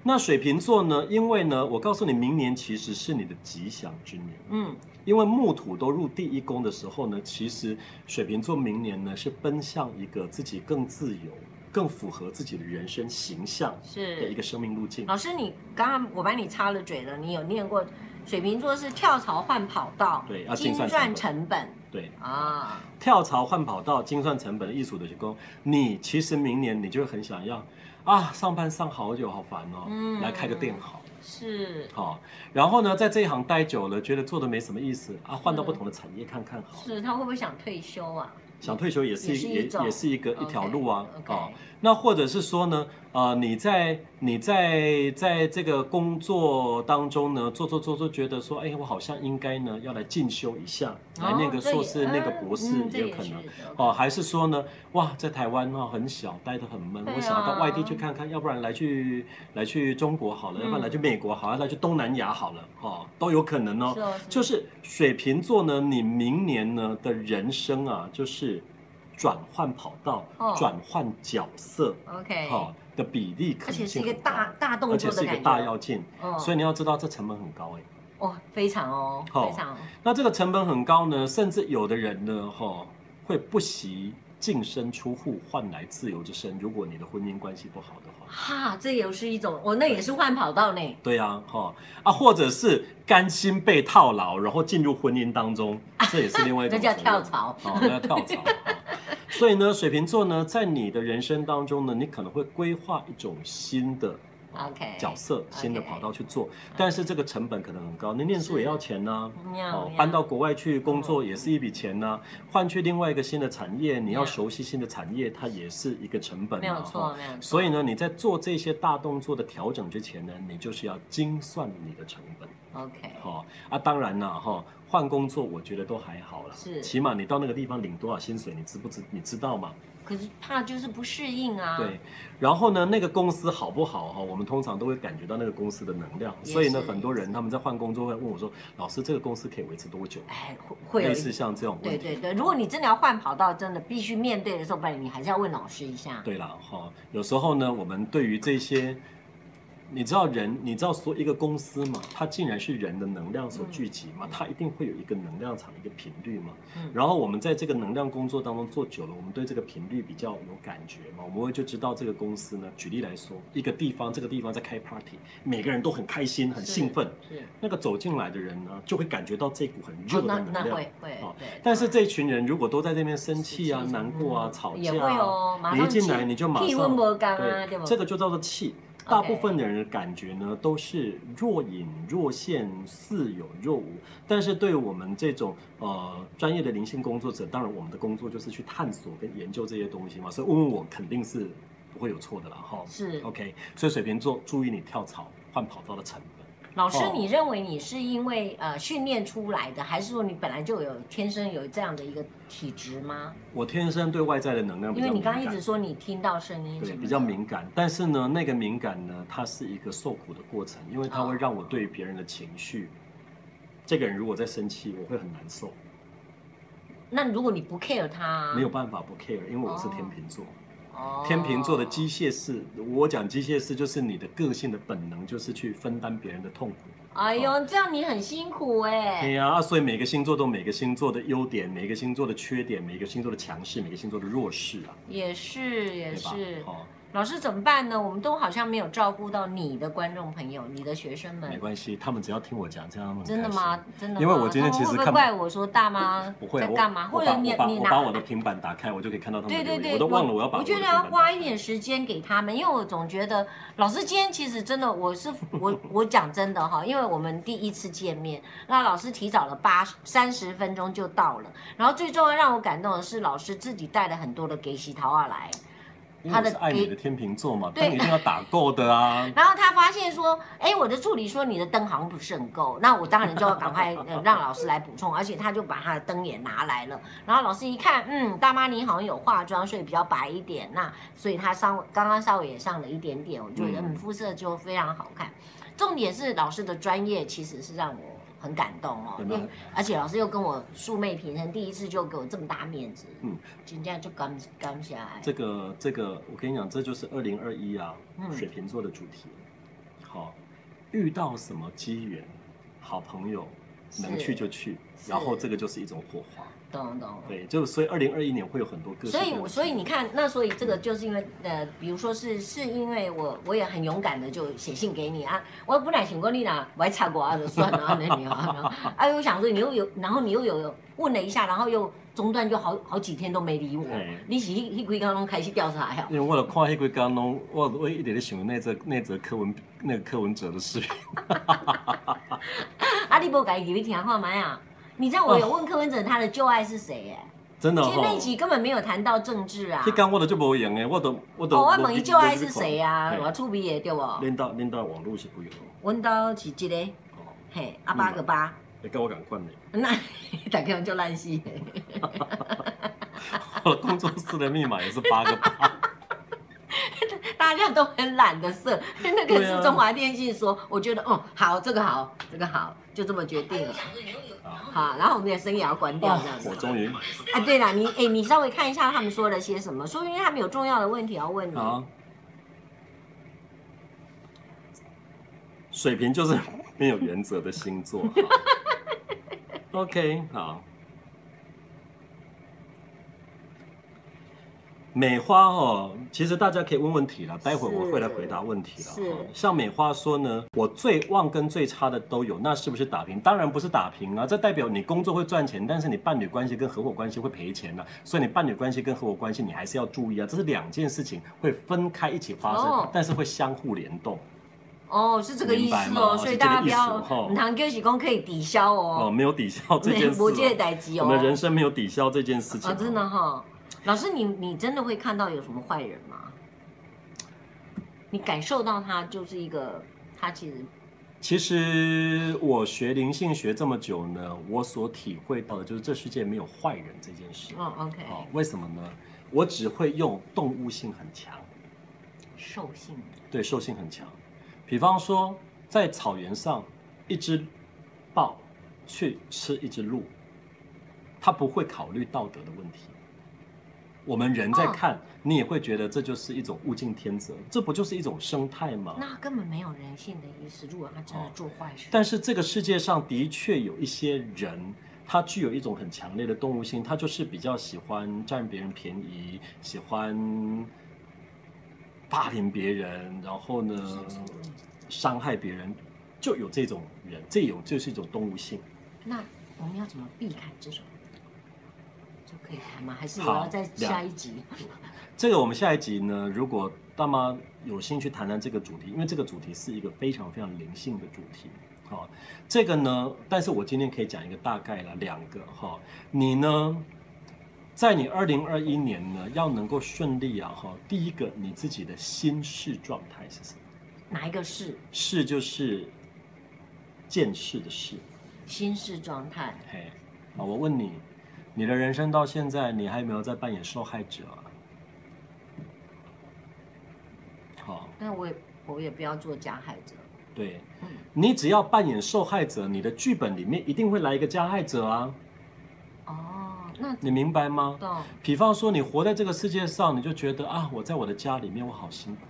Speaker 2: 那水瓶座呢？因为呢，我告诉你，明年其实是你的吉祥之年，
Speaker 1: 嗯，
Speaker 2: 因为木土都入第一宫的时候呢，其实水瓶座明年呢是奔向一个自己更自由、更符合自己的人生形象的一
Speaker 1: 是。
Speaker 2: 个生命路径。
Speaker 1: 老师，你刚刚我把你插了嘴了，你有念过水瓶座是跳槽换跑道，
Speaker 2: 对要
Speaker 1: 精
Speaker 2: 精算
Speaker 1: 算成
Speaker 2: 成
Speaker 1: 本
Speaker 2: 对，
Speaker 1: 啊，
Speaker 2: 跳槽换跑道、精算成本的艺术的去工，你其实明年你就会很想要啊，上班上好久，好烦哦，
Speaker 1: 嗯
Speaker 2: 来开个店好。
Speaker 1: 是
Speaker 2: 好、然后呢，在这一行待久了，觉得做的没什么意思啊，换到
Speaker 1: 嗯
Speaker 2: 不同的产业看看好。
Speaker 1: 是，他会不会想退休啊？
Speaker 2: 想退休也是
Speaker 1: 也是一
Speaker 2: 也
Speaker 1: 种
Speaker 2: 也是一个一条路啊
Speaker 1: OK，OK
Speaker 2: 啊。那或者是说呢，呃，你在你在在这个工作当中呢，做做做做，觉得说，哎，我好像应该呢要来进修一下，来
Speaker 1: 哦
Speaker 2: 念个
Speaker 1: 嗯
Speaker 2: 硕士、念个博士也有可能。哦，还是说呢，哇，在台湾哦很小，待得很闷，
Speaker 1: 对啊
Speaker 2: 我想要到外地去看看，要不然来去来去中国好了，
Speaker 1: 嗯
Speaker 2: 要不然来去美国好了，要不然来去东南亚好了，哦，都有可能哦。
Speaker 1: 哦
Speaker 2: 就是水瓶座呢，你明年呢的人生啊，就是转换跑道、
Speaker 1: 哦
Speaker 2: 转换角色，
Speaker 1: OK，
Speaker 2: 好、的比例可
Speaker 1: 而且是
Speaker 2: 能性
Speaker 1: 一个
Speaker 2: 很高
Speaker 1: 大，大动作
Speaker 2: 而且
Speaker 1: 的
Speaker 2: 是一个
Speaker 1: 感
Speaker 2: 大
Speaker 1: 觉，
Speaker 2: 要进，
Speaker 1: 哦
Speaker 2: 所以你要知道这成本很高哎。
Speaker 1: 哇，非常哦，
Speaker 2: 哦
Speaker 1: 非常哦
Speaker 2: 那这个成本很高呢，甚至有的人呢，哈、会不惜净身出户换来自由之身。如果你的婚姻关系不好的话，
Speaker 1: 哈，这也是一种，我那也是换跑道呢，
Speaker 2: 对啊，哈、啊，或者是甘心被套牢，然后进入婚姻当 中，这也是另外一
Speaker 1: 这
Speaker 2: 种
Speaker 1: 叫
Speaker 2: 责任
Speaker 1: 跳，槽，
Speaker 2: 哦，那叫跳槽。哦所以呢，水瓶座呢，在你的人生当中呢，你可能会规划一种新的
Speaker 1: OK，
Speaker 2: 角色、新的
Speaker 1: OK
Speaker 2: 跑道去做，但是这个成本可能很高，你念书也要钱呢、
Speaker 1: 要
Speaker 2: 哦，搬到国外去工作也是一笔钱呐、换去另外一个新的产业，你要
Speaker 1: 嗯
Speaker 2: 熟悉新的产业，它也是一个成本、啊。
Speaker 1: 没有错，
Speaker 2: 哈
Speaker 1: 没有错，
Speaker 2: 所以呢，你在做这些大动作的调整之前呢，你就是要精算你的成本。
Speaker 1: OK，
Speaker 2: 哈、啊，当然啦，哈、换工作我觉得都还好啦，
Speaker 1: 是
Speaker 2: 起码你到那个地方领多少薪水，你知不知你知道吗？
Speaker 1: 可是怕就是不适应啊，
Speaker 2: 对，然后呢，那个公司好不好哈、我们通常都会感觉到那个公司的能量，
Speaker 1: 也
Speaker 2: 所以呢，
Speaker 1: 是
Speaker 2: 很多人他们在换工作会问我说，老师，这个公司可以维持多久？
Speaker 1: 哎，会会有
Speaker 2: 类
Speaker 1: 一
Speaker 2: 似像这种问
Speaker 1: 对
Speaker 2: 题。
Speaker 1: 对对，如果你真的要换跑道，真的必须面对的时候，不然你还是要问老师一下。
Speaker 2: 对啦，哈、有时候呢，我们对于这些，你知道人，你知道说一个公司嘛，它竟然是人的能量所聚集嘛，它一定会有一个能量场，一个频率嘛。
Speaker 1: 嗯
Speaker 2: 然后我们在这个能量工作当中做久了，我们对这个频率比较有感觉嘛，我们会就知道这个公司呢。举例来说，一个地方，这个地方在开 party，每个人都很开心，很
Speaker 1: 是
Speaker 2: 兴奋。
Speaker 1: 是，
Speaker 2: 那个走进来的人呢，就会感觉到这股很热
Speaker 1: 哦，那
Speaker 2: 的能
Speaker 1: 那
Speaker 2: 量。
Speaker 1: 会会
Speaker 2: 哦
Speaker 1: 对，
Speaker 2: 但是这群人如果都在这边生气啊、
Speaker 1: 生气
Speaker 2: 难过啊、
Speaker 1: 嗯
Speaker 2: 吵
Speaker 1: 也
Speaker 2: 架
Speaker 1: 会
Speaker 2: 啊，
Speaker 1: 哦，马
Speaker 2: 你一
Speaker 1: 上
Speaker 2: 进来你就马上
Speaker 1: 气温不干啊，对
Speaker 2: 对
Speaker 1: 吧？，
Speaker 2: 这个就叫做气。
Speaker 1: OK
Speaker 2: 大部分的人的感觉呢，都是若隐若现、似有若无。但是对我们这种呃专业的灵性工作者，当然我们的工作就是去探索跟研究这些东西嘛，所以问问我肯定是不会有错的啦，哈。
Speaker 1: 是
Speaker 2: OK，所以水瓶座注意你跳槽换跑道的成本。
Speaker 1: 老师
Speaker 2: 哦，
Speaker 1: 你认为你是因为呃训练出来的，还是说你本来就有天生有这样的一个体质吗？
Speaker 2: 我天生对外在的能量比
Speaker 1: 因为
Speaker 2: 较
Speaker 1: 你
Speaker 2: 敏
Speaker 1: 刚刚
Speaker 2: 感，
Speaker 1: 一直说你听到声音，
Speaker 2: 对
Speaker 1: 是不是
Speaker 2: 比较。敏感，但是呢，那个敏感呢，它是一个受苦的过程，因为它
Speaker 1: 哦
Speaker 2: 会让我对于别人的情绪，这个人如果在生气，我会很难受，
Speaker 1: 那如果你不 care 他，啊
Speaker 2: 没有办法不 care，因为我是天秤座，
Speaker 1: 嗯哦
Speaker 2: 天秤座的机械式，我讲机械式就是你的个性的本能就是去分担别人的痛苦。
Speaker 1: 哎呦，
Speaker 2: 哦
Speaker 1: 这样你很辛苦
Speaker 2: 对
Speaker 1: 哎。
Speaker 2: 呀、啊，所以每个星座都有每个星座的优点，每个星座的缺点，每个星座的强势，每个星座的弱势啊，
Speaker 1: 也是也
Speaker 2: 对吧
Speaker 1: 是？，
Speaker 2: 哦，
Speaker 1: 老师怎么办呢？我们都好像没有照顾到你的观众朋友，你的学生
Speaker 2: 没
Speaker 1: 们。
Speaker 2: 关系，他们只要听我讲，这样他们很
Speaker 1: 真的
Speaker 2: 开心
Speaker 1: 吗？？真的吗？
Speaker 2: 因为我今天其实
Speaker 1: 他们会不
Speaker 2: 看
Speaker 1: 会怪我说大妈
Speaker 2: 不会啊，
Speaker 1: 在
Speaker 2: 我
Speaker 1: 干嘛？
Speaker 2: 我
Speaker 1: 或者
Speaker 2: 把
Speaker 1: 你
Speaker 2: 我把
Speaker 1: 你
Speaker 2: 我
Speaker 1: 拿
Speaker 2: 把我的平板打开，我就可以看到他们
Speaker 1: 对
Speaker 2: 的留
Speaker 1: 对对，
Speaker 2: 言。我都忘了我要把
Speaker 1: 我
Speaker 2: 的
Speaker 1: 觉得
Speaker 2: 平
Speaker 1: 要
Speaker 2: 板
Speaker 1: 花
Speaker 2: 打
Speaker 1: 一
Speaker 2: 开
Speaker 1: 点时间给他们，因为我总觉得老师今天其实真的，我是我我讲真的哈，因为我们第一次见面，那老师提早了八三十分钟就到了，然后最重要让我感动的是老师自己带了很多的给喜桃啊来，
Speaker 2: 因为
Speaker 1: 他
Speaker 2: 我
Speaker 1: 的
Speaker 2: 是爱你
Speaker 1: 给
Speaker 2: 的天秤座嘛，
Speaker 1: 对。
Speaker 2: 但一定要打够的啊
Speaker 1: 然后他发现说，哎，我的助理说你的灯好像不是很够，那我当然就要赶快、呃、让老师来补充，而且他就把他的灯也拿来了。然后老师一看，嗯，大妈你好像有化妆，所以比较白一点，那所以他稍微刚刚稍微也上了一点点，我觉得
Speaker 2: 嗯
Speaker 1: 嗯肤色就非常好看。重点是老师的专业其实是让我很感动哦，
Speaker 2: 有
Speaker 1: 因
Speaker 2: 没有
Speaker 1: 为而且老师又跟我素昧平生，第一次就给我这么大面子，嗯
Speaker 2: 嗯，
Speaker 1: 今天就刚刚下来，
Speaker 2: 这个这个，我跟你讲，这就是二零二一啊，
Speaker 1: 嗯
Speaker 2: 水瓶座的主题。好，遇到什么机缘，好朋友能
Speaker 1: 是
Speaker 2: 去就去，
Speaker 1: 是
Speaker 2: 然后这个就是一种火花。
Speaker 1: 懂懂。
Speaker 2: 对，就所以二零二一年会有很多各式各
Speaker 1: 所
Speaker 2: 样
Speaker 1: 以
Speaker 2: 的嗯机
Speaker 1: 我，
Speaker 2: 会。
Speaker 1: 所以你看，那所以这个就是因为，呃，比如说是是因为我我也很勇敢的就写信给你啊，我本来想过你啦，我还查过啊，就算了啊，那你啊， 然后哎，我想说你又有，然后你又有问了一下，然后又中断就好好几天都没理我
Speaker 2: 对，
Speaker 1: 你是一一几刚刚开始调查呀
Speaker 2: 因？为我了看迄几天拢，我我一直咧想那则那则柯文那个柯文哲的视频。哦
Speaker 1: 啊，你不改给你听看没啊？你知道我有问柯文哲他的旧爱是谁耶、
Speaker 2: 真的
Speaker 1: 其实
Speaker 2: 哈
Speaker 1: 那。集根本没有谈到政治啊
Speaker 2: 去。讲我都就无用诶，我都我都。
Speaker 1: 哦，我问伊旧爱是谁啊？我
Speaker 2: 嘿
Speaker 1: 出名的对不？
Speaker 2: 恁到恁到网络是不用
Speaker 1: 阮兜是即个，
Speaker 2: 哦，
Speaker 1: 嘿，阿八个八，
Speaker 2: 会跟我赶快呢。
Speaker 1: 那大家就烂死的。
Speaker 2: 我的工作室的密码也是八 个八。
Speaker 1: 大家都很懒得设， 那个
Speaker 2: 对啊
Speaker 1: 是中华电信说，我觉得哦好，这个好，这个好，就这么决定了。好，然后我们的声音也要关掉这样子。
Speaker 2: 我终于
Speaker 1: 啊，对了，你哎，你稍微看一下他们说了些什么，说不定他们有重要的问题要问你。
Speaker 2: 啊，水瓶就是没有原则的星座。 好 OK，好。美花哦，其实大家可以问问题了，待会我会来回答问题了。
Speaker 1: 是
Speaker 2: 哦像美花说呢，我最旺跟最差的都有，那是不是打平？当然不是打平啊，这代表你工作会赚钱，但是你伴侣关系跟合伙关系会赔钱啊。所以你伴侣关系跟合伙关系你还是要注意啊，这是两件事情会分开一起发生，
Speaker 1: 哦
Speaker 2: 但是会相互联动
Speaker 1: 哦，是这个意
Speaker 2: 明
Speaker 1: 思
Speaker 2: 白
Speaker 1: 哦，
Speaker 2: 吗
Speaker 1: 所以大家不
Speaker 2: 是这个意思
Speaker 1: 要
Speaker 2: 哦，
Speaker 1: 堂哥是公可以抵消
Speaker 2: 哦，
Speaker 1: 哦，
Speaker 2: 没有抵消 这件事、
Speaker 1: 我借代机
Speaker 2: 我
Speaker 1: 哦，
Speaker 2: 们人生没有抵消这件事情、
Speaker 1: 啊，真的。哈、老师你你真的会看到有什么坏人吗？你感受到他就是一个，他其实
Speaker 2: 其实我学灵性学这么久呢，我所体会到的就是这世界没有坏人这件事。
Speaker 1: 嗯 OK，、
Speaker 2: 哦，为什么呢？我只会用动物性很强，
Speaker 1: 兽性
Speaker 2: 对兽性很强。比方说，在草原上，一只豹去吃一只鹿，它不会考虑道德的问题。我们人在
Speaker 1: 哦
Speaker 2: 看，你也会觉得这就是一种物竞天择，这不就是一种生态吗？
Speaker 1: 那根本没有人性的意思。如果他真的做坏事，
Speaker 2: 但是这个世界上的确有一些人，他具有一种很强烈的动物性，他就是比较喜欢占别人便宜，喜欢霸凌别人，然后呢伤害别人，就有这种人，这有就是一种动物性。
Speaker 1: 那我们要怎么避开这种？就可以谈吗？还是我
Speaker 2: 好
Speaker 1: 要再下
Speaker 2: 两
Speaker 1: 一集？
Speaker 2: 这个我们下一集呢，如果大妈有兴趣谈谈这个主题，因为这个主题是一个非常非常灵性的主题。好、这个呢，但是我今天可以讲一个大概了，两个哈、你呢，在你二零二一年呢，要能够顺利啊哈、第一个你自己的心事状态是什么？
Speaker 1: 哪一个是
Speaker 2: 事就是见识的事。
Speaker 1: 心事状态？
Speaker 2: 嘿，啊，我问你，你的人生到现在，你还有没有在扮演受害者啊？好、
Speaker 1: 但我也我也不要做加害者。
Speaker 2: 对
Speaker 1: 嗯，
Speaker 2: 你只要扮演受害者，你的剧本里面一定会来一个加害者啊，
Speaker 1: 哦，那
Speaker 2: 你明白吗？
Speaker 1: 懂
Speaker 2: 比方说，你活在这个世界上，你就觉得啊，我在我的家里面我好辛苦，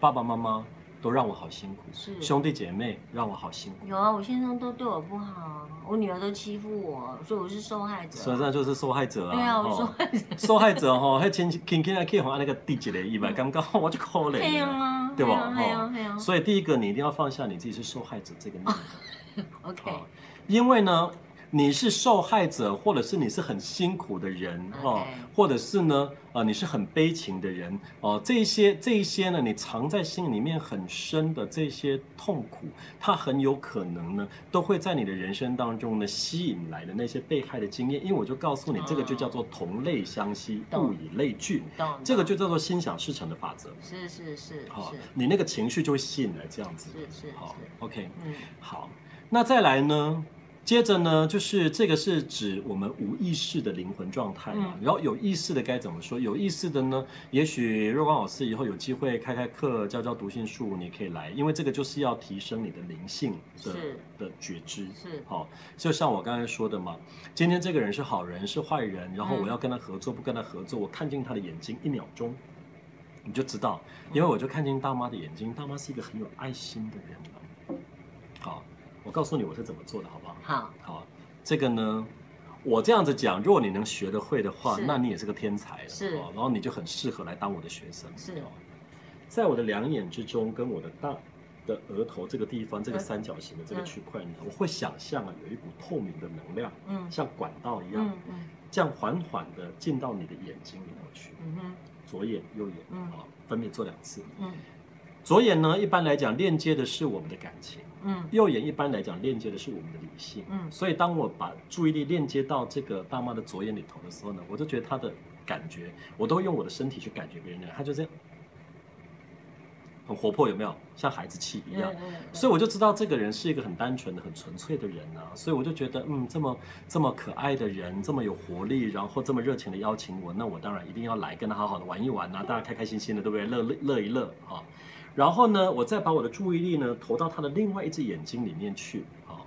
Speaker 2: 爸爸妈妈都让我好辛苦，
Speaker 1: 是
Speaker 2: 兄弟姐妹让我好辛苦，
Speaker 1: 有啊，我先生都对我不好啊，我女儿都欺负我，所以我是受害者啊。
Speaker 2: 所以那就是受害者啊。
Speaker 1: 对啊，我
Speaker 2: 哦
Speaker 1: 受害者。
Speaker 2: 受害者吼，迄亲轻轻啊去互安尼个滴一个，伊咪感觉 吼我就可
Speaker 1: 对
Speaker 2: 怜了。
Speaker 1: 啊，
Speaker 2: 对吧
Speaker 1: 啊对啊，
Speaker 2: 哦
Speaker 1: 对啊。
Speaker 2: 所以第一个，你一定要放下你自己是受害者这个念头
Speaker 1: OK，
Speaker 2: 啊，因为呢，你是受害者，或者是你是很辛苦的人哦
Speaker 1: OK，
Speaker 2: 或者是呢，呃，你是很悲情的人哦，这一些这一些呢，你藏在心里面很深的这些痛苦，它很有可能呢，都会在你的人生当中呢吸引来的那些被害的经验。因为我就告诉你，这个就叫做同类相吸，
Speaker 1: 懂
Speaker 2: 物以类聚。
Speaker 1: 懂。
Speaker 2: 这个就
Speaker 1: 懂
Speaker 2: 叫做心想事成的法则。
Speaker 1: 是是是
Speaker 2: 好
Speaker 1: 是，
Speaker 2: 你那个情绪就会吸引来这样子。
Speaker 1: 是是是，
Speaker 2: 好，OK，
Speaker 1: 嗯，
Speaker 2: 好。那再来呢？接着呢，就是这个是指我们无意识的灵魂状态嘛。然后有意识的该怎么说？有意识的呢，也许若光老师以后有机会开开课，教教读心术，你可以来，因为这个就是要提升你的灵性的
Speaker 1: 是
Speaker 2: 的觉知。
Speaker 1: 是
Speaker 2: 好、就像我刚才说的嘛，今天这个人是好人是坏人，然后
Speaker 1: 嗯
Speaker 2: 我要跟他合作，不跟他合作，我看进他的眼睛一秒钟，你就知道，因为我就看进大妈的眼睛，大妈是一个很有爱心的人啊好，我告诉你我是怎么做的，好不好？
Speaker 1: 好，
Speaker 2: 好，这个呢，我这样子讲，如果你能学得会的话，
Speaker 1: 是
Speaker 2: 那你也是个天才了，
Speaker 1: 是
Speaker 2: 哦然后你就很适合来当我的学生，
Speaker 1: 是
Speaker 2: 哦在我的两眼之中跟我的大的额头这个地方，这
Speaker 1: 嗯
Speaker 2: 个三角形的这个
Speaker 1: 嗯
Speaker 2: 区块呢，我会想象啊，有一股透明的能量，
Speaker 1: 嗯
Speaker 2: 像管道一样，
Speaker 1: 嗯嗯
Speaker 2: 这样缓缓的进到你的眼睛里头去，
Speaker 1: 嗯哼
Speaker 2: 左眼右眼哦
Speaker 1: 嗯
Speaker 2: 啊、分别做两次。
Speaker 1: 嗯
Speaker 2: 左眼呢，一般来讲链接的是我们的感情；
Speaker 1: 嗯
Speaker 2: 右眼一般来讲链接的是我们的理性。
Speaker 1: 嗯
Speaker 2: 所以当我把注意力链接到这个大妈的左眼里头的时候呢，我就觉得她的感觉，我都会用我的身体去感觉别人的，她就这样，很活泼，有没有？像孩子气一样。
Speaker 1: 嗯嗯嗯
Speaker 2: 所以我就知道这个人是一个很单纯的、很纯粹的人啊，所以我就觉得，嗯，这么这么可爱的人，这么有活力，然后这么热情的邀请我，那我当然一定要来跟他好好的玩一玩呐、大家开开心心的，对不对？乐乐乐一乐啊。然后呢，我再把我的注意力呢投到他的另外一只眼睛里面去啊，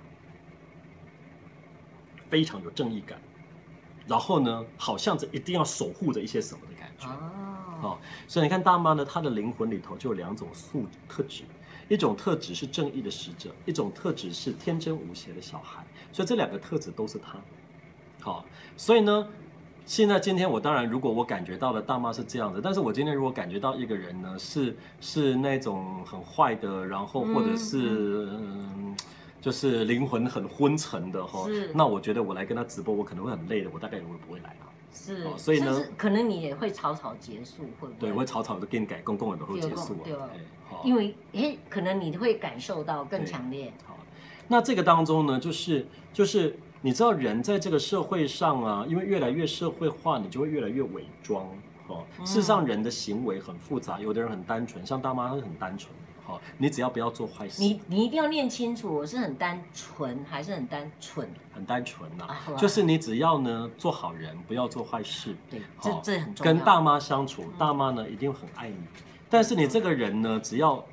Speaker 2: 非常有正义感。然后呢，好像着一定要守护着一些什么的感觉。
Speaker 1: 哦，
Speaker 2: 哦，所以你看大妈呢，她的灵魂里头就有两种素特质，一种特质是正义的使者，一种特质是天真无邪的小孩，所以这两个特质都是她。好，所以呢，现在今天我当然，如果我感觉到了大妈是这样子，但是我今天如果感觉到一个人呢，是是那种很坏的，然后或者是嗯。就是灵魂很昏沉的哈、
Speaker 1: 是
Speaker 2: 那我觉得我来跟他直播，我可能会很累的，我大概也会不会来啊。
Speaker 1: 是，
Speaker 2: 哦所以呢
Speaker 1: 甚至可能你也会草草结束，会不会？
Speaker 2: 对，我会草草的给你改公共也都会结束啊。
Speaker 1: 对哦
Speaker 2: 哎好
Speaker 1: 因为诶，可能你会感受到更
Speaker 2: 对
Speaker 1: 强烈，
Speaker 2: 好，那这个当中呢，就是就是你知道人在这个社会上啊，因为越来越社会化，你就会越来越伪装。哦，
Speaker 1: 嗯
Speaker 2: 事实上人的行为很复杂，有的人很单纯，像大妈她是很单纯。好、你只要不要做坏事，
Speaker 1: 你你一定要念清楚，我是很单纯还是很单纯？
Speaker 2: 很单纯呐、
Speaker 1: 啊好吧
Speaker 2: 就是你只要呢做好人，不要做坏事。
Speaker 1: 对，
Speaker 2: 好
Speaker 1: 这这很重要。嗯
Speaker 2: 跟大妈相处，大妈呢一定很爱你，但是你这个人呢，只要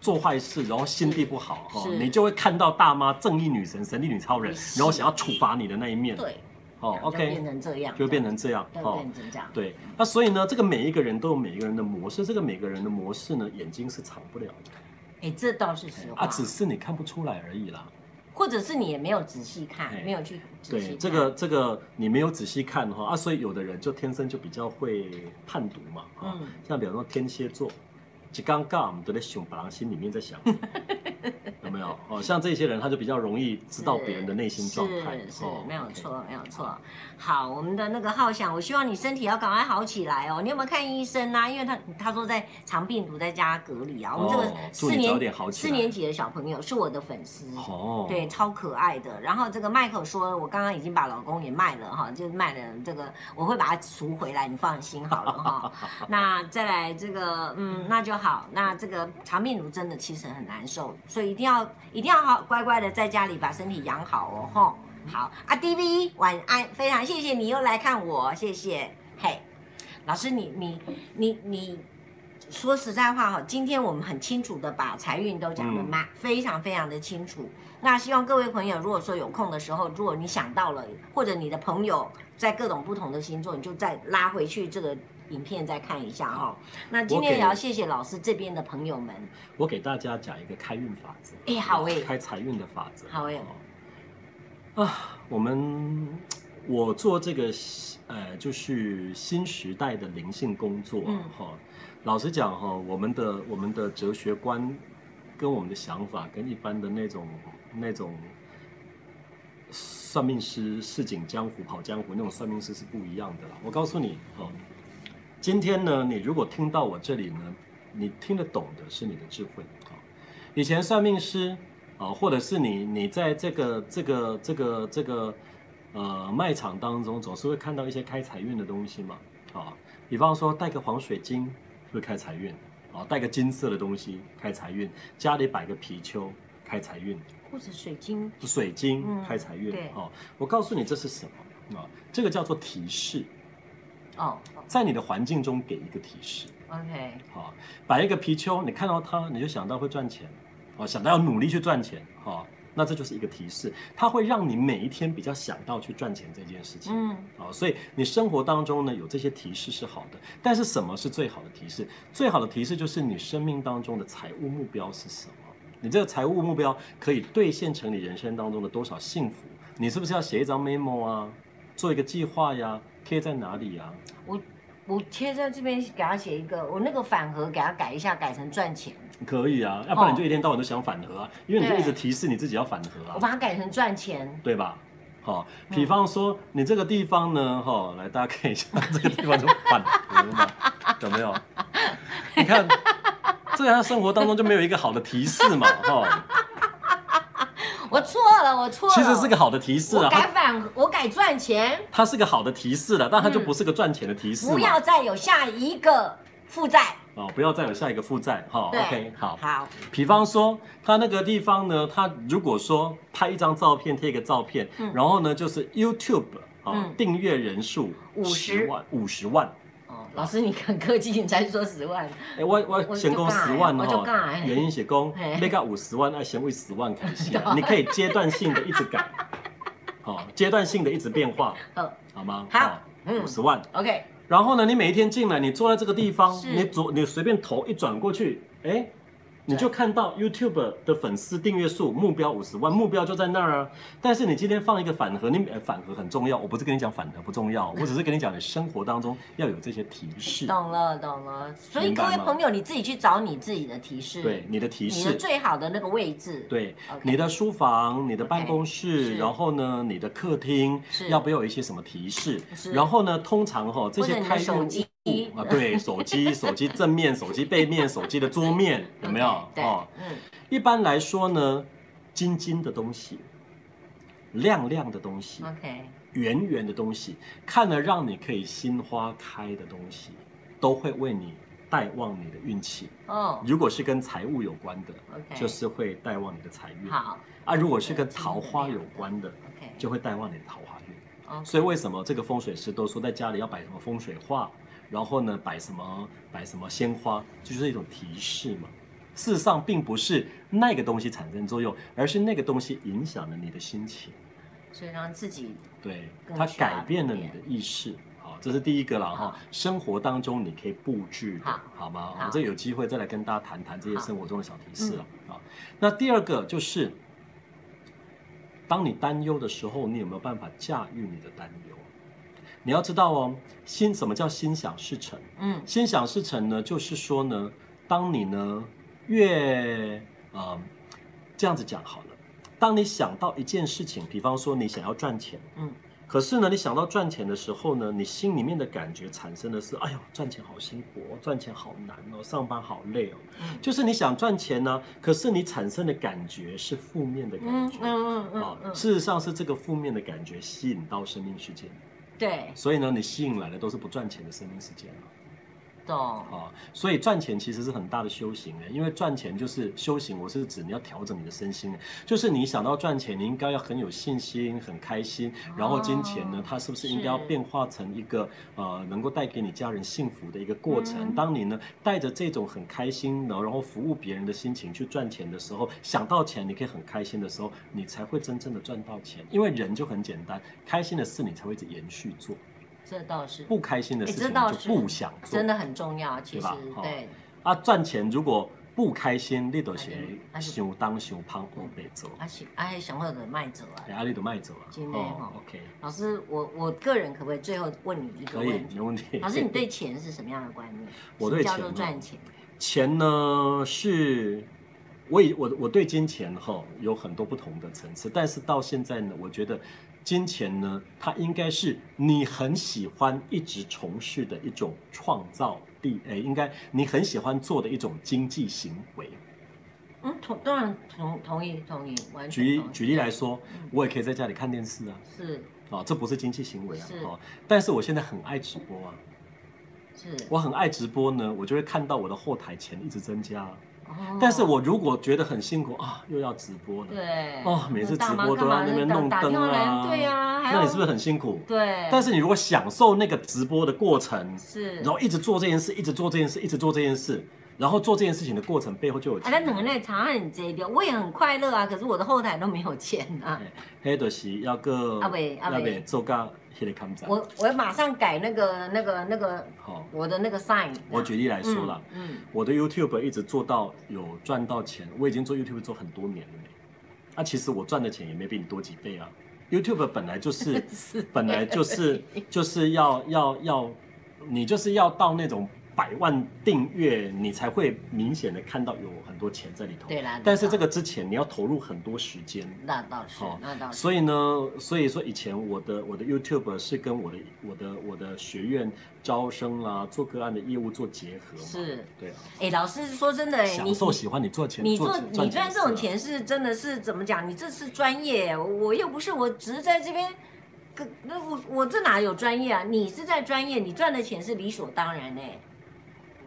Speaker 2: 做坏事，然后心地不好哈、
Speaker 1: 是
Speaker 2: 你就会看到大妈正义女神、神力女超人，
Speaker 1: 是
Speaker 2: 然后想要处罚你的那一面。
Speaker 1: 对，
Speaker 2: 哦
Speaker 1: 就变
Speaker 2: ，OK，
Speaker 1: 成这样，
Speaker 2: 就变成这样
Speaker 1: 对
Speaker 2: 哦。
Speaker 1: 变成这样，
Speaker 2: 对，那所以呢，这个每一个人都有每一个人的模式，这个每个人的模式呢，眼睛是藏不了的
Speaker 1: 哎，这倒是实话
Speaker 2: 啊，，只是你看不出来而已啦。
Speaker 1: 或者是你也没有仔细看
Speaker 2: 哎，
Speaker 1: 没有去仔细
Speaker 2: 对，
Speaker 1: 看
Speaker 2: 这个这个你没有仔细看哈、啊，所以有的人就天生就比较会判读嘛，哈、
Speaker 1: 嗯
Speaker 2: 像比方说天蝎座，一刚尬我们都在想，把人心里面 在想什么，有没有？哦，像这些人他就比较容易知道别人的内心状态，
Speaker 1: 是是
Speaker 2: 哦，
Speaker 1: 没有
Speaker 2: OK
Speaker 1: 错，没有错。好，我们的那个浩翔，我希望你身体要赶快好起来哦。你有没有看医生啊？因为他他说在肠病毒在家隔离啊。我们这
Speaker 2: 哦
Speaker 1: 个
Speaker 2: 祝
Speaker 1: 四
Speaker 2: 你早
Speaker 1: 年
Speaker 2: 点好起
Speaker 1: 四
Speaker 2: 来
Speaker 1: 年级的小朋友是我的粉丝。
Speaker 2: 哦，
Speaker 1: 对，超可爱的。然后这个 Michael 说，我刚刚已经把老公也卖了哈，就是卖了这个，我会把它赎回来，你放心好了 哈。那再来这个，嗯，那就好。那这个肠病毒真的其实很难受，所以一定要一定要好乖乖的在家里把身体养好哦吼。好啊，DV 晚安，非常谢谢你又来看我，谢谢。嘿，老师你你你你说实在话哈，今天我们很清楚的把财运都讲的
Speaker 2: 嗯
Speaker 1: 蛮、非常非常的清楚。那希望各位朋友，如果说有空的时候，如果你想到了，或者你的朋友在各种不同的星座，你就再拉回去这个影片再看一下哈、那今天也要谢谢老师这边的朋友们，
Speaker 2: 我给大家讲一个开运法则，
Speaker 1: 哎好哎
Speaker 2: 开财运的法则，
Speaker 1: 好哎
Speaker 2: 哦啊，我们我做这个呃，就是新时代的灵性工作哈、
Speaker 1: 嗯
Speaker 2: 老实讲哈、我们的我们的哲学观跟我们的想法跟一般的那种那种。算命师市井江湖跑江湖那种算命师是不一样的啦。我告诉你哦，今天呢，你如果听到我这里呢，你听得懂的是你的智慧啊、哦以前算命师啊、或者是你你在这个这个这个这个呃卖场当中，总是会看到一些开财运的东西嘛啊、比方说带个黄水晶会开财运啊、带个金色的东西开财运，家里摆个貔貅开财运，
Speaker 1: 或者水晶
Speaker 2: 水晶
Speaker 1: 嗯
Speaker 2: 开财运、
Speaker 1: 对
Speaker 2: 哦。我告诉你这是什么啊、这个叫做提示，
Speaker 1: 哦
Speaker 2: 在你的环境中给一个提示。
Speaker 1: ，OK，
Speaker 2: 好，摆一个貔貅，你看到它，你就想到会赚钱，哦，想到要努力去赚钱，哈、那这就是一个提示，它会让你每一天比较想到去赚钱这件事情。
Speaker 1: 嗯，
Speaker 2: 啊、所以你生活当中呢有这些提示是好的，但是什么是最好的提示？最好的提示就是你生命当中的财务目标是什么？你这个财务目标可以兑现成你人生当中的多少幸福？你是不是要写一张 memo 啊，做一个计划呀，贴在哪里呀、
Speaker 1: 我我贴在这边给他写一个，我那个反核给他改一下，改成赚钱，
Speaker 2: 可以啊，要不
Speaker 1: 哦
Speaker 2: 然你就一天到晚都想反核啊，因为你就
Speaker 1: 对
Speaker 2: 一直提示你自己要反核
Speaker 1: 我
Speaker 2: 啊，
Speaker 1: 把它改成赚钱，
Speaker 2: 对吧？好、
Speaker 1: 嗯
Speaker 2: 比方说你这个地方呢，哈、来 大家看一下，这个地方就反核嘛，有没有？你看，这样生活当中就没有一个好的提 示嘛，
Speaker 1: 啊
Speaker 2: 哈，
Speaker 1: 我错了，我错了，
Speaker 2: 其实是个好的提示
Speaker 1: 我
Speaker 2: 啊，
Speaker 1: 改
Speaker 2: 它
Speaker 1: 反，我改赚钱，
Speaker 2: 它是个好的提示了，但它就不是个赚钱的提示
Speaker 1: 嗯不
Speaker 2: 嘛
Speaker 1: 要，再有下一个负债。
Speaker 2: 哦，不要再有下一个负债，哈
Speaker 1: 对
Speaker 2: ，OK，好，
Speaker 1: 好，
Speaker 2: 比方说，他那个地方呢，他如果说拍一张照片，贴一个照片，
Speaker 1: 嗯
Speaker 2: 然后呢就是 YouTube 啊、
Speaker 1: 嗯
Speaker 2: 订阅人数
Speaker 1: 50
Speaker 2: 万，五十万，
Speaker 1: 哦，老师你很客气，你才说十万，
Speaker 2: 哎、我
Speaker 1: 我
Speaker 2: 我先讲十万哦
Speaker 1: 我就讲哎
Speaker 2: 原因写讲
Speaker 1: 嘿
Speaker 2: 那个五十万，哎，先为十万开始
Speaker 1: 对
Speaker 2: 啊你可以阶段性的一直改，哦，阶段性的一直变化，
Speaker 1: 好
Speaker 2: 好吗？哦
Speaker 1: 好嗯
Speaker 2: 五十、50万，
Speaker 1: ，OK，
Speaker 2: 然后呢，你每一天进来，你坐在这个地方，
Speaker 1: 是
Speaker 2: 你左你随便头一转过去，哎，你就看到 YouTube 的粉丝订阅数目标五十万，目标就在那儿啊。但是你今天放一个反核，你呃反核很重要，我不是跟你讲反核不 重要，我只是跟你讲你生活当中要有这些提示，
Speaker 1: 懂了懂了。所以
Speaker 2: 明
Speaker 1: 各
Speaker 2: 白
Speaker 1: 位
Speaker 2: 吗
Speaker 1: 朋友，你自己去找你自己的提示，
Speaker 2: 对，你的提
Speaker 1: 你的
Speaker 2: 示。
Speaker 1: 最好的那个位置，
Speaker 2: 对
Speaker 1: OK
Speaker 2: 你的书房、你的办公
Speaker 1: 是
Speaker 2: 室，然后呢，你的客厅
Speaker 1: 是
Speaker 2: 要不要有一些什么提示
Speaker 1: 是？
Speaker 2: 然后呢，通常哈、这
Speaker 1: 或者
Speaker 2: 些
Speaker 1: 你
Speaker 2: 开
Speaker 1: 的
Speaker 2: 运
Speaker 1: 手机，
Speaker 2: 啊， 对，手机、手机正面、手机背面、手机的桌面，有没有
Speaker 1: OK，？对，
Speaker 2: 哦，
Speaker 1: 嗯，
Speaker 2: 一般来说呢，金金的东西、亮亮的东西、
Speaker 1: OK，
Speaker 2: 圆圆的东西，看了让你可以心花开的东西，都会为你带旺你的运气。
Speaker 1: 哦
Speaker 2: 如果是跟财务有关的，
Speaker 1: ，OK，
Speaker 2: 就是会带旺你的财运；
Speaker 1: 好
Speaker 2: 啊，如果是跟桃花有关的，
Speaker 1: ，OK，
Speaker 2: 就会带旺你的桃花运。
Speaker 1: 哦
Speaker 2: 所以为什么这个风水师都说在家里要摆什么风水画，然后呢摆什么摆什么鲜花，就是一种提示嘛。事实上，并不是那个东西产生作用，而是那个东西影响了你的心情，
Speaker 1: 所以让自己
Speaker 2: 对，
Speaker 1: 更
Speaker 2: 它
Speaker 1: 需要
Speaker 2: 改变了你的意识。好，这是第一个了
Speaker 1: 好
Speaker 2: 哈。生活当中你可以布置的
Speaker 1: 好，
Speaker 2: 好吗？哦
Speaker 1: 好
Speaker 2: 这有机会再来跟大家谈谈这些
Speaker 1: 好嗯
Speaker 2: 生活中的小提示了啊。那第二个就是，当你担忧的时候，你有没有办法驾驭你的担忧？你要知道哦，心什么叫心想事成？
Speaker 1: 嗯
Speaker 2: 心想事成呢，就是说呢，当你呢越呃这样子讲好了，当你想到一件事情，比方说你想要赚钱，
Speaker 1: 嗯
Speaker 2: 可是呢，你想到赚钱的时候呢，你心里面的感觉产生的是，哎呦，赚钱好辛苦哦，赚钱好难哦，上班好累哦。
Speaker 1: 嗯
Speaker 2: 就是你想赚钱呢、可是你产生的感觉是负面的感
Speaker 1: 嗯
Speaker 2: 觉。
Speaker 1: 嗯
Speaker 2: 啊
Speaker 1: 嗯、嗯，
Speaker 2: 事实上是这个负面的感觉吸引到生命世界，
Speaker 1: 对，
Speaker 2: 所以呢，你吸引来的都是不赚钱的生命世啊界了。
Speaker 1: 懂，
Speaker 2: 啊，所以赚钱其实是很大的修行欸的，因为赚钱就是修行，我是指你要调整你的身心的，就是你想到赚钱，你应该要很有信心、很开心，然后金钱呢
Speaker 1: 哦，
Speaker 2: 它是不是应该要
Speaker 1: 是
Speaker 2: 变化成一个呃能够带给你家人幸福的一个过程？
Speaker 1: 嗯
Speaker 2: 当你呢带着这种很开心的，然后服务别人的心情去赚钱的时候，想到钱你可以很开心的时候，你才会真正的赚到钱，因为人就很简单，开心的事你才会一直延续做，
Speaker 1: 这倒是
Speaker 2: 不开心的
Speaker 1: 哎
Speaker 2: 事
Speaker 1: 这
Speaker 2: 情
Speaker 1: 倒
Speaker 2: 你
Speaker 1: 是
Speaker 2: 就不想做
Speaker 1: 真。的很重要，其实
Speaker 2: 吧好
Speaker 1: 对，
Speaker 2: 啊，赚钱如果不开心，你
Speaker 1: 啊
Speaker 2: 就是
Speaker 1: 还是
Speaker 2: 想当想胖我被走，
Speaker 1: 而且哎，想要的卖者啊。
Speaker 2: 哎，啊，你就卖走啊。
Speaker 1: 真的哦
Speaker 2: OK，
Speaker 1: 老师，我我个人可不可以最后问你一个
Speaker 2: 可以
Speaker 1: 问，题？
Speaker 2: 没问题。
Speaker 1: 老师，你对钱是什么样的观念？
Speaker 2: 我
Speaker 1: 什么
Speaker 2: 对
Speaker 1: 叫
Speaker 2: 钱
Speaker 1: 做
Speaker 2: 哦
Speaker 1: 赚钱，
Speaker 2: 钱呢是，我以我我对金钱哈、有很多不同的层次，但是到现在呢，我觉得金钱呢，它应该是你很喜欢一直从事的一种创造力，哎，应该你很喜欢做的一种经济行为。
Speaker 1: 嗯，同当然同同意同意，完全
Speaker 2: 举
Speaker 1: 同意
Speaker 2: 举例来说
Speaker 1: 嗯，
Speaker 2: 我也可以在家里看电视啊。
Speaker 1: 是
Speaker 2: 啊，这不是经济行为啊
Speaker 1: 是，
Speaker 2: 哦，但是我现在很爱直播啊，
Speaker 1: 是，
Speaker 2: 我很爱直播呢，我就会看到我的后台钱一直增加啊、
Speaker 1: 哦
Speaker 2: 但是我如果觉得很辛苦啊，又要直播了，
Speaker 1: 对
Speaker 2: 哦每次
Speaker 1: 大
Speaker 2: 直
Speaker 1: 妈
Speaker 2: 播
Speaker 1: 干
Speaker 2: 都
Speaker 1: 嘛
Speaker 2: 要那边
Speaker 1: 打
Speaker 2: 弄
Speaker 1: 打
Speaker 2: 灯
Speaker 1: 电话来
Speaker 2: 啊
Speaker 1: 对啊，还
Speaker 2: 那
Speaker 1: 要
Speaker 2: 你是不是很辛苦？
Speaker 1: 对？
Speaker 2: 但
Speaker 1: 是
Speaker 2: 是你如果享受那个直播的过程，
Speaker 1: 是
Speaker 2: 然后一直做这件事，一直做这件事，一直做这件事，然后做这件事情的过程背后就有
Speaker 1: 啊，
Speaker 2: 钱
Speaker 1: 那两个在长按你这一边，我也很快乐啊，可是我的后台都没有钱啊。
Speaker 2: 黑的是要个
Speaker 1: 啊未啊
Speaker 2: 要
Speaker 1: 未
Speaker 2: 被做到迄个抗战。
Speaker 1: 我我马上改那个那个那个
Speaker 2: 好、
Speaker 1: 我的那个 sign。啊
Speaker 2: 我举例来说啦，
Speaker 1: 嗯，嗯，
Speaker 2: 我的 YouTube 一直做到有赚到钱，我已经做 YouTube 做很多年了没。那、其实我赚的钱也没比你多几倍啊。YouTube 本来就 是
Speaker 1: 嗯是
Speaker 2: 本来就是就是要要要，你就是要到那种百万订阅，你才会明显的看到有很多钱在里头。
Speaker 1: 对啊啦。
Speaker 2: 但是这
Speaker 1: 个
Speaker 2: 个之前你要投入很多时间，
Speaker 1: 那倒是
Speaker 2: 好，
Speaker 1: 那倒是，
Speaker 2: 所以呢，所以说以前我的我的 YouTube 是跟我的我的我的学院招生啦、做个案的业务做结合嘛，
Speaker 1: 是。
Speaker 2: 对啊，
Speaker 1: 哎，老师说真的，哎，你
Speaker 2: 享受喜欢你做钱，啊
Speaker 1: 你
Speaker 2: 做
Speaker 1: 做你赚这种钱
Speaker 2: 钱
Speaker 1: 是真的是怎么讲？你这是专业，我又不是，我只是在这边。可那我我这哪有专业啊？你是在专业，你赚的钱是理所当然哎、
Speaker 2: 是啊。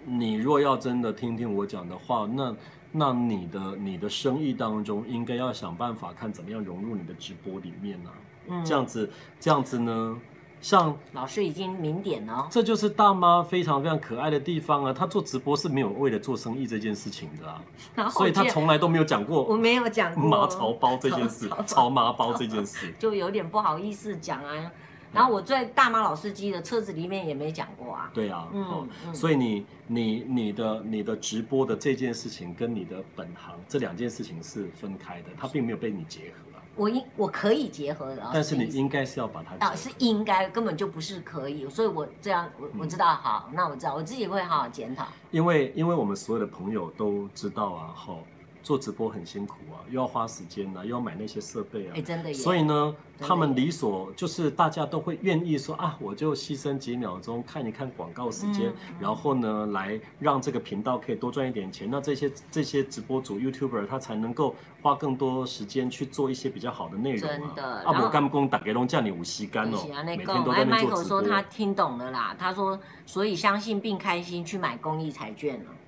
Speaker 2: 你若要真的听听我讲的话，那那你的你的生意当中应该要想办法看怎么样融入你的直播里面呢、
Speaker 1: 嗯，
Speaker 2: 这样子这样子呢，像
Speaker 1: 老师已经明点了哦。
Speaker 2: 这就是大妈非常非常可爱的地方啊，她做直播是没有为了做生意这件事情的啊，
Speaker 1: 然后
Speaker 2: 所以她
Speaker 1: 我记得
Speaker 2: 从来都没有讲过
Speaker 1: 我没有讲过
Speaker 2: 麻槽包这件事
Speaker 1: 槽，
Speaker 2: 潮麻包这件事，
Speaker 1: 就有点不好意思讲啊。然后我在大马老司机的车子里面也没讲过啊。
Speaker 2: 对啊，
Speaker 1: 嗯
Speaker 2: 哦
Speaker 1: 嗯
Speaker 2: 所以你你你的你的直播的这件事情跟你的本行这两件事情是分开的，它并没有被你结合啊，
Speaker 1: 我应我可以结合的，啊
Speaker 2: 但是你
Speaker 1: 的意思
Speaker 2: 应该是要把它结合
Speaker 1: 啊是应该，根本就不是可以，所以我这样
Speaker 2: 嗯
Speaker 1: 我我知道，好，那我知道，我自己会好好检讨。
Speaker 2: 因为因为我们所有的朋友都知道啊，哈、做直播很辛苦啊，又要花时间啊，又要买那些设备啊
Speaker 1: 哎，，真的耶，
Speaker 2: 所以呢，
Speaker 1: 真的
Speaker 2: 他们理所就是大家都会愿意说啊，我就牺牲几秒钟看一看广告时间，
Speaker 1: 嗯嗯
Speaker 2: 然后呢，来让这个频道可以多赚一点钱。那这些这些直播主 YouTuber 他才能够花更多时间去做一些比较好的内容啊。
Speaker 1: 真的然
Speaker 2: 啊，
Speaker 1: 后
Speaker 2: 我干工打给龙叫你五吸干哦
Speaker 1: 就是啊，
Speaker 2: 每
Speaker 1: 那
Speaker 2: 天
Speaker 1: 个
Speaker 2: 都
Speaker 1: 哎
Speaker 2: 在那边做
Speaker 1: ，Michael
Speaker 2: 直
Speaker 1: 说
Speaker 2: 播。
Speaker 1: 他听懂了啦，他说，所以相信并开心去买公益彩券了。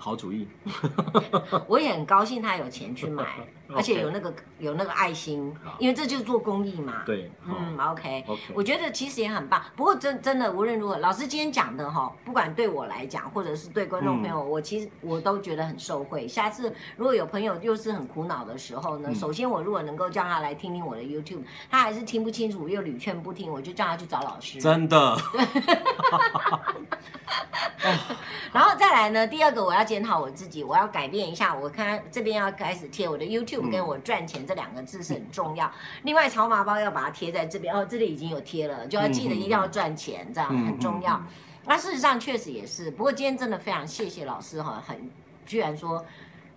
Speaker 2: 好主意，
Speaker 1: 我也很高兴他有钱去买， 而且有那个有那个爱心
Speaker 2: 好，
Speaker 1: 因为这就是做公益嘛。，
Speaker 2: 对，好、
Speaker 1: 嗯，OK。
Speaker 2: o k
Speaker 1: 我觉得其实也很棒，不过真真的无论如何，老师今天讲的哈，不管对我来讲，或者是对观众朋
Speaker 2: 嗯
Speaker 1: 友，我其实我都觉得很受惠。下次如果有朋友又是很苦恼的时候呢，
Speaker 2: 嗯
Speaker 1: 首先我如果能够叫他来听听我的 YouTube，他还是听不清楚又屡劝不听，我就叫他去找老师。
Speaker 2: 真的，
Speaker 1: 然后再来呢，第二个我要检讨我自己，我要改变一下。我看这边要开始贴我的 YouTube
Speaker 2: 嗯
Speaker 1: 跟我赚钱这两个字是很重要。另外，草马包要把它贴在这边哦，这里已经有贴了，就要记得
Speaker 2: 嗯嗯
Speaker 1: 一定要赚钱，这样
Speaker 2: 嗯
Speaker 1: 很重要。
Speaker 2: 嗯
Speaker 1: 那事实上确实也是，不过今天真的非常谢谢老师哈，很居然说。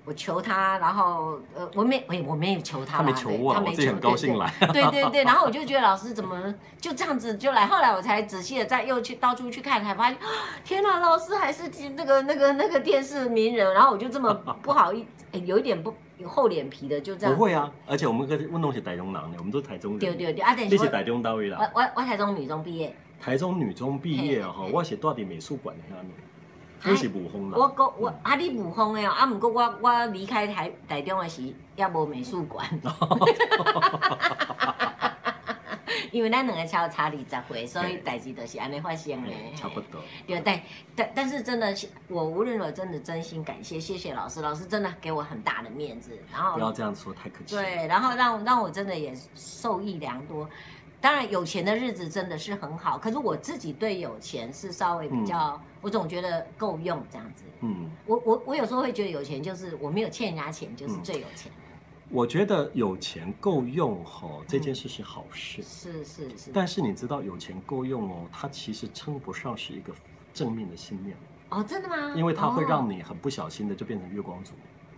Speaker 1: 我求他，然后呃，我没，我也我没有求他啦，
Speaker 2: 他没求
Speaker 1: 对
Speaker 2: 我啊，
Speaker 1: 他
Speaker 2: 我
Speaker 1: 没
Speaker 2: 自己
Speaker 1: 求
Speaker 2: 很高兴
Speaker 1: 对对
Speaker 2: 来。
Speaker 1: 对对 对，然后我就觉得老师怎么就这样子就来，后来我才仔细的再又去到处去看，才发现，啊天哪，老师还是那个那个那个电视名人，然后我就这么不好意， 哎有一点不有厚脸皮的就这
Speaker 2: 不
Speaker 1: 样，
Speaker 2: 会啊，而且我们跟问弄是台中人呢，我们都是台中人，
Speaker 1: 对对对，啊，等
Speaker 2: 你
Speaker 1: 一
Speaker 2: 是
Speaker 1: 下
Speaker 2: 台中到位啦
Speaker 1: 我。我我我台中女中毕业，
Speaker 2: 台中女中毕业啊，
Speaker 1: 嘿
Speaker 2: 吼，
Speaker 1: 嘿嘿
Speaker 2: 我是住伫美术馆遐呢，
Speaker 1: 嗨
Speaker 2: 我是武风
Speaker 1: 我
Speaker 2: 啦。
Speaker 1: 我我啊你武风的哦，啊，不过我我离开台台中的时候，也无美术馆， 因为咱两个超差二十岁，所以代志就是安尼发生的
Speaker 2: 嗯嘿。差不多。
Speaker 1: 对，但但但是真的，我无论如何真的真心感谢，谢谢老师，老师真的给我很大的面子，然
Speaker 2: 不要
Speaker 1: 后
Speaker 2: 这样说，太客气。
Speaker 1: 对，然后让让我真的也受益良多。当然，有钱的日子真的是很好，可是我自己对有钱是稍微比较，我总觉得够用这样子。
Speaker 2: 嗯，
Speaker 1: 我我我有时候会觉得有钱就是我没有欠人家钱，就是
Speaker 2: 嗯
Speaker 1: 最有钱。
Speaker 2: 我觉得有钱够用吼，这件事是好事。
Speaker 1: 是是是，
Speaker 2: 但是你知道，有钱够用哦，它其实称不上是一个正面的信念，
Speaker 1: 哦，真的吗？
Speaker 2: 因为它会让
Speaker 1: 你
Speaker 2: 你很不小心的就变成月光族。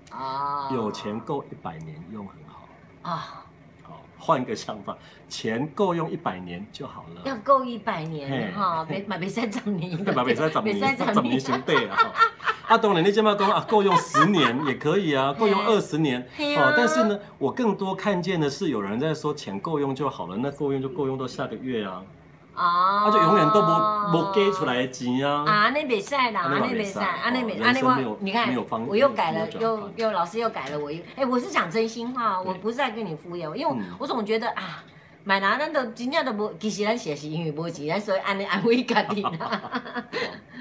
Speaker 1: 啊、哦
Speaker 2: 有钱嗯够一百年用很好，
Speaker 1: 啊、
Speaker 2: 好，换个想法，钱够用一百年就好了。
Speaker 1: 要够一百年
Speaker 2: 嘿
Speaker 1: 哈，别买别再涨你，
Speaker 2: 嘛袂使十
Speaker 1: 别
Speaker 2: 年，
Speaker 1: 再
Speaker 2: 十
Speaker 1: 涨
Speaker 2: 年
Speaker 1: 你。哦
Speaker 2: 成对啊。吼啊，当然你这么讲啊，够用十年也可以啊，够用二十年哦
Speaker 1: 嘿啊
Speaker 2: 但是呢，我更多看见的是有人在说钱够用就好了，那够用就够用到下个月啊，
Speaker 1: 啊，
Speaker 2: 啊就永远都不不给出。来的钱啊。
Speaker 1: 啊，那比赛啦，啊
Speaker 2: 安内嘛
Speaker 1: 那比赛，
Speaker 2: 袂使
Speaker 1: 啊那比，
Speaker 2: 哦
Speaker 1: 啊那
Speaker 2: 人生没有
Speaker 1: 我，你看
Speaker 2: 没有方，
Speaker 1: 我又改了
Speaker 2: 没，有转
Speaker 1: 又
Speaker 2: 换
Speaker 1: 又老师又改了，我又，哎，我是讲真心话，
Speaker 2: 对
Speaker 1: 我不是在跟你敷衍，因为我
Speaker 2: 嗯
Speaker 1: 我总觉得啊，买哪咱都真正都无，其实咱写是因为无钱，咱所以安尼安慰家己啦。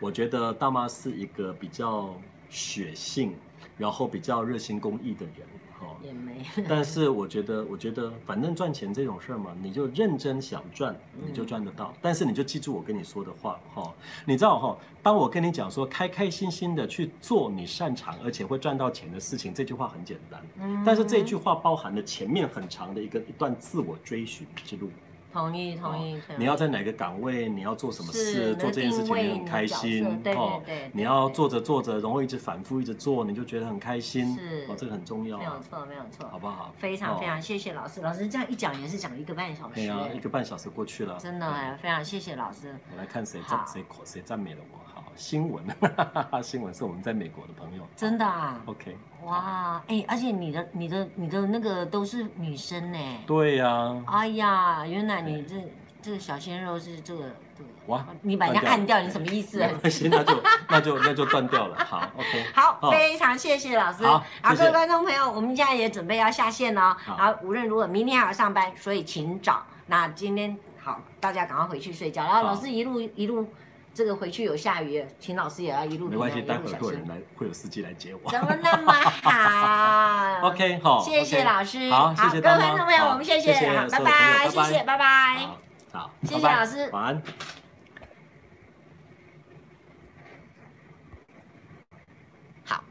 Speaker 2: 我觉得大妈是一个比较血性，然后比较热心公益的人，哦哈、
Speaker 1: 也没，
Speaker 2: 但是我觉得，我觉得反正赚钱这种事儿嘛，你就认真想赚，
Speaker 1: 嗯
Speaker 2: 你就赚得到。但是你就记住我跟你说的话哈、你知道哈、当我跟你讲说开开心心的去做你擅长而且会赚到钱的事情，这句话很简单，
Speaker 1: 嗯
Speaker 2: 但是这句话包含了前面很长的一个一段自我追寻之路。
Speaker 1: 同意同意。同意
Speaker 2: 哦你要在哪个岗位，你要做什么事，
Speaker 1: 是
Speaker 2: 做这件事情你很开心
Speaker 1: 那个定位你的角色对
Speaker 2: 哦
Speaker 1: 对对对。
Speaker 2: 你要做着做着，然后一直反复一直做，你就觉得很开心
Speaker 1: 是
Speaker 2: 哦，这个很重要
Speaker 1: 没有
Speaker 2: 啊，
Speaker 1: 错，没有
Speaker 2: 好
Speaker 1: 错，
Speaker 2: 不好？
Speaker 1: 非常
Speaker 2: 哦
Speaker 1: 非常谢谢老师，老师这样一讲也是讲一个半小
Speaker 2: 对
Speaker 1: 时
Speaker 2: 啊，
Speaker 1: 哎，
Speaker 2: 一个半小时过去了，嗯
Speaker 1: 真的哎，非常谢谢老师。
Speaker 2: 我来看谁
Speaker 1: 好
Speaker 2: 赞谁口谁赞美了我。好，新闻， 新闻是我们在美国的朋友。
Speaker 1: 真的啊，
Speaker 2: OK。
Speaker 1: 哇，哎、而且你的、你的、你的那个都是女生呢、
Speaker 2: 对呀、
Speaker 1: 哎呀，原来你这这个小鲜肉是这个这个，
Speaker 2: 哇
Speaker 1: 你把人家按
Speaker 2: 按
Speaker 1: 掉，你什么意思
Speaker 2: 没？关系，那 就那就那就断掉了。好，OK。
Speaker 1: 好，
Speaker 2: 哦
Speaker 1: 非常谢谢老师。
Speaker 2: 好谢谢
Speaker 1: 各位观众朋友，我们现在也准备要下线了。
Speaker 2: 好
Speaker 1: 然后无论如何，明天还要上班，所以请早。那今天好，大家赶快回去睡觉。然后
Speaker 2: 好
Speaker 1: 老师一路一路，这个回去有下雨，请老师也要一路
Speaker 2: 没关系，
Speaker 1: 平安
Speaker 2: 待
Speaker 1: 一路
Speaker 2: 会儿
Speaker 1: 小
Speaker 2: 会有
Speaker 1: 心
Speaker 2: 人。来，会有司机来接我。
Speaker 1: 怎么那么好
Speaker 2: OK，好，
Speaker 1: 谢谢
Speaker 2: OK
Speaker 1: 老师，
Speaker 2: 好，谢谢
Speaker 1: 各位
Speaker 2: 大
Speaker 1: 观
Speaker 2: 家。
Speaker 1: 众朋友，
Speaker 2: 好
Speaker 1: 我们谢谢，
Speaker 2: 谢
Speaker 1: 好
Speaker 2: 所
Speaker 1: 拜
Speaker 2: 有朋
Speaker 1: 拜，
Speaker 2: 友
Speaker 1: 谢谢，
Speaker 2: 拜
Speaker 1: 拜拜。
Speaker 2: 好，好，
Speaker 1: 谢谢
Speaker 2: 拜拜
Speaker 1: 老师
Speaker 2: 晚安。
Speaker 1: 好，